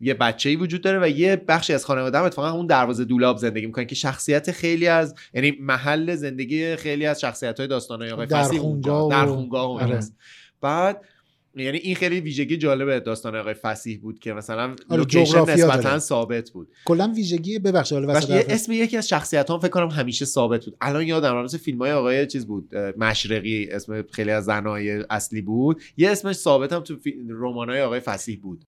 Speaker 1: یه بچه ای وجود داره و یه بخشی از خانواده هم اتفاقا اون دروازه دولاب زندگی میکنن که شخصیت خیلی از یعنی محل زندگی خیلی از شخصیت های داستان های آقای فصیح
Speaker 2: درخونگاه
Speaker 1: اونجاست.
Speaker 2: و-
Speaker 1: درخونگاه و
Speaker 2: آره.
Speaker 1: اونجاست. بعد یعنی این خیلی ویژگی جالب داستان آقای فسیح بود که مثلا
Speaker 2: آره،
Speaker 1: لوکیشن
Speaker 2: جغرافیا
Speaker 1: نسبتا
Speaker 2: داره.
Speaker 1: ثابت بود
Speaker 2: کلا ویژگی ببخشید حالا
Speaker 1: بس
Speaker 2: وسط
Speaker 1: یه
Speaker 2: حرفت.
Speaker 1: اسم یکی از شخصیت هم فکر کنم همیشه ثابت بود الان یادم رفت فیلم های آقای چیز بود اه، مشرقی اسم خیلی از زنهای اصلی بود یه اسمش ثابت هم تو رمان های آقای فسیح بود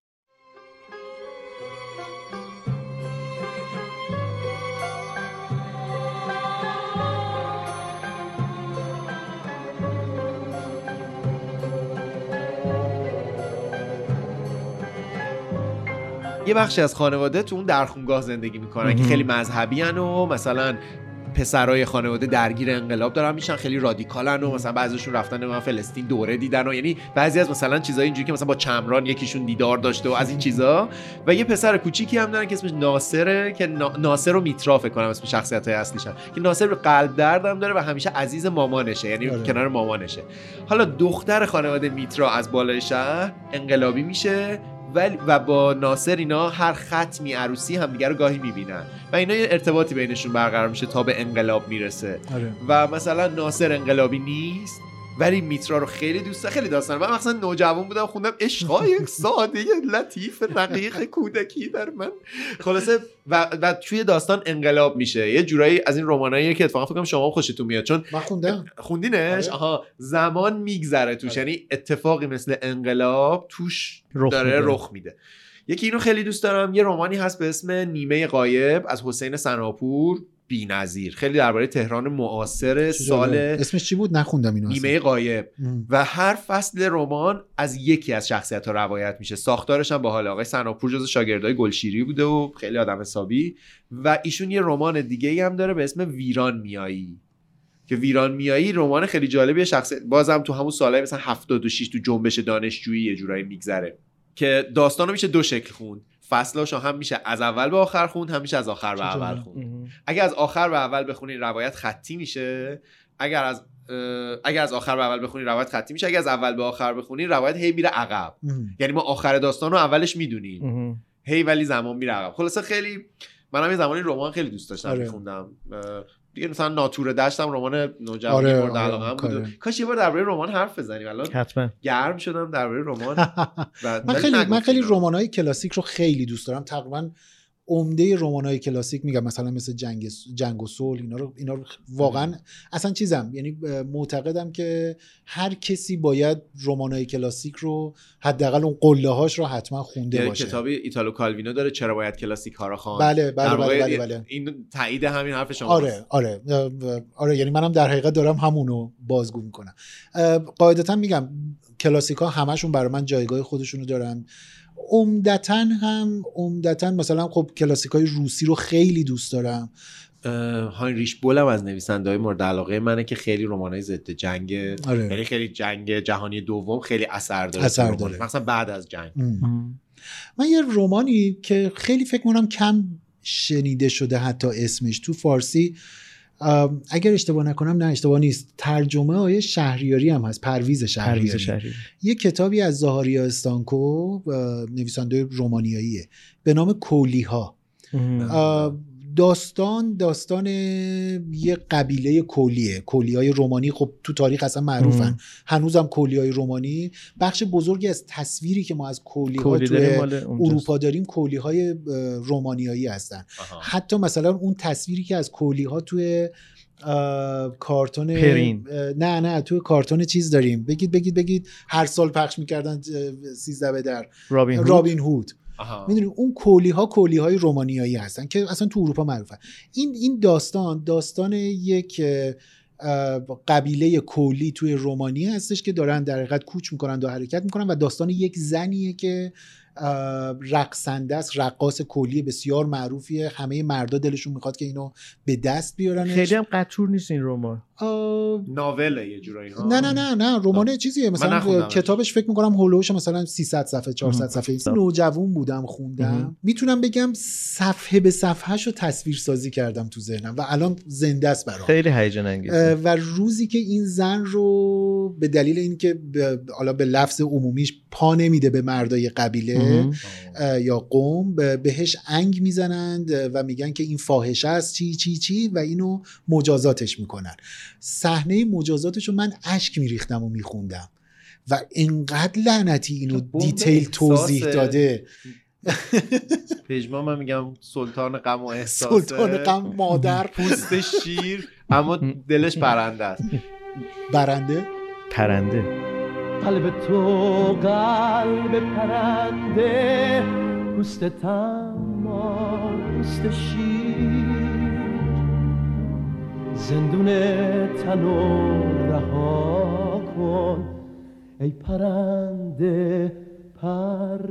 Speaker 1: یه بخشی از خانواده تو اون درخونگاه زندگی میکنن که
Speaker 3: مهم.
Speaker 1: خیلی مذهبی و مثلا پسرای خانواده درگیر انقلاب دارن میشن خیلی رادیکالن و مثلا بعضیشون رفتن من فلسطین دوره دیدن و یعنی بعضی از مثلا چیزای اینجوری که مثلا با چمران یکیشون دیدار داشته و از این چیزا و یه پسر کوچیکی هم دارن که اسمش ناصره که نا- ناصر و میترا فکر کنم اسم شخصیت های اصلیشن که ناصر به قلب درد هم داره و همیشه عزیز مامانشه یعنی
Speaker 2: آره.
Speaker 1: کنار مامانشه حالا دختر خانواده میترا از بالای شهر انقلابی میشه ولی و با ناصر اینا هر ختمی عروسی همدیگه رو گاهی میبینن و اینا یه ارتباطی بینشون برقرار میشه تا به انقلاب میرسه
Speaker 2: آره.
Speaker 1: و مثلا ناصر انقلابی نیست ولی میترا رو خیلی دوست داره. خیلی داستان من مثلا نوجوان بودم خوندم عشقای ساده لطیف رقیق کودکی در من خلاصه و, و توی داستان انقلاب میشه یه جورایی از این رمانایی که اتفاقا فکر کنم شما هم خوشتون میاد چون
Speaker 2: من خوندم
Speaker 1: خوندینش
Speaker 2: آره.
Speaker 1: آها زمان میگذره توش
Speaker 2: آره.
Speaker 1: یعنی اتفاقی مثل انقلاب توش
Speaker 3: رخ
Speaker 1: داره
Speaker 3: میده.
Speaker 1: رخ میده یکی اینو خیلی دوست دارم یه رمانی هست به اسم نیمه قایب از حسین سناپور بی‌نظیر خیلی درباره تهران معاصر
Speaker 2: چه جالب.
Speaker 1: سال
Speaker 2: اسمش چی بود نخوندم اینو
Speaker 1: نیمه قایب
Speaker 2: اصلا. ام.
Speaker 1: و هر فصل رمان از یکی از شخصیت ها روایت میشه ساختارش هم با حال آقای سناپور جز شاگردای گلشیری بوده و خیلی آدم حسابی و ایشون یه رمان دیگه ای هم داره به اسم ویران میایی که ویران میایی رمان خیلی جالبی شخصیت بازم تو همون سالهای مثلا 76 تو جنبش دانشجویی یه جورایی میگذره که داستانو میشه دو شکل خوند فصلاشو هم میشه از اول به آخر خوند هم میشه از آخر به
Speaker 2: چه
Speaker 1: اول
Speaker 2: جالب.
Speaker 1: خوند اگر از آخر به اول بخونی روایت خطی میشه اگر از اه، اگر از آخر به اول بخونی روایت خطی میشه اگر از اول به آخر بخونی روایت هی میره عقب
Speaker 2: ام.
Speaker 1: یعنی ما آخر داستان رو اولش میدونیم
Speaker 3: مهم.
Speaker 1: هی ولی زمان میره عقب خلاصه خیلی منم یه زمانی رمان خیلی دوست داشتم
Speaker 2: آره.
Speaker 1: میخوندم دیگه مثلا ناتور دشتم رمان نوجوانی
Speaker 2: آره،
Speaker 1: مورد
Speaker 2: آره،
Speaker 1: علاقه بود و-
Speaker 2: آره.
Speaker 1: کاش یه بار درباره رمان حرف بزنیم الان
Speaker 3: حتما
Speaker 1: گرم شدم درباره رمان و-
Speaker 2: من
Speaker 1: ولی
Speaker 2: خیلی من
Speaker 1: نگفتیم.
Speaker 2: خیلی رمانای کلاسیک رو خیلی دوست دارم تقریبا عمده رمانای کلاسیک میگم مثلا مثل جنگ جنگ و صلح اینا رو اینا رو واقعا اصلا چیزم یعنی اه، معتقدم که هر کسی باید رمانای کلاسیک رو حداقل اون قله هاش رو حتما خونده
Speaker 1: یه
Speaker 2: باشه
Speaker 1: یعنی کتاب ایتالو کالوینو داره چرا باید کلاسیک ها را خواند
Speaker 2: بله بله
Speaker 1: در واقع
Speaker 2: بله بله, بله.
Speaker 1: این تایید همین حرف شما
Speaker 2: آره آره اه، اه، آره یعنی منم در حقیقت دارم همونو بازگو میکنم اه، قاعدتا میگم کلاسیک ها همشون برای من جایگاه خودشونو دارن عمدتا هم عمدتا مثلا خب کلاسیک های روسی رو خیلی دوست دارم
Speaker 1: هاینریش بولم از نویسنده های مورد علاقه منه که خیلی رمان های ضد جنگ
Speaker 2: آره
Speaker 1: یعنی خیلی جنگ جهانی دوم خیلی اثر داره
Speaker 2: اثر
Speaker 1: تو رمان.
Speaker 2: داره.
Speaker 1: مخصوصا بعد از جنگ
Speaker 2: ام. من یه رومانی که خیلی فکر کنم کم شنیده شده حتی اسمش تو فارسی ام، اگر اشتباه نکنم نه اشتباه نیست ترجمه آیه شهریاری هم هست پرویز شهریاری
Speaker 3: پرویز شهری
Speaker 2: یه کتابی از زاهاریا استانکو اه، نویسنده رومانیاییه به نام کولیها
Speaker 3: مهم.
Speaker 2: اه، داستان داستان یه قبیله کولیه کولی های رومانی خب تو تاریخ اصلا معروفن
Speaker 3: مم.
Speaker 2: هنوزم کولی های رومانی بخش بزرگی از تصویری که ما از کولی ها
Speaker 3: کولی داره
Speaker 2: توی
Speaker 3: مال اونجاست.
Speaker 2: اروپا داریم کولی های رومانیایی هستن
Speaker 1: آها.
Speaker 2: حتی مثلا اون تصویری که از کولی ها توی اه، کارتون
Speaker 3: پرین.
Speaker 2: اه، نه نه توی کارتون چیز داریم بگید بگید بگید هر سال پخش میکردن اه، سیزده به در
Speaker 3: رابین هود.
Speaker 2: رابین هود
Speaker 1: آها.
Speaker 2: میدونیم اون کولی ها کولی های رومانیایی هستن که اصلا تو اروپا معروفه این این داستان داستان یک اه، قبیله کولی توی رومانی هستش که دارن در حقیقت کوچ میکنن و حرکت میکنن و داستان یک زنیه که اه، رقصنده است رقاص کولی بسیار معروفیه همه مردا دلشون میخواد که اینو به دست بیارن
Speaker 3: خیلی هم قطور نیست این رمان
Speaker 1: ناوله یه جورایی ها
Speaker 2: نه نه نه نه رمان چیزیه مثلا
Speaker 1: نخوندمش.
Speaker 2: کتابش فکر میکنم هولوش مثلا 300 صفحه 400 صفحه
Speaker 3: آه.
Speaker 2: نوجوون بودم خوندم
Speaker 3: خب. مهم.
Speaker 2: میتونم بگم صفحه به صفحهش رو تصویر سازی کردم تو ذهنم و الان زنده است برام
Speaker 3: خیلی هیجان
Speaker 2: آره. اه،
Speaker 3: انگیزه
Speaker 2: و روزی که این زن رو به دلیل اینکه به- حالا به لفظ عمومیش پا نمیده به مردای قبیله
Speaker 3: مهم.
Speaker 2: اه، یا قوم به- بهش انگ میزنند اه، و میگن که این فاحشه است چی چی چی و اینو مجازاتش میکنن صحنه مجازاتش رو من اشک میریختم و میخوندم و انقدر لعنتی اینو
Speaker 1: بمب
Speaker 2: دیتیل
Speaker 1: احساسه.
Speaker 2: توضیح داده
Speaker 1: پژمان من میگم سلطان غم و احساسه
Speaker 2: سلطان غم مادر
Speaker 1: پوست شیر اما دلش پرنده است
Speaker 2: برنده
Speaker 3: پرنده
Speaker 8: قلب تو قلب پرنده پوست تن پوست شیر زندون تن و رها کن ای پرنده پر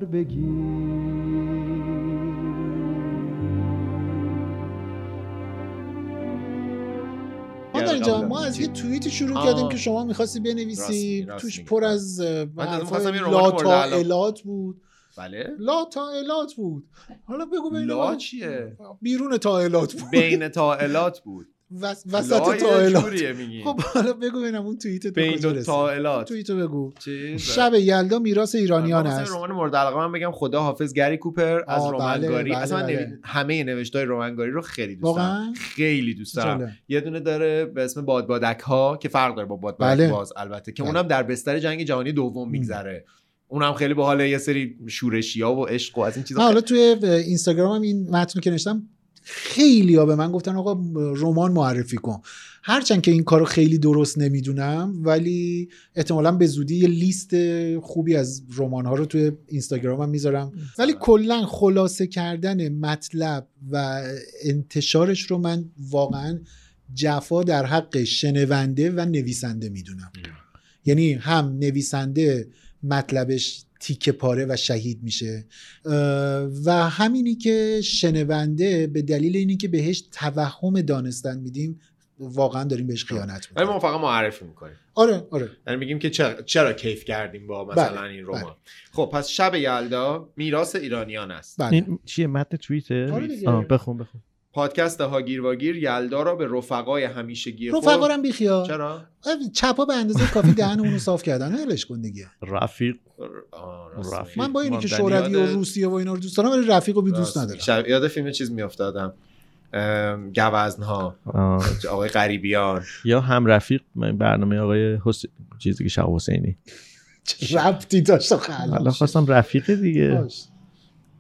Speaker 2: ما
Speaker 1: گرد
Speaker 2: اینجا
Speaker 1: قبول
Speaker 2: ما از
Speaker 1: چی؟
Speaker 2: یه توییت شروع
Speaker 1: آه.
Speaker 2: کردیم که شما میخواستی بنویسی
Speaker 1: راست می- راست
Speaker 2: توش
Speaker 1: میگی.
Speaker 2: پر از اه،
Speaker 1: تازه
Speaker 2: حرفای
Speaker 1: می‌خواستم یه رمان
Speaker 2: لا
Speaker 1: مورد
Speaker 2: تا
Speaker 1: علاقه-
Speaker 2: الات بود
Speaker 1: بله
Speaker 2: لا تا الات بود حالا بگو ببینم.
Speaker 1: لا چیه
Speaker 2: بیرون تا الات بود
Speaker 1: بین تائلات بود
Speaker 2: وس-
Speaker 1: لا
Speaker 2: وسط
Speaker 1: یه
Speaker 2: تا الات
Speaker 1: جوریه میگی
Speaker 2: خب حالا بگو ببینم اون توییت تو
Speaker 1: بین
Speaker 2: کجا
Speaker 1: دو
Speaker 2: رسید
Speaker 1: تائلات
Speaker 2: توییتو بگو
Speaker 1: چیز؟
Speaker 2: شب یلدا میراث ایرانیان
Speaker 1: آره، من واسه
Speaker 2: است
Speaker 1: رمان مورد علاقه من بگم خدا حافظ گری کوپر از
Speaker 2: آه، بله،
Speaker 1: رومنگاری
Speaker 2: بله،
Speaker 1: اصلا
Speaker 2: بله.
Speaker 1: نوی- همه نوشتای رومنگاری رو خیلی دوست دارم
Speaker 2: واقعا
Speaker 1: خیلی دوست دارم
Speaker 2: جالب.
Speaker 1: یه دونه داره به اسم بادبادک ها که فرق داره با بادبادک
Speaker 2: بله.
Speaker 1: باز البته که
Speaker 2: بله.
Speaker 1: اونم در بستر جنگ جهانی دوم میگذره اونم خیلی به حال یه سری شورشی ها و عشق و از این
Speaker 2: من
Speaker 1: چیزا
Speaker 2: حالا توی اینستاگرام هم این متن رو که نوشتم خیلی ها به من گفتن آقا رمان معرفی کن هرچند که این کارو خیلی درست نمیدونم ولی احتمالا به زودی یه لیست خوبی از رمان ها رو توی اینستاگرامم میذارم
Speaker 1: آره.
Speaker 2: ولی کلا خلاصه کردن مطلب و انتشارش رو من واقعا جفا در حق شنونده و نویسنده میدونم یعنی هم نویسنده مطلبش تیکه پاره و شهید میشه اه، و همینی که شنونده به دلیل اینی که بهش توهم دانستن میدیم واقعا داریم بهش خیانت
Speaker 1: خب. ولی ما
Speaker 2: میکنیم
Speaker 1: فقط معرفی میکنیم
Speaker 2: آره آره
Speaker 1: یعنی میگیم که چرا, چرا کیف کردیم با مثلا
Speaker 2: بله،
Speaker 1: این
Speaker 2: بله.
Speaker 1: رمان خب پس شب یلدا میراث ایرانیان است
Speaker 2: بله
Speaker 3: این چیه متن
Speaker 2: آره
Speaker 3: توییته
Speaker 2: دیگه.
Speaker 3: آه، بخون بخون
Speaker 2: بله.
Speaker 1: پادکست هاگیر واگیر یلدا را به رفقای همیشگی خود
Speaker 2: رفقا رو هم بیخیا
Speaker 1: چرا
Speaker 2: چپا به اندازه کافی دهن اونو صاف کردن ولش کن دیگه
Speaker 3: رفیق
Speaker 1: آه، راست
Speaker 3: رفیق.
Speaker 1: میگی.
Speaker 2: من با اینی که
Speaker 3: ماندنی
Speaker 2: شوروی و
Speaker 1: یاد-
Speaker 2: روسیه و اینا رو دوست دارم ولی رفیق رو دوست
Speaker 1: خب، راست
Speaker 2: ندارم
Speaker 1: میگی. شب- یاد فیلم چیز میافتادم گوزن ها
Speaker 3: آه.
Speaker 1: آقای غریبیان
Speaker 3: یا هم رفیق من برنامه آقای حسین چیزی که شب حسینی
Speaker 2: چه ربطی داشت و خلاص.
Speaker 3: حالا خواستم رفیق دیگه
Speaker 2: باش.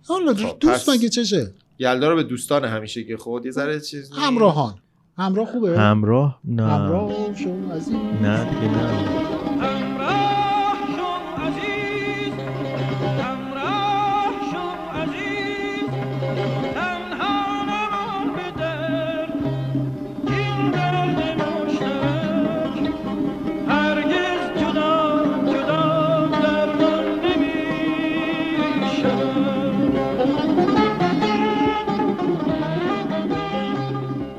Speaker 2: حالا
Speaker 1: خب،
Speaker 2: دوست
Speaker 1: پس-
Speaker 2: مگه چشه
Speaker 1: یلدا رو به دوستان همیشه که خود یه ذره چیز نی-
Speaker 2: همراهان همراه خوبه
Speaker 3: همراه نه
Speaker 2: همراه و شما از این
Speaker 3: نه دیگه نه
Speaker 8: همراه شو عزیز همراه شو عزیز تنها نمان به درد این درد مشترک هرگز جدا جدا درمان نمیشه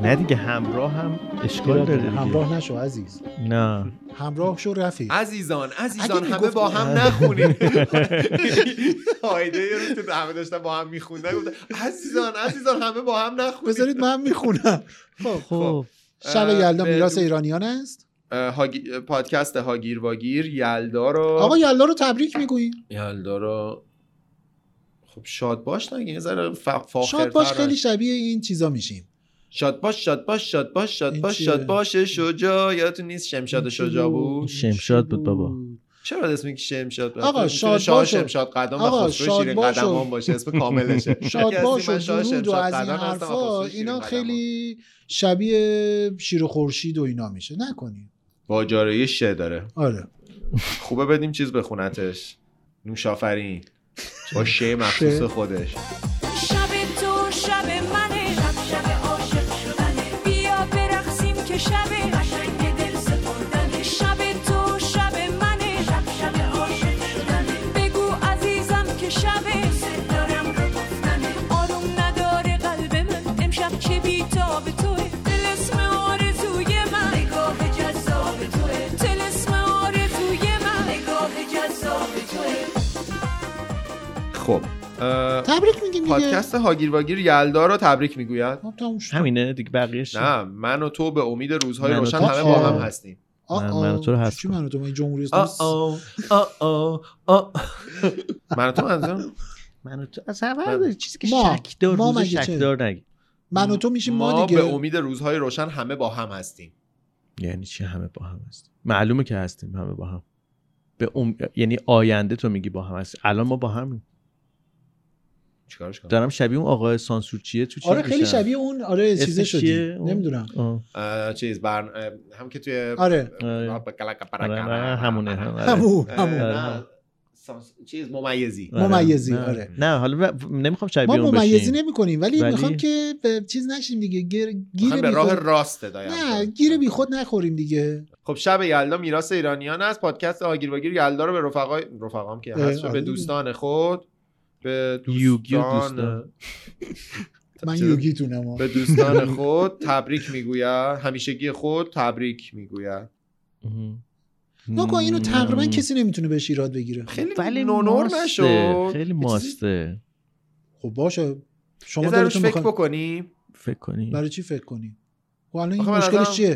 Speaker 3: نه دیگه همراه هم
Speaker 1: آره
Speaker 3: اشکال داره دیگه
Speaker 2: آره، همراه نشو عزیز
Speaker 3: نه
Speaker 2: همراه شو رفیق
Speaker 1: عزیزان عزیزان
Speaker 2: اگه
Speaker 1: همه
Speaker 2: می‌گفت-
Speaker 1: با هم نخونیم هایده یه روز که همه داشتن با هم میخوندن گفت عزیزان عزیزان همه با هم نخونیم
Speaker 2: بذارید من میخونم
Speaker 3: خب
Speaker 2: شب
Speaker 1: اه،
Speaker 2: یلدا
Speaker 1: به
Speaker 2: میراث
Speaker 1: دو-
Speaker 2: ایرانیان است
Speaker 1: اه، هاگی- پادکست هاگیر واگیر یلدا
Speaker 2: آقا
Speaker 1: رو
Speaker 2: یلدا رو تبریک میگوییم
Speaker 1: یلدا رو خب شاد باش نگه یه ذره ف- فاخرتر
Speaker 2: شاد باش
Speaker 1: باش.
Speaker 2: خیلی شبیه این چیزا میشیم
Speaker 1: شاد باش شاد باش شاد باش شاد
Speaker 2: این
Speaker 1: باش
Speaker 2: چیه؟
Speaker 1: شاد باش شجاع یادتون نیست شمشاد شجاع بود
Speaker 3: شمشاد بود بابا.
Speaker 1: چرا اسم که شمشاد
Speaker 2: آقا، شاد
Speaker 1: آقا شاد شاه
Speaker 2: باشو.
Speaker 1: شمشاد قدم و
Speaker 2: آقا،
Speaker 1: خسرو
Speaker 2: شاد
Speaker 1: شیرین
Speaker 2: باشو.
Speaker 1: قدم هم باشه اسم کاملشه
Speaker 2: شاد
Speaker 1: یکی از
Speaker 2: باش
Speaker 1: من
Speaker 2: و
Speaker 1: شاه
Speaker 2: درود و
Speaker 1: شمشاد
Speaker 2: از این
Speaker 1: قدم هستم و
Speaker 2: حرفا
Speaker 1: خسرو شیرین
Speaker 2: اینا
Speaker 1: قدم
Speaker 2: خیلی شبیه شیر و خورشید و اینا میشه نکنیم
Speaker 1: هم. واجاره شه داره
Speaker 2: آره
Speaker 1: خوبه بدیم چیز بخونتش نوشافرین با شه مخصوص
Speaker 2: شه.
Speaker 1: خودش
Speaker 9: شب تو شب منه شب شب عاشق شدنه بیا برقصیم که شب قشنگ دل سپردنه شب تو شب منه شب شب عاشق شدنه بگو عزیزم که شب دوست دارم رو گفتنه آروم نداره قلب من امشب چه بیتاب توه تلسم آرزوی من نگاه جذاب توه تلسم آرزوی من نگاه جذاب توه
Speaker 1: خب اه،
Speaker 2: تبریک میگیم دیگه
Speaker 1: پادکست هاگیر واگیر یلدا رو تبریک میگوید
Speaker 2: خب، تموم شد.
Speaker 3: همینه دیگه
Speaker 2: خب،
Speaker 3: بقیهش
Speaker 1: نه من و تو به امید روزهای
Speaker 3: من و
Speaker 1: روشن
Speaker 3: تو
Speaker 1: همه با
Speaker 2: چه؟
Speaker 1: هم هستیم
Speaker 2: آه،
Speaker 3: من-
Speaker 2: آه.
Speaker 3: من و تو رو حذف
Speaker 2: چی
Speaker 3: کن.
Speaker 2: من و تو من جمهوری اسلامی
Speaker 1: آه آه، آه آه، آه. من و تو منظورم
Speaker 3: من و تو از اول چیزی که
Speaker 2: ما.
Speaker 3: شک دار
Speaker 2: ما
Speaker 3: روز
Speaker 2: مگه
Speaker 3: شک
Speaker 2: چه؟
Speaker 3: دار نگی
Speaker 2: من و تو میشیم ما,
Speaker 1: ما
Speaker 2: دیگه
Speaker 1: به امید روزهای روشن همه با هم هستیم
Speaker 3: یعنی چی همه با هم هستیم معلومه که هستیم همه با هم به ام... یعنی آینده تو میگی با هم هست الان ما با هم
Speaker 1: چیکارش کنم
Speaker 3: دارم شبیه اون آقای سانسورچیه تو چیز
Speaker 2: آره خیلی
Speaker 3: میشم.
Speaker 2: شبیه اون آره
Speaker 3: اسمش
Speaker 2: چیزه شدی
Speaker 3: چیه؟ اون-
Speaker 2: نمیدونم
Speaker 3: آه.
Speaker 1: اه، چیز برن... اه، هم که توی
Speaker 2: آره
Speaker 3: آره. آره، آره، همونه هم. آره.
Speaker 2: همون
Speaker 1: اه،
Speaker 2: همون
Speaker 1: نه. سامس- چیز ممیزی
Speaker 3: آره.
Speaker 2: ممیزی،
Speaker 3: نه.
Speaker 2: آره.
Speaker 3: نه حالا و- نمیخوام شبیه
Speaker 2: ما
Speaker 3: اون
Speaker 2: ممیزی
Speaker 3: بشیم
Speaker 2: نمی کنیم ولی,
Speaker 3: ولی-
Speaker 2: میخوام که به چیز نشیم دیگه گیر, گیر
Speaker 1: میخوام به راه
Speaker 2: بیخود-
Speaker 1: راست هدایت
Speaker 2: نه
Speaker 1: کنم.
Speaker 2: گیر بی خود نخوریم دیگه
Speaker 1: خب شب یلدا میراث ایرانیان است پادکست آگیر واگیر یلدا رو به رفقای رفقام که
Speaker 2: اه،
Speaker 1: هست رو
Speaker 2: آره
Speaker 1: به
Speaker 2: دیگه.
Speaker 1: دوستان خود به
Speaker 3: یوگیو
Speaker 1: دوستان
Speaker 3: دوستان.
Speaker 2: من
Speaker 1: چرا؟
Speaker 2: یوگیتونم آه.
Speaker 1: به دوستان خود تبریک میگوید همیشگی خود تبریک میگوید
Speaker 2: نکن اینو تقریبا کسی نمیتونه بهش ایراد بگیره
Speaker 1: خیلی
Speaker 3: ولی
Speaker 1: نونور
Speaker 3: ماسته.
Speaker 1: نشد
Speaker 3: خیلی
Speaker 1: یه چیزی-
Speaker 3: ماسته
Speaker 2: خب باشه شما
Speaker 1: یه ذره روش
Speaker 2: دلتون
Speaker 1: فکر
Speaker 2: بخواد
Speaker 1: بکنی
Speaker 3: فکر کنی
Speaker 2: برای چی فکر کنی خب الان این
Speaker 1: آخه من
Speaker 2: مشکلش
Speaker 1: الان-
Speaker 2: چیه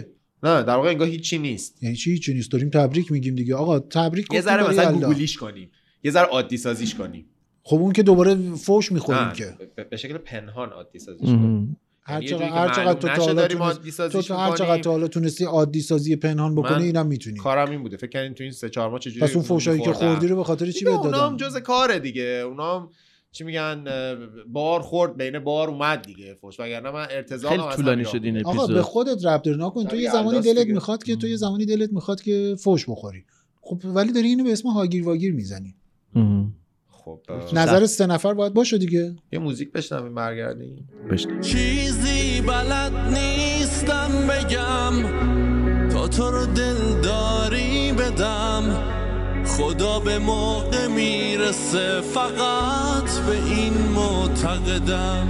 Speaker 1: نه در واقع انگار هیچی نیست
Speaker 2: یعنی چی چی نیست داریم تبریک میگیم دیگه آقا تبریک
Speaker 1: یه
Speaker 2: گفتیم
Speaker 1: ذره
Speaker 2: برای
Speaker 1: مثلا
Speaker 2: یلدا.
Speaker 1: گوگلیش کنیم یه ذره عادی سازیش کنیم
Speaker 2: خب اون که دوباره فوش میخوریم
Speaker 1: نه
Speaker 2: که
Speaker 1: به- به شکل پنهان عادی سازیش کنیم
Speaker 3: مهم.
Speaker 2: هر
Speaker 1: یعنی یه یعنی جوری
Speaker 2: چقدر
Speaker 1: که
Speaker 2: هر چقدر تو تا
Speaker 1: معلوم نشه
Speaker 2: حالا
Speaker 1: داریم
Speaker 2: تونست-
Speaker 1: عادی
Speaker 2: تو
Speaker 1: سازیش
Speaker 2: تا هر
Speaker 1: می‌کنیم.
Speaker 2: چقدر تا حالا تونستی عادی سازی پنهان بکنی
Speaker 1: من
Speaker 2: اینم میتونی
Speaker 1: کارم این بوده فکر کردین تو این سه چهار ماه چجوری
Speaker 2: پس اون فوشایی که
Speaker 1: می‌خوردم.
Speaker 2: خوردی رو به خاطر چی
Speaker 1: دیگه
Speaker 2: بهت
Speaker 1: اونا
Speaker 2: دادم
Speaker 1: هم جز کاره دیگه اونا هم چی میگن اه، بار خورد بین بار اومد دیگه فوش وگرنه من ارتضاع
Speaker 3: خیلی طولانی شد این
Speaker 2: آقا
Speaker 3: اپیزود
Speaker 2: به خودت ربط داره نکن تو
Speaker 1: ولی
Speaker 2: یه زمانی
Speaker 1: الداست
Speaker 2: دلت
Speaker 1: یعنی دیگه.
Speaker 2: میخواد که تو یه زمانی دلت میخواد که فوش بخوری خب ولی داری اینو به اسم هاگیر واگیر میزنی
Speaker 3: مهم.
Speaker 1: خب اه،
Speaker 2: نظر سه نفر باید باشه دیگه
Speaker 1: یه موزیک بشنویم برگردیم
Speaker 3: بشنو.
Speaker 8: چیزی بلد نیستم بگم تا تو رو دلداری بدم خدا به موقع میرسه فقط به این معتقدم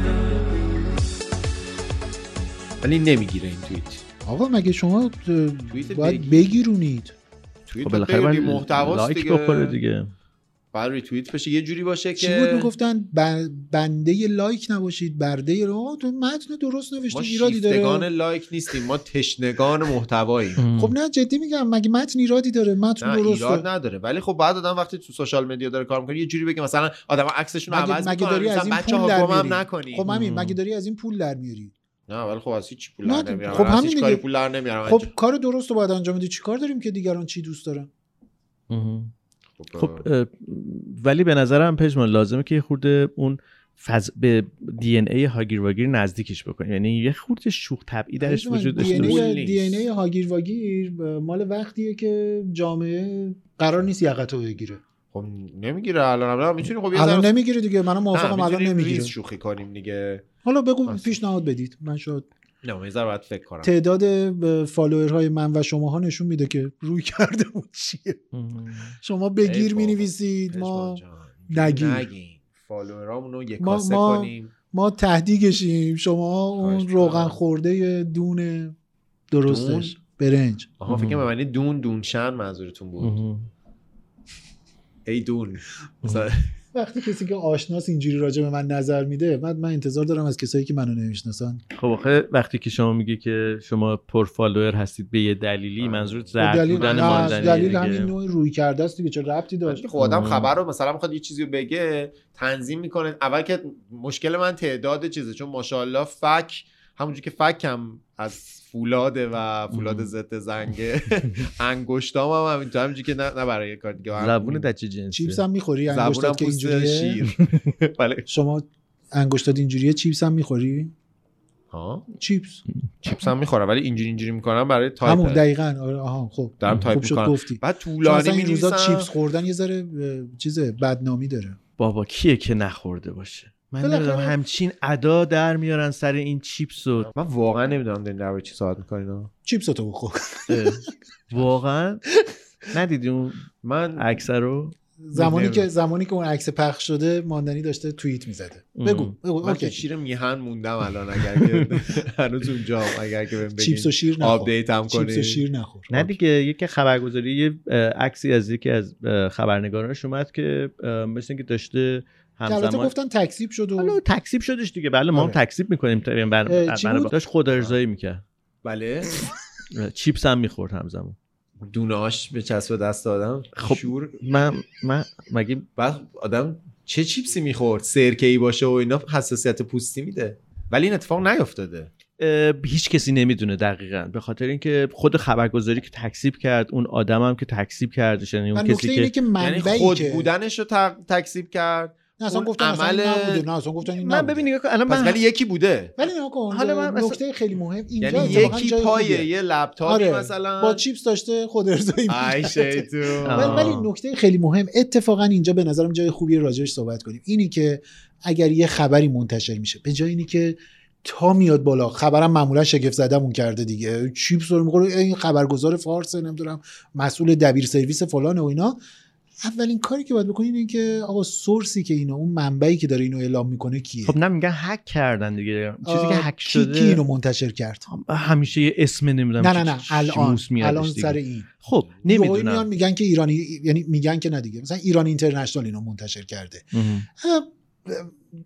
Speaker 1: ولی نمیگیره این توییت
Speaker 2: آقا مگه شما
Speaker 1: توییت
Speaker 2: باید
Speaker 1: بگیر.
Speaker 2: بگیرونید
Speaker 1: توییت
Speaker 3: خب
Speaker 1: خب
Speaker 3: بالاخره
Speaker 1: بری
Speaker 3: باید
Speaker 1: محتواست
Speaker 3: لایک
Speaker 1: دیگه
Speaker 3: بخوره دیگه
Speaker 1: بعد ری توییت بشه یه جوری باشه
Speaker 2: چی
Speaker 1: که
Speaker 2: بود میگفتن ب- بنده لایک نباشید برده لا آقا تو متن درست
Speaker 1: ما
Speaker 2: نوشتی ایرادی
Speaker 1: شیفتگان
Speaker 2: داره
Speaker 1: لایک نیستیم ما تشنگان محتواییم
Speaker 2: خب نه جدی میگم مگه متن ایرادی داره متن
Speaker 1: نه
Speaker 2: درسته
Speaker 1: ایراد نداره ولی خب بعد آدم وقتی تو سوشال مدیا داره کار میکنه یه جوری بگه مثلا آدم عکسشون رو
Speaker 2: مگه-
Speaker 1: عوض
Speaker 2: مگه
Speaker 1: میکنن
Speaker 2: داری از این
Speaker 1: بچه
Speaker 2: پول در
Speaker 1: ها گمم
Speaker 2: میاری؟
Speaker 1: نکنی
Speaker 2: خب همین
Speaker 3: مم.
Speaker 2: مگه داری از این پول در میاری
Speaker 1: نه ولی خب از هیچ پول
Speaker 2: نه،
Speaker 1: در نمیارم
Speaker 2: خب
Speaker 1: خب از
Speaker 2: همین
Speaker 1: هیچ
Speaker 2: دیگه.
Speaker 1: کاری پول در نمیارم
Speaker 2: خب کار درست رو باید انجام بدی چیکار داریم که دیگران چی دوست دارن
Speaker 3: مهم.
Speaker 1: خب
Speaker 3: خب اه، ولی به نظرم پژمان لازمه که یه خورده اون فز... به دی ان ای هاگیر واگیر نزدیکش بکنیم یعنی یه خورده شوخ طبعی درش وجود داشته
Speaker 1: DNA
Speaker 3: باشه
Speaker 1: پول
Speaker 2: دی
Speaker 1: نیست.
Speaker 2: ای هاگیر واگیر مال وقتیه که جامعه قرار نیست یقتو بگیره
Speaker 1: خب نمیگیره الان هم میتونی خب یه
Speaker 2: الان
Speaker 1: ذره
Speaker 2: نمیگیره دیگه منم موافقم
Speaker 1: نه،
Speaker 2: الان
Speaker 1: می‌تونیم
Speaker 2: نمیگیره
Speaker 1: ریز شوخی کنیم دیگه
Speaker 2: حالا بگو
Speaker 1: راست.
Speaker 2: پیشنهاد بدید من شاید
Speaker 1: نه من یه ذره باید فکر کنم
Speaker 2: تعداد فالوورهای من و شماها نشون میده که روی کرده اون چیه
Speaker 3: مهم.
Speaker 2: شما
Speaker 1: ای
Speaker 2: بگیر
Speaker 1: بابا.
Speaker 2: می نویسید
Speaker 1: پژمان
Speaker 2: ما
Speaker 1: جان،
Speaker 2: نگیر.
Speaker 1: نگین فالوورامون رو یه
Speaker 2: ما-
Speaker 1: کاسه
Speaker 2: ما-
Speaker 1: کنیم
Speaker 2: ما تهدیگشیم شما
Speaker 1: خواهش
Speaker 2: اون
Speaker 1: می‌کنم.
Speaker 2: روغن خورده دون درستش
Speaker 1: دون؟
Speaker 2: برنج
Speaker 1: آها فکر کنم به معنی دون دونشن منظورتون
Speaker 2: خب.
Speaker 1: بود
Speaker 3: مهم.
Speaker 1: ای دون مثلا-
Speaker 2: وقتی کسی که آشناس اینجوری راجع به من نظر میده من من انتظار دارم از کسایی که منو نمیشناسن
Speaker 3: خب آخه وقتی که شما میگی که شما پر فالوور هستید به یه دلیلی
Speaker 1: آه.
Speaker 3: منظور
Speaker 2: خب
Speaker 3: زرد بودن
Speaker 2: نه،
Speaker 3: ماندنیه
Speaker 2: دلیل
Speaker 3: دیگه.
Speaker 2: همین نوع روی کرده است دیگه چه ربطی داشت
Speaker 1: که خب آدم
Speaker 3: آه.
Speaker 1: خبر رو مثلا میخواد یه چیزی رو بگه تنظیم میکنه اول که مشکل من تعداد چیزه چون ماشاءالله فک همونجور که فکم از فولاده و فولاد
Speaker 3: مم.
Speaker 1: ضد زنگه انگشتام هم همینطور همینجور که نه, نه برای کار دیگه هم-
Speaker 3: زبون دچ جنسی
Speaker 2: خب چیپس هم میخوری
Speaker 1: زبونم
Speaker 2: انگشتات که
Speaker 1: پوست
Speaker 2: اینجوریه
Speaker 1: شیر بله
Speaker 2: شما انگشتات اینجوریه چیپس هم میخوری
Speaker 1: ها
Speaker 2: چیپس
Speaker 1: چیپس هم میخورم ولی اینجوری اینجوری میکنم برای تایپ
Speaker 2: همون دقیقاً آره آها خب
Speaker 1: دارم تایپ
Speaker 2: خوب شد
Speaker 1: می‌کنم.
Speaker 2: گفتی
Speaker 1: بعد
Speaker 2: چون
Speaker 1: طولانی
Speaker 2: اصلا این روزا
Speaker 1: می‌نویسم.
Speaker 2: چیپس خوردن یه ذره اه، چیزه بدنامی داره
Speaker 3: بابا کیه که نخورده باشه من
Speaker 2: بالاخره-
Speaker 3: نمیدونم همچین ادا در میارن سر این چیپس و
Speaker 1: من واقعا نمیدونم دارین در چی صحبت میکنین
Speaker 2: چیپس تو بخور
Speaker 3: اه. واقعا ندیدی اون
Speaker 1: من
Speaker 3: اکثر رو
Speaker 2: زمانی
Speaker 1: نمی‌دونم.
Speaker 2: که زمانی که اون عکس پخش شده ماندنی داشته توییت میزده بگو
Speaker 3: ام.
Speaker 2: بگو
Speaker 1: من تو
Speaker 2: اوکی
Speaker 1: شیر میهن موندم الان اگر که هنوز اونجا اگر که بهم
Speaker 2: چیپس و
Speaker 1: بگین
Speaker 2: شیر نخور
Speaker 1: آپدیت هم
Speaker 2: چیپس و
Speaker 1: کنی
Speaker 2: شیر نخور
Speaker 3: نه دیگه یکی خبرگزاری یه اه، عکسی از یکی از اه، خبرنگارانش اومد که اه، مثل اینکه داشته
Speaker 2: که البته
Speaker 3: همزمان
Speaker 2: گفتن تکسیب شد
Speaker 3: حالا
Speaker 2: و
Speaker 3: تکسیب شدش دیگه بله ما هم
Speaker 2: آره.
Speaker 3: تکسیب میکنیم
Speaker 2: اه، چی بود؟
Speaker 3: داشت خود ارزایی میکرد
Speaker 1: بله
Speaker 3: چیپس هم میخورد همزمان
Speaker 1: دوناش به چسب دست آدم
Speaker 3: خب.
Speaker 1: شور
Speaker 3: من من مگه
Speaker 1: بعد آدم چه چیپسی میخورد سرکه ای باشه و اینا حساسیت پوستی میده ولی این اتفاق نیافتاده
Speaker 3: اه، هیچ کسی نمیدونه دقیقا به خاطر اینکه خود خبرگزاری که تکسیب کرد اون آدم هم که تکسیب کردش یعنی
Speaker 2: و
Speaker 3: اون
Speaker 2: نکته
Speaker 3: کسی
Speaker 2: اینه
Speaker 3: که
Speaker 2: که
Speaker 1: یعنی
Speaker 2: منبعی
Speaker 1: خود
Speaker 2: که
Speaker 1: بودنش رو تق- تکسیب کرد
Speaker 2: نه اصلا
Speaker 1: اون
Speaker 2: گفتن
Speaker 1: عمل-
Speaker 2: اصلا نبوده نه اصلا گفتن این
Speaker 3: من
Speaker 2: نبوده.
Speaker 3: ببین نگاه کن، الان
Speaker 1: پس
Speaker 3: من
Speaker 1: ولی یکی بوده
Speaker 2: ولی نگاه کن
Speaker 3: حالا من مثلا-
Speaker 2: نکته خیلی مهم اینجا
Speaker 1: یعنی
Speaker 2: اتفاقاً
Speaker 1: یکی
Speaker 2: جای
Speaker 1: پای
Speaker 2: خوبیه.
Speaker 1: یه لپتاپی
Speaker 2: آره
Speaker 1: مثلا
Speaker 2: با چیپس داشته خود ارزایی
Speaker 1: ای شیطون.
Speaker 2: ولی, ولی نکته خیلی مهم اتفاقا اینجا به نظرم جای خوبی راجعش صحبت کنیم اینی که اگر یه خبری منتشر میشه به جای اینی که تا میاد بالا خبرم معمولا شگفت زدمون کرده دیگه چیپس رو میخوره این خبرگزار فارس نمیدونم مسئول دبیر سرویس فلان و اینا اولین کاری که باید بکنین اینه که آقا سورسی که اینو اون منبعی که داره اینو اعلام میکنه کیه
Speaker 3: خب نه میگن هک کردن دیگه چیزی
Speaker 2: آه،
Speaker 3: که هک
Speaker 2: کی- کی
Speaker 3: شده
Speaker 2: اینو منتشر کرد
Speaker 3: همیشه یه اسم نمیدونم
Speaker 2: نه نه نه الان الان سر این
Speaker 3: خب
Speaker 2: یهویی میان
Speaker 3: نمیدونم
Speaker 2: میگن که ایرانی یعنی میگن که نه دیگه مثلا ایران اینترنشنال اینو منتشر کرده اه،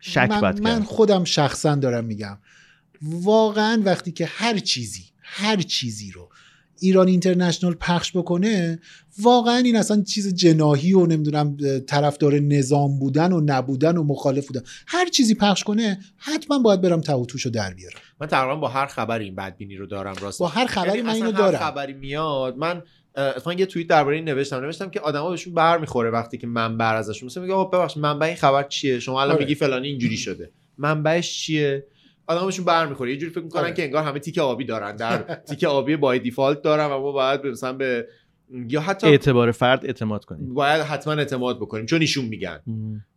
Speaker 3: شک
Speaker 2: من,
Speaker 3: بد
Speaker 2: من
Speaker 3: کرد
Speaker 2: خودم شخصا دارم میگم واقعا وقتی که هر چیزی هر چیزی رو ایران اینترنشنال پخش بکنه واقعا این اصلا چیز جناهی و نمیدونم اه، طرفدار نظام بودن و نبودن و مخالف بودن هر چیزی پخش کنه حتما باید برم توتوشو در بیارم
Speaker 1: من تقریبا با هر خبری این بدبینی رو دارم راست
Speaker 2: با هر خبری
Speaker 1: یعنی
Speaker 2: من
Speaker 1: اصلا
Speaker 2: اینو
Speaker 1: هر
Speaker 2: دارم
Speaker 1: خبری میاد من اه، اتفاقا یه توییت درباره این نوشتم نوشتم که آدما بهشون بر میخوره وقتی که منبع ازشون مثلا میگه آقا ببخشید منبع این خبر چیه شما الان
Speaker 2: آره.
Speaker 1: میگی فلانی اینجوری شده منبعش چیه آدما بهشون بر میخوره یه جوری فکر میکنن
Speaker 2: آره.
Speaker 1: که انگار همه تیک آبی دارن در تیک آبی بای دیفالت دارن و ما باید مثلا به یا حتی
Speaker 3: اعتبار فرد اعتماد کنیم
Speaker 1: باید حتما اعتماد بکنیم چون ایشون میگن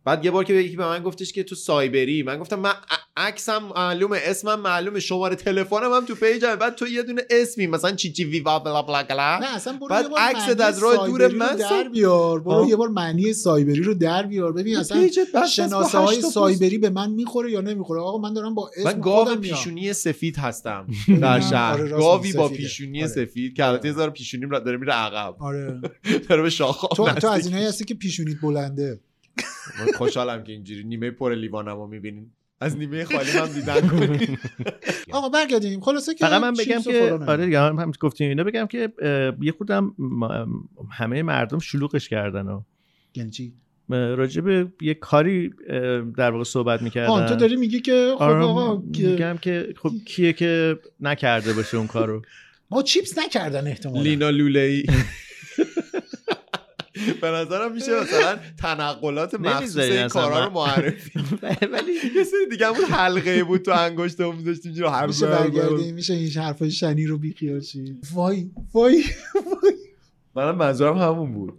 Speaker 1: بعد یه بار که یکی به من گفتش که تو سایبری من گفتم من ع- عکسم معلومه اسمم معلومه شماره تلفنم هم تو پیجمه بعد تو یه دونه اسمی مثلا چی چی ویوا بلا بلا بلا
Speaker 2: نه اصلا برو
Speaker 1: بعد
Speaker 2: یه بار
Speaker 1: عکست
Speaker 2: معنی
Speaker 1: از راه دور
Speaker 2: سایبری رو
Speaker 1: من
Speaker 2: در
Speaker 1: سا-
Speaker 2: بیار برو
Speaker 1: آه.
Speaker 2: یه بار معنی سایبری رو در بیار ببین اصلا
Speaker 1: پیجت بس بس با
Speaker 2: شناسه های
Speaker 1: هشت تا پست.
Speaker 2: سایبری به من میخوره یا نمیخوره آقا من دارم با اسم
Speaker 1: من گاو
Speaker 2: خودم میام.
Speaker 1: پیشونی سفید هستم در
Speaker 2: آره،
Speaker 1: شهر
Speaker 2: راست
Speaker 1: گاوی
Speaker 2: میگی،
Speaker 1: با
Speaker 2: سفیده.
Speaker 1: پیشونی
Speaker 2: آره.
Speaker 1: سفید که البته یه ذره پیشونیم را داره میره عقب
Speaker 2: آره
Speaker 1: داره به شاخه
Speaker 2: تو, تو از اینایی هستی که پیشونیت بلنده
Speaker 1: من خوشحالم که اینجوری نیمه پر لیوانمو میبینین از نیمه خالی هم دیدن کنین
Speaker 2: آقا برگردیم خلاصه که
Speaker 3: فقط من بگم
Speaker 2: چیپس و
Speaker 3: که
Speaker 2: فلان و اینا.
Speaker 3: آره دیگه هم هم گفتیم اینا بگم که اه، یه خودم ما- همه مردم شلوغش کردن و
Speaker 2: یعنی چی
Speaker 3: اه، راجع به یه کاری اه، در واقع صحبت میکردن
Speaker 2: آه، تو داری میگی که خب
Speaker 3: آره
Speaker 2: آقا که-
Speaker 3: میگم که خب کیه که نکرده باشه اون کارو
Speaker 2: ما چیپس نکردن احتمالا
Speaker 1: لینا لوله ای به نظرم میشه مثلا تنقلات مخصوص
Speaker 3: نمی‌ذاری
Speaker 1: این
Speaker 3: اصلا
Speaker 1: کارا رو
Speaker 3: من-
Speaker 1: معرفی
Speaker 3: ولی
Speaker 1: یه سری دیگه همون حلقه بود تو انگشتمون میذاشتیم جلو هر
Speaker 2: میشه
Speaker 1: بار-
Speaker 2: برگردیم میشه این حرفای شنی رو بیخیال شی وای وای
Speaker 1: منم منظورم همون بود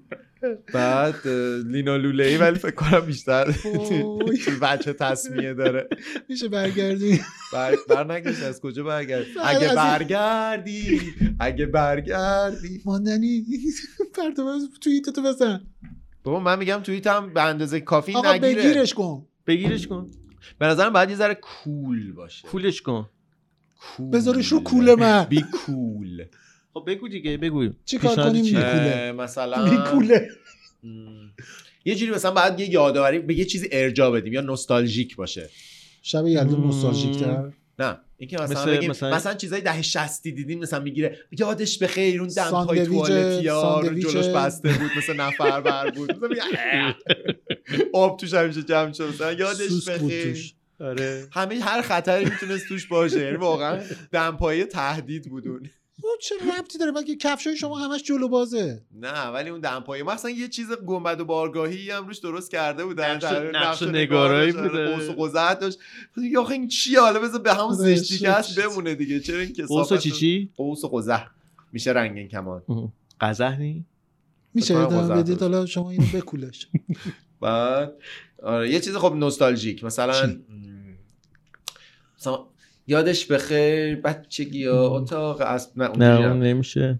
Speaker 1: بعد اه، لینا لوله ای ولی فکر کنم بیشتر
Speaker 2: وای.
Speaker 1: تو بچه تصمیه داره
Speaker 2: میشه برگردیم
Speaker 1: بر, بر نگشت از کجا برگرد
Speaker 2: از
Speaker 1: اگه
Speaker 2: این-
Speaker 1: برگردی اگه برگردی
Speaker 2: ماندنی پرتو توییتتو بزن
Speaker 1: بابا من میگم توییتم به اندازه کافی
Speaker 2: آقا
Speaker 1: نگیره
Speaker 2: بگیرش کن
Speaker 3: بگیرش کن
Speaker 1: به نظرم باید یه ذره کول باشه
Speaker 3: کولش کن
Speaker 1: کول.
Speaker 2: بذارش رو کوله من.
Speaker 1: بی کول
Speaker 3: خب بگو دیگه بگو
Speaker 2: چی کار
Speaker 3: پیشنهاد
Speaker 2: کنیم؟
Speaker 3: چیه؟
Speaker 2: بی کوله.
Speaker 1: اه، مثلا
Speaker 2: بیکوله
Speaker 1: م، یه جوری مثلا باید یه یادآوری به یه چیزی ارجاع بدیم یا نوستالژیک باشه
Speaker 2: شب یلدا
Speaker 3: مم.
Speaker 2: نوستالژیک تر
Speaker 1: نه اینکه مثلا
Speaker 3: مثل-
Speaker 1: بگیم مثلا,
Speaker 3: مثلا-
Speaker 1: چیزای دهه 60 دیدین مثلا میگیره یادش به خیر اون دمپای
Speaker 2: ساندویچ-
Speaker 1: توالتی ها رو
Speaker 2: ساندویچ-
Speaker 1: جلوش بسته بود مثل نفر بر بود مثلا میگه، اه. آب توش همیشه جمع شد مثلا یادش
Speaker 2: سوس
Speaker 1: به
Speaker 2: بود
Speaker 1: خیر.
Speaker 2: توش
Speaker 3: آره
Speaker 1: همه هر خطری میتونست توش باشه یعنی واقعا دمپایه تهدید بودون
Speaker 2: او خب چه ربطی داره مگه کفشای شما همش جلو بازه
Speaker 1: نه ولی اون دمپایی ما اصلا یه چیز گنبد و بارگاهی هم روش درست کرده بود
Speaker 3: نقش- نقش نگارایی بوده. آره،
Speaker 1: قوس و قزح داشت گفتم یا آخه این چیه حالا بذار به همون
Speaker 2: خدا
Speaker 1: زشتی که
Speaker 2: شکر.
Speaker 1: هست بمونه دیگه چرا این
Speaker 3: قوس
Speaker 1: کثافت
Speaker 3: و چی چی
Speaker 1: قوس و قزح میشه رنگین کمان
Speaker 3: قزح نی
Speaker 2: میشه
Speaker 1: فکر کنم
Speaker 2: ادامه
Speaker 1: بازم
Speaker 2: بدید
Speaker 1: درست.
Speaker 2: حالا شما اینو بکولش
Speaker 3: خب،
Speaker 1: بعد آره یه چیز خب نوستالژیک
Speaker 2: چی؟
Speaker 1: مثلا م، مثلا یادش بخیر بچگی ها اتاق اسب نه اونجوری
Speaker 3: نه
Speaker 1: نه.
Speaker 3: اون نمیشه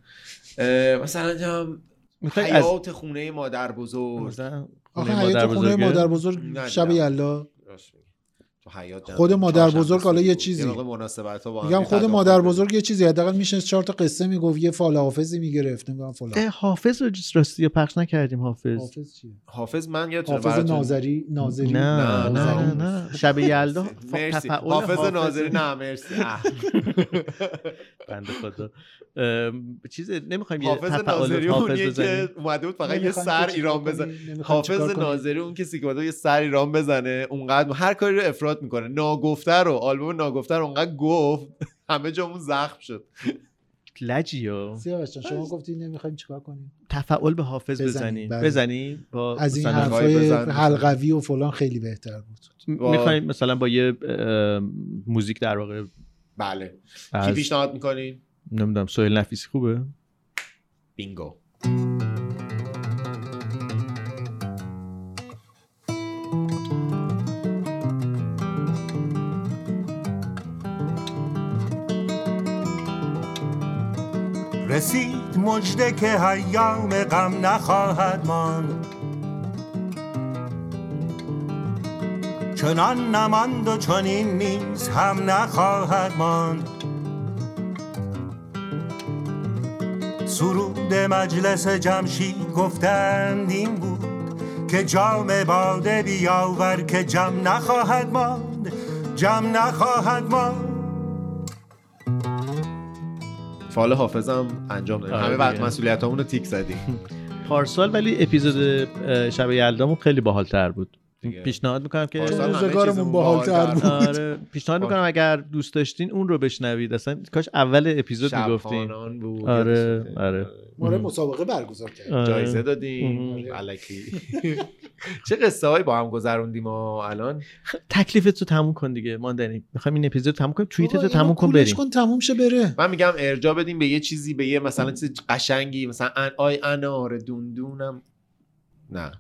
Speaker 1: اه، مثلا جام
Speaker 3: میخوای از
Speaker 1: حیات خونه مادر بزرگ
Speaker 3: مثلا
Speaker 2: آخه
Speaker 3: خونه
Speaker 2: حیات خونه
Speaker 3: بزرگه؟
Speaker 2: مادر
Speaker 1: نه،
Speaker 2: بزرگ شب
Speaker 1: نه.
Speaker 2: یلدا
Speaker 1: راست میگی. تو حیاط جمع
Speaker 2: خود
Speaker 1: بود.
Speaker 2: مادر
Speaker 1: چهارشنبه
Speaker 2: بزرگ حالا
Speaker 1: صبح
Speaker 2: یه
Speaker 1: بود.
Speaker 2: چیزی.
Speaker 1: یه موقع مناسبت ها با هم
Speaker 2: میگم
Speaker 1: یه
Speaker 2: خود
Speaker 1: تداخل
Speaker 2: مادر
Speaker 1: بود.
Speaker 2: بزرگ یه چیزی حداقل میشه چهار تا قصه میگفت یه فال حافظی میگرفت نمیدونم فلان
Speaker 1: خب.
Speaker 3: اه، حافظ رو جس- راستی یا پخش نکردیم حافظ
Speaker 2: حافظ چیه
Speaker 1: حافظ من یادتونه
Speaker 2: حافظ
Speaker 1: براتون-
Speaker 2: ناظری ناظری
Speaker 3: نه
Speaker 1: نه،
Speaker 3: نه
Speaker 1: نه.
Speaker 3: نه شب یلدا خب،
Speaker 2: خب،
Speaker 1: مرسی
Speaker 3: تفعول
Speaker 1: حافظ
Speaker 3: حافظه.
Speaker 1: ناظری نه مرسی اه.
Speaker 3: بنده خدا ام، چیز نمیخوایم یه
Speaker 1: حافظ
Speaker 3: تفعال
Speaker 1: ناظری
Speaker 3: حافظ
Speaker 1: اونیه
Speaker 3: بزنیم
Speaker 1: که اومده بود فقط یه
Speaker 2: نمی‌خوایم
Speaker 1: سر
Speaker 2: که چیکار
Speaker 1: ایران
Speaker 2: کنی،
Speaker 1: بزنه
Speaker 2: نمی‌خوایم
Speaker 1: حافظ
Speaker 2: چیکار کنی.
Speaker 1: ناظری اون کسی که اومده بود یه سر ایران بزنه اونقدر هر کاری رو افراد میکنه ناگفته رو آلبوم ناگفته رو اونقدر گفت همه جامون زخم شد
Speaker 3: لجی ها
Speaker 2: سیاوش جان، شما گفتی نمیخوایم چیکار کنیم
Speaker 3: تفعول به حافظ
Speaker 2: بزنیم،
Speaker 3: بزنیم
Speaker 2: بله.
Speaker 3: بزنیم با
Speaker 2: از این
Speaker 3: مثلا-
Speaker 1: حرف-
Speaker 2: حرفای
Speaker 1: بزن.
Speaker 2: حلقوی و فلان خیلی بهتر بود
Speaker 1: با-
Speaker 3: میخوایم مثلا با یه اه، موزیک در واقع
Speaker 1: بله کی
Speaker 3: از
Speaker 1: پیشنهاد میکنین
Speaker 3: نمیدونم سهیل نفیسی خوبه
Speaker 1: بینگو
Speaker 10: رسید مجده که حیام غم نخواهد ماند چنان نماند و چنین نیز هم نخواهد ماند سرود مجلس جمشی گفتند این بود که جام باده بیاور که جم نخواهد ماند جم نخواهد ماند
Speaker 1: فعال حافظم انجام دادیم
Speaker 3: آره
Speaker 1: همه بعد
Speaker 3: دیگه.
Speaker 1: مسئولیتامون رو تیک زدیم
Speaker 3: پارسال ولی اپیزود اه، شب یلدامون خیلی باحالتر بود
Speaker 1: دیگه.
Speaker 3: پیشنهاد میکنم که
Speaker 1: پارسال همه
Speaker 2: روزگارمون
Speaker 1: چیزمون
Speaker 2: باحال‌تر
Speaker 1: باحال‌تر
Speaker 2: بود.
Speaker 3: آره پیشنهاد میکنم اگر دوست داشتین اون رو بشنوید اصلا کاش اول اپیزود میگفتیم
Speaker 1: شبخوانان آره. بود
Speaker 3: آره، آره.
Speaker 2: ما
Speaker 3: مم.
Speaker 2: رو مسابقه برگزار کردیم
Speaker 1: جایزه
Speaker 3: آره.
Speaker 1: دادیم علکی چه قصه هایی با هم گذروندیم ما الان
Speaker 3: تکلیفت رو تموم کن دیگه ماندنی میخوام این اپیزود رو تموم کنیم توییتت
Speaker 2: بابا،
Speaker 3: رو
Speaker 2: اینو
Speaker 3: تموم کن
Speaker 2: کولش
Speaker 3: بریم
Speaker 2: کن تموم شه بره
Speaker 1: من میگم ارجا بدیم به یه چیزی به یه مثلا چیز قشنگی مثلا ان آی انار دوندونم نه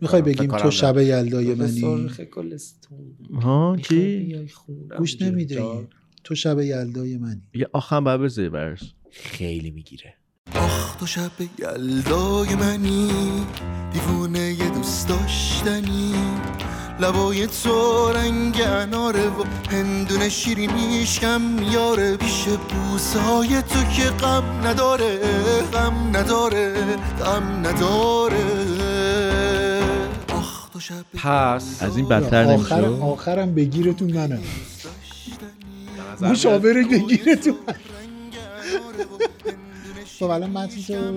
Speaker 2: میخوای
Speaker 1: فکر کنم-
Speaker 2: بگیم
Speaker 1: فکر
Speaker 2: تو
Speaker 1: کنم
Speaker 2: شب یلدای
Speaker 1: نه.
Speaker 2: منی
Speaker 3: ها چی
Speaker 2: گوش نمیده تو شب یلدای منی
Speaker 3: یه آخم باید بذاری براش
Speaker 1: خیلی میگیره
Speaker 8: آخ تو شب یلدای منی دیوونه ی دوست داشتنی لبای تو رنگ اناره و هندونه شیرینیش کم یاره پیش بوسهای تو که غم نداره غم نداره غم نداره آخ تو شب
Speaker 1: پس
Speaker 3: از این بدتر
Speaker 2: آخر
Speaker 3: نمیشه
Speaker 2: آخرم بگیرتون منم
Speaker 1: نظر میاد
Speaker 2: مشاوره بگیرتون خب الان متن تو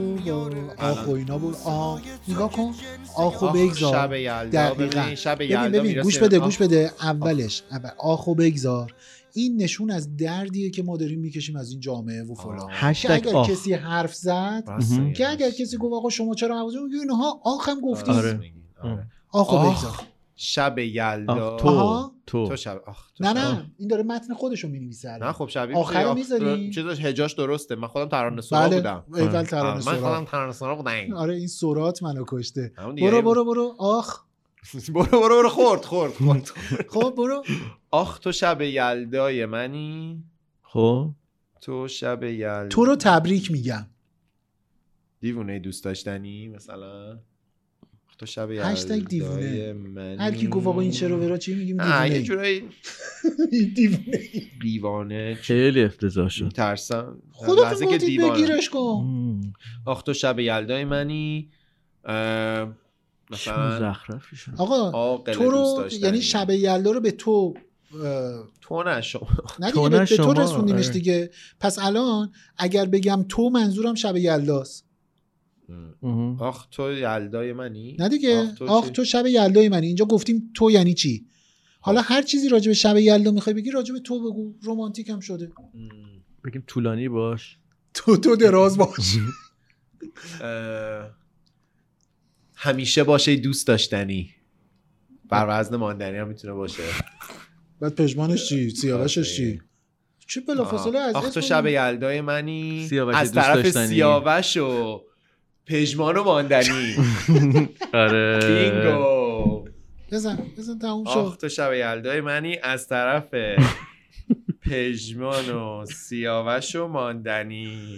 Speaker 2: با آخ و اینا بود آه نگاه کن آخ و
Speaker 1: آخ،
Speaker 2: خب بگذار
Speaker 1: شب یلدا
Speaker 2: دقیقا
Speaker 1: ببین، شب یلدا
Speaker 2: ببین یعنی ببین
Speaker 1: یعنی میرسه
Speaker 2: گوش بده
Speaker 1: آخ.
Speaker 2: گوش بده اولش اول آخ و بگذار این نشون از دردیه که ما داریم میکشیم از این جامعه و فلان
Speaker 1: آه. آره.
Speaker 2: که
Speaker 3: هشتگ
Speaker 2: اگر
Speaker 3: آخ
Speaker 2: کسی حرف زد
Speaker 1: راستش.
Speaker 2: که اگر کسی گفت آقا شما چرا عوض میگی اینها آخم گفتی
Speaker 1: راست
Speaker 3: آره.
Speaker 1: میگی. آره.
Speaker 2: آخ و
Speaker 1: آخ.
Speaker 2: بگذار
Speaker 1: شب یلدا
Speaker 3: آخ، تو
Speaker 2: آها.
Speaker 3: تو
Speaker 1: تو شب آخ تو
Speaker 2: نه
Speaker 1: شب-
Speaker 2: نه این داره متن خودش رو مینویسه
Speaker 1: نه خب شبیه
Speaker 2: آخر
Speaker 1: چیزی
Speaker 2: رو
Speaker 1: آخ-
Speaker 2: می‌ذاری؟
Speaker 1: چیزش هجاش درسته من خودم ترانه سرا
Speaker 2: بله
Speaker 1: بودم
Speaker 2: اول
Speaker 1: آه،
Speaker 2: ترانه
Speaker 1: من
Speaker 2: سرا
Speaker 1: خودم ترانه سرا بودم
Speaker 2: آره این سرات منو کشته
Speaker 1: همون دیگه.
Speaker 2: برو برو برو آخ
Speaker 1: برو برو برو خورد خورد خورد
Speaker 2: خب برو
Speaker 1: آخ تو شب یلدای منی
Speaker 3: خب
Speaker 1: تو شب یلدا
Speaker 2: تو رو تبریک میگم
Speaker 1: دیوونه دوست داشتنی مثلا آخ تو شب یلدای
Speaker 2: هشتگ دیوونه.
Speaker 1: منی
Speaker 2: هر کی گفت آقا این چرا ورا چی میگیم
Speaker 1: نه یه
Speaker 2: دیوونه
Speaker 1: جورایی
Speaker 2: این دیوونه
Speaker 1: دیوانه
Speaker 3: خیلی افتضاح شد
Speaker 1: ترسم
Speaker 2: خودت
Speaker 1: لحظه که
Speaker 2: بودی
Speaker 1: دیوانه.
Speaker 2: بگیرش کن
Speaker 1: آخ تو شب یلدای منی اه، مثلا
Speaker 3: مزخرفی شد
Speaker 2: آقا
Speaker 1: عاقل
Speaker 2: تو
Speaker 1: بله، دوست
Speaker 2: رو
Speaker 1: داشتنی.
Speaker 2: یعنی شب یلدا رو به تو اه،
Speaker 1: تو نه شما
Speaker 2: نه
Speaker 3: تو نه
Speaker 2: دیگه به, به تو
Speaker 3: شما،
Speaker 2: رسوندیمش
Speaker 3: آره.
Speaker 2: دیگه پس الان اگر بگم تو منظورم شب یلداست
Speaker 1: آخ تو یلدای منی
Speaker 2: نه دیگه
Speaker 1: آخ تو
Speaker 2: آخ
Speaker 1: چی؟
Speaker 2: تو شب یلدای منی اینجا گفتیم تو یعنی چی حالا هر چیزی راجع به شب یلدا میخوای بگی راجع به تو بگو رمانتیک هم شده
Speaker 1: ام،
Speaker 3: بگیم طولانی باش
Speaker 2: تو تو دراز باش
Speaker 1: اه، همیشه باشه دوست داشتنی بر وزن ماندنی هم میتونه باشه
Speaker 2: بعد پشمانش چی سیاوشش چی
Speaker 1: آفرین.
Speaker 2: چه بلافاصله از
Speaker 1: آخ
Speaker 2: اسم
Speaker 1: تو شب یلدای منی
Speaker 3: سیاوش
Speaker 1: از
Speaker 3: دوست
Speaker 1: طرف
Speaker 3: داشتنی.
Speaker 1: سیاوش و پژمان و ماندنی
Speaker 3: آره
Speaker 1: بینگو
Speaker 2: بزن بزن تموم
Speaker 1: آخ
Speaker 2: شد
Speaker 1: تو شب یلدای منی از طرف پژمان و سیاوش و ماندنی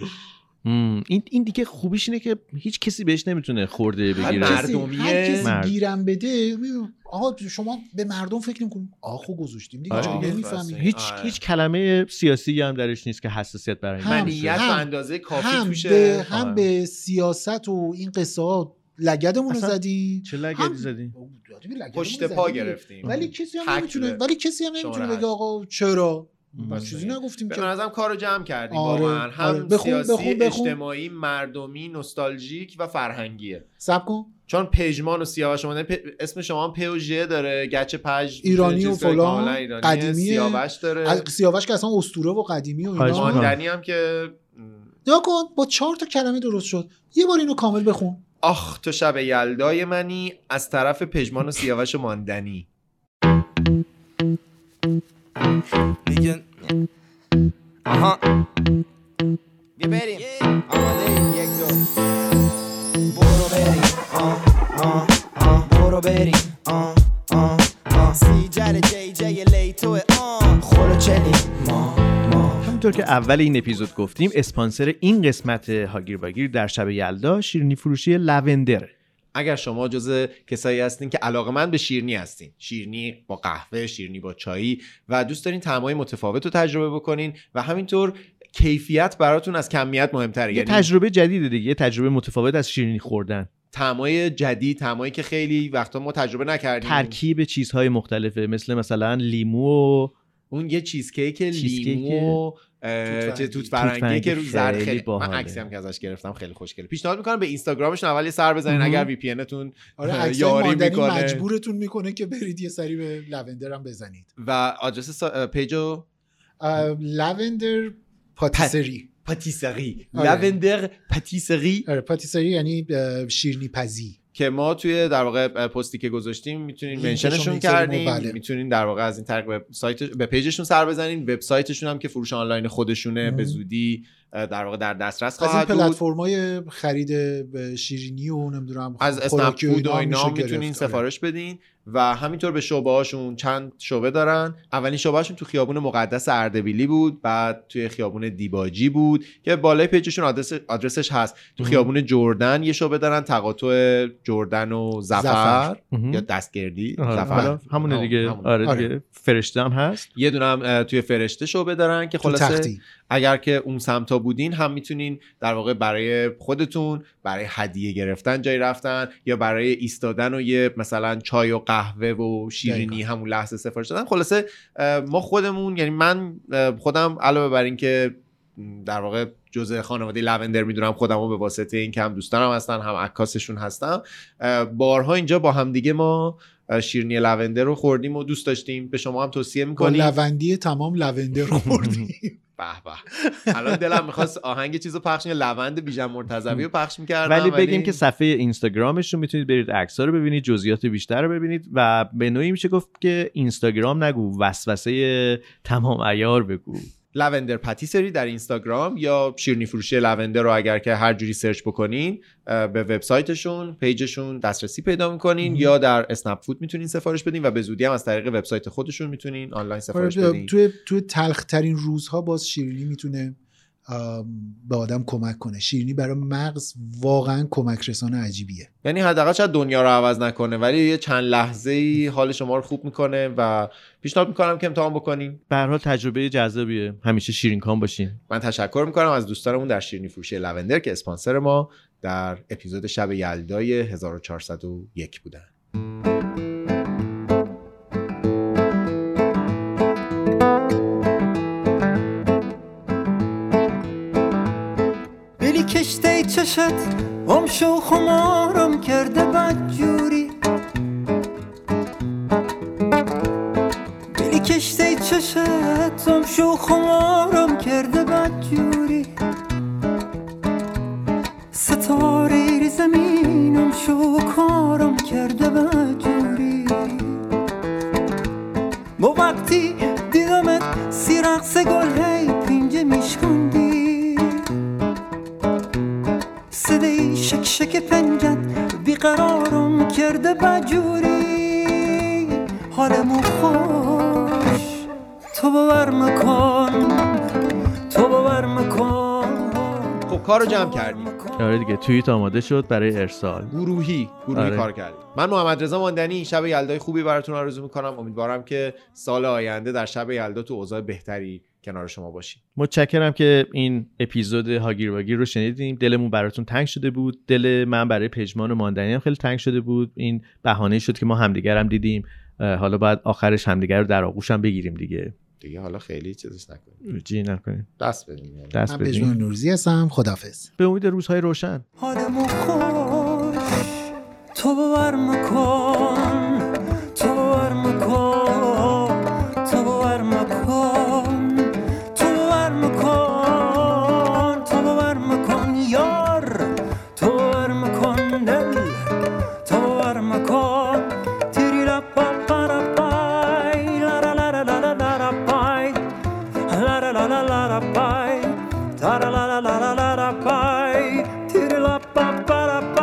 Speaker 3: مم. این این دیگه خوبیش اینه که هیچ کسی بهش نمیتونه خورده
Speaker 1: هر
Speaker 3: بگیره
Speaker 1: مرد.
Speaker 2: کسی-
Speaker 1: مردمیه.
Speaker 2: هر کسی
Speaker 3: مرد.
Speaker 2: گیرم بده می‌دونم. آقا شما به مردم فکر نمی‌کنید آخو گذاشتیم دیگه
Speaker 1: آره
Speaker 2: چه
Speaker 1: دیگه.
Speaker 2: نمی‌فهمید.
Speaker 3: هیچ
Speaker 1: آره.
Speaker 3: هیچ کلمه سیاسی هم درش نیست که حساسیت برای
Speaker 2: هم.
Speaker 3: من
Speaker 1: منیت
Speaker 2: هم.
Speaker 1: به اندازه کافی
Speaker 2: هم
Speaker 1: توشه
Speaker 2: به هم
Speaker 3: آره.
Speaker 2: به سیاست و این قصه ها لگدمون رو
Speaker 3: اصلا
Speaker 2: زدیم
Speaker 3: چه
Speaker 2: هم-
Speaker 3: لگدی زدی
Speaker 2: لگدمون
Speaker 1: پشت
Speaker 2: زدیم.
Speaker 1: پا گرفتیم
Speaker 2: ولی کسی هم
Speaker 1: تکل.
Speaker 2: نمیتونه ولی کسی هم
Speaker 1: شماره
Speaker 2: نمیتونه
Speaker 1: هشت.
Speaker 2: بگه آقا چرا و چیزی نگفتیم
Speaker 1: به
Speaker 2: که
Speaker 1: نظرم کار رو جمع کردیم
Speaker 2: آره،
Speaker 1: واقعا هم
Speaker 2: آره. بخون،
Speaker 1: سیاسی
Speaker 2: بخون، بخون.
Speaker 1: اجتماعی مردمی نوستالژیک و فرهنگیه
Speaker 2: سب کن
Speaker 1: چون پژمان و سیاوش شما اسم شما هم پ و ژ داره گچ پژ
Speaker 2: ایرانی
Speaker 1: چیز
Speaker 2: و
Speaker 1: داره،
Speaker 2: فلان،
Speaker 1: کاملا ایرانیه.
Speaker 2: قدیمیه.
Speaker 1: سیاوش داره
Speaker 2: از سیاوش که اصلا اسطوره و قدیمی و
Speaker 3: خواهش
Speaker 2: اینا
Speaker 3: می‌کنم.
Speaker 1: ماندنی هم که
Speaker 2: نگاه کن با چهار تا کلمه درست شد یه بار اینو کامل بخون
Speaker 1: آخ تو شب یلدای منی از طرف پژمان و سیاوش و ماندنی
Speaker 11: میگن آها بیا بریم آماده ایم. یک دو برو بریم آه آه آه برو بریم آه آه آه سیجر جی جی لیتو آه خورو چلیم ما ما
Speaker 3: همونطور که اول این اپیزود گفتیم اسپانسر این قسمت هاگیر باگیر در شب یلدا شیرینی فروشی لوندر
Speaker 1: اگر شما جز کسایی هستین که علاقه من به شیرنی هستین شیرنی با قهوه شیرنی با چایی و دوست دارین تعمای متفاوت رو تجربه بکنین و همینطور کیفیت براتون از کمیت مهمتره
Speaker 3: یه
Speaker 1: یعنی
Speaker 3: تجربه جدیده دیگه یه تجربه متفاوت از شیرینی خوردن
Speaker 1: طعمای جدید طعمایی که خیلی وقتا ما تجربه نکردیم
Speaker 3: ترکیب چیزهای مختلفه مثل مثلا لیمو و
Speaker 1: اون یه چیزکیک
Speaker 3: چیزکیک
Speaker 1: لیمو اه،
Speaker 2: توت
Speaker 1: چه توت
Speaker 3: توت
Speaker 2: فرنگی.
Speaker 1: فرنگی
Speaker 3: فرنگی
Speaker 1: که رو زرد
Speaker 3: خیلی
Speaker 1: خیلی من
Speaker 3: باحاله.
Speaker 1: عکسی هم که ازش گرفتم خیلی خوشگله پیشنهاد میکنم به اینستاگرامشون اول یه سر بزنین
Speaker 3: مهم.
Speaker 1: اگر وی پی تون
Speaker 2: آره
Speaker 1: آه،
Speaker 2: عکسای
Speaker 1: یاری
Speaker 2: ماندنی
Speaker 1: می‌کنه.
Speaker 2: مجبورتون میکنه که برید یه سری به لوندر هم بزنید
Speaker 1: و آدرس سا... اه، پیج و
Speaker 2: اه، لوندر پاتیسری
Speaker 1: پاتیسری
Speaker 2: آره.
Speaker 1: لوندر پاتیسری
Speaker 2: آره پاتیسری یعنی اه، شیرینی پزی
Speaker 1: که ما توی در واقع پستی که گذاشتیم میتونین
Speaker 2: لینکشون
Speaker 1: منشنشون
Speaker 2: می‌گذاریم و
Speaker 1: کردیم
Speaker 2: بله.
Speaker 1: میتونین در واقع از این طریق به سایت به پیجشون سر بزنین وبسایتشون هم که فروش آنلاین خودشونه
Speaker 2: مهم.
Speaker 1: به زودی اه، در واقع در دسترس
Speaker 2: از این
Speaker 1: خواهد بود
Speaker 2: پلتفرم‌های خرید اه، شیرینی و نمیدونم
Speaker 1: از اسنپ
Speaker 2: خوراکی و
Speaker 1: فود و
Speaker 2: هم
Speaker 1: اینا
Speaker 2: میشه
Speaker 1: میتونین
Speaker 2: گرفت. آره.
Speaker 1: سفارش بدین و همینطور به شعبه هاشون چند شعبه دارن اولین شعبه هاشون تو خیابون مقدس اردبیلی بود بعد توی خیابون دیباجی بود که بالای پیجشون آدرس آدرسش هست تو خیابون جردن یه شعبه دارن تقاطع جردن و
Speaker 2: زفر.
Speaker 1: زفر
Speaker 3: مهم.
Speaker 1: یا دستگردی
Speaker 3: آره،
Speaker 1: زفر
Speaker 3: حالا همونه دیگه
Speaker 1: همونه.
Speaker 3: آره
Speaker 2: آره.
Speaker 3: دیگه فرشته هم هست
Speaker 1: یه دونه هم اه، توی فرشته شعبه دارن که
Speaker 2: تو
Speaker 1: خلاصه
Speaker 2: تختی
Speaker 1: اگر که اون سمتا بودین هم میتونین در واقع برای خودتون برای هدیه گرفتن جایی رفتن یا برای ایستادن و یه مثلا چای و قهوه و شیرینی
Speaker 2: دقیقاً.
Speaker 1: همون لحظه سفارش دادن خلاصه اه، ما خودمون یعنی من اه، خودم علاوه بر اینکه م، در واقع جزء خانواده لوندر میدونم خودم رو به واسطه این که هم دوستانم هستن هم عکاسشون هستم اه، بارها اینجا با همدیگه ما اه، شیرینی لوندر رو خوردیم و دوست داشتیم به شما هم توصیه
Speaker 2: با
Speaker 1: میکنیم
Speaker 2: لوندی تمام لوندر رو خوردیم
Speaker 1: به به الان دلم میخواست آهنگ چیزو پخش کنم لوند بیژن مرتضوی رو پخش میکردم
Speaker 3: ولی بگیم که صفحه اینستاگرامشون میتونید برید عکس‌ها رو ببینید جزئیات بیشتر رو ببینید و به نوعی میشه گفت که اینستاگرام نگو وسوسه تمام عیار بگو
Speaker 1: لوندر پتیسری در اینستاگرام یا شیرینی فروشی لوندر رو اگر که هر جوری سرچ بکنین اه، به وبسایتشون پیجشون دسترسی پیدا میکنین یا در اسنپ فود میتونین سفارش بدین و به زودی هم از طریق وبسایت خودشون میتونین آنلاین سفارش
Speaker 3: خب،
Speaker 2: آره،
Speaker 1: بدین
Speaker 2: توی توی تلخترین روزها باز شیرینی میتونه آم، به آدم کمک کنه شیرینی برای مغز واقعا کمک رسان عجیبیه
Speaker 1: یعنی حداقل شاید دنیا رو عوض نکنه ولی یه چند لحظه ای حال شما رو خوب میکنه و پیشنهاد میکنم که امتحان بکنین
Speaker 3: به هر حال تجربه جذابیه همیشه شیرینکام باشین
Speaker 1: من تشکر میکنم از دوستانمون در شیرینی فروشی لوندر که اسپانسر ما در اپیزود شب یلدای 1401 بودن
Speaker 11: بلی کشته چشت گم شو خمارم کرده بد جوری بلی کشته چشت گم شو خمارم کرده بد جوری ستاره ری زمینم شو کارم کرده بد جوری با وقتی دیدمت سیرقص گل هی پینجه میشکندی صدای شک شک پنجت بیقرارم کرده بجوری حالمو خوش تو باور مکن تو باور مکن
Speaker 1: خب کار رو جمع کردیم
Speaker 3: آره دیگه توییت آماده شد برای ارسال
Speaker 1: گروهی گروهی
Speaker 3: آره.
Speaker 1: کار کردیم من محمد رضا ماندنی شب یلدای خوبی براتون آرزو میکنم امیدوارم که سال آینده در شب یلدا تو اوضاع بهتری کنار شما باشیم
Speaker 3: متشکرم که این اپیزود هاگیر واگیر رو شنیدیم دلمون براتون تنگ شده بود دل من برای پژمان و ماندنی هم خیلی تنگ شده بود این بهانه شد که ما همدیگر هم دیدیم اه، حالا باید آخرش همدیگر رو در آغوش هم بگیریم دیگه
Speaker 12: دیگه حالا خیلی چیزش نکنیم
Speaker 3: جی نکنیم
Speaker 12: دست بدیم یعنی.
Speaker 3: دست
Speaker 2: من
Speaker 3: بدیم.
Speaker 2: پژمان نوروزی هستم خدافز
Speaker 3: به امید روزهای روشن
Speaker 13: حالمو خوش تو باور مکن تو باور مکن تو باور مکن تو باور مکن تو باور مکن یار تو باور مکن دل تو باور مکن تیری لا پا پا را پای لا را لا را لا لا لا را پای لا را لا لا لا را پای تا را لا لا لا لا لا را پای تیری لا پا پا را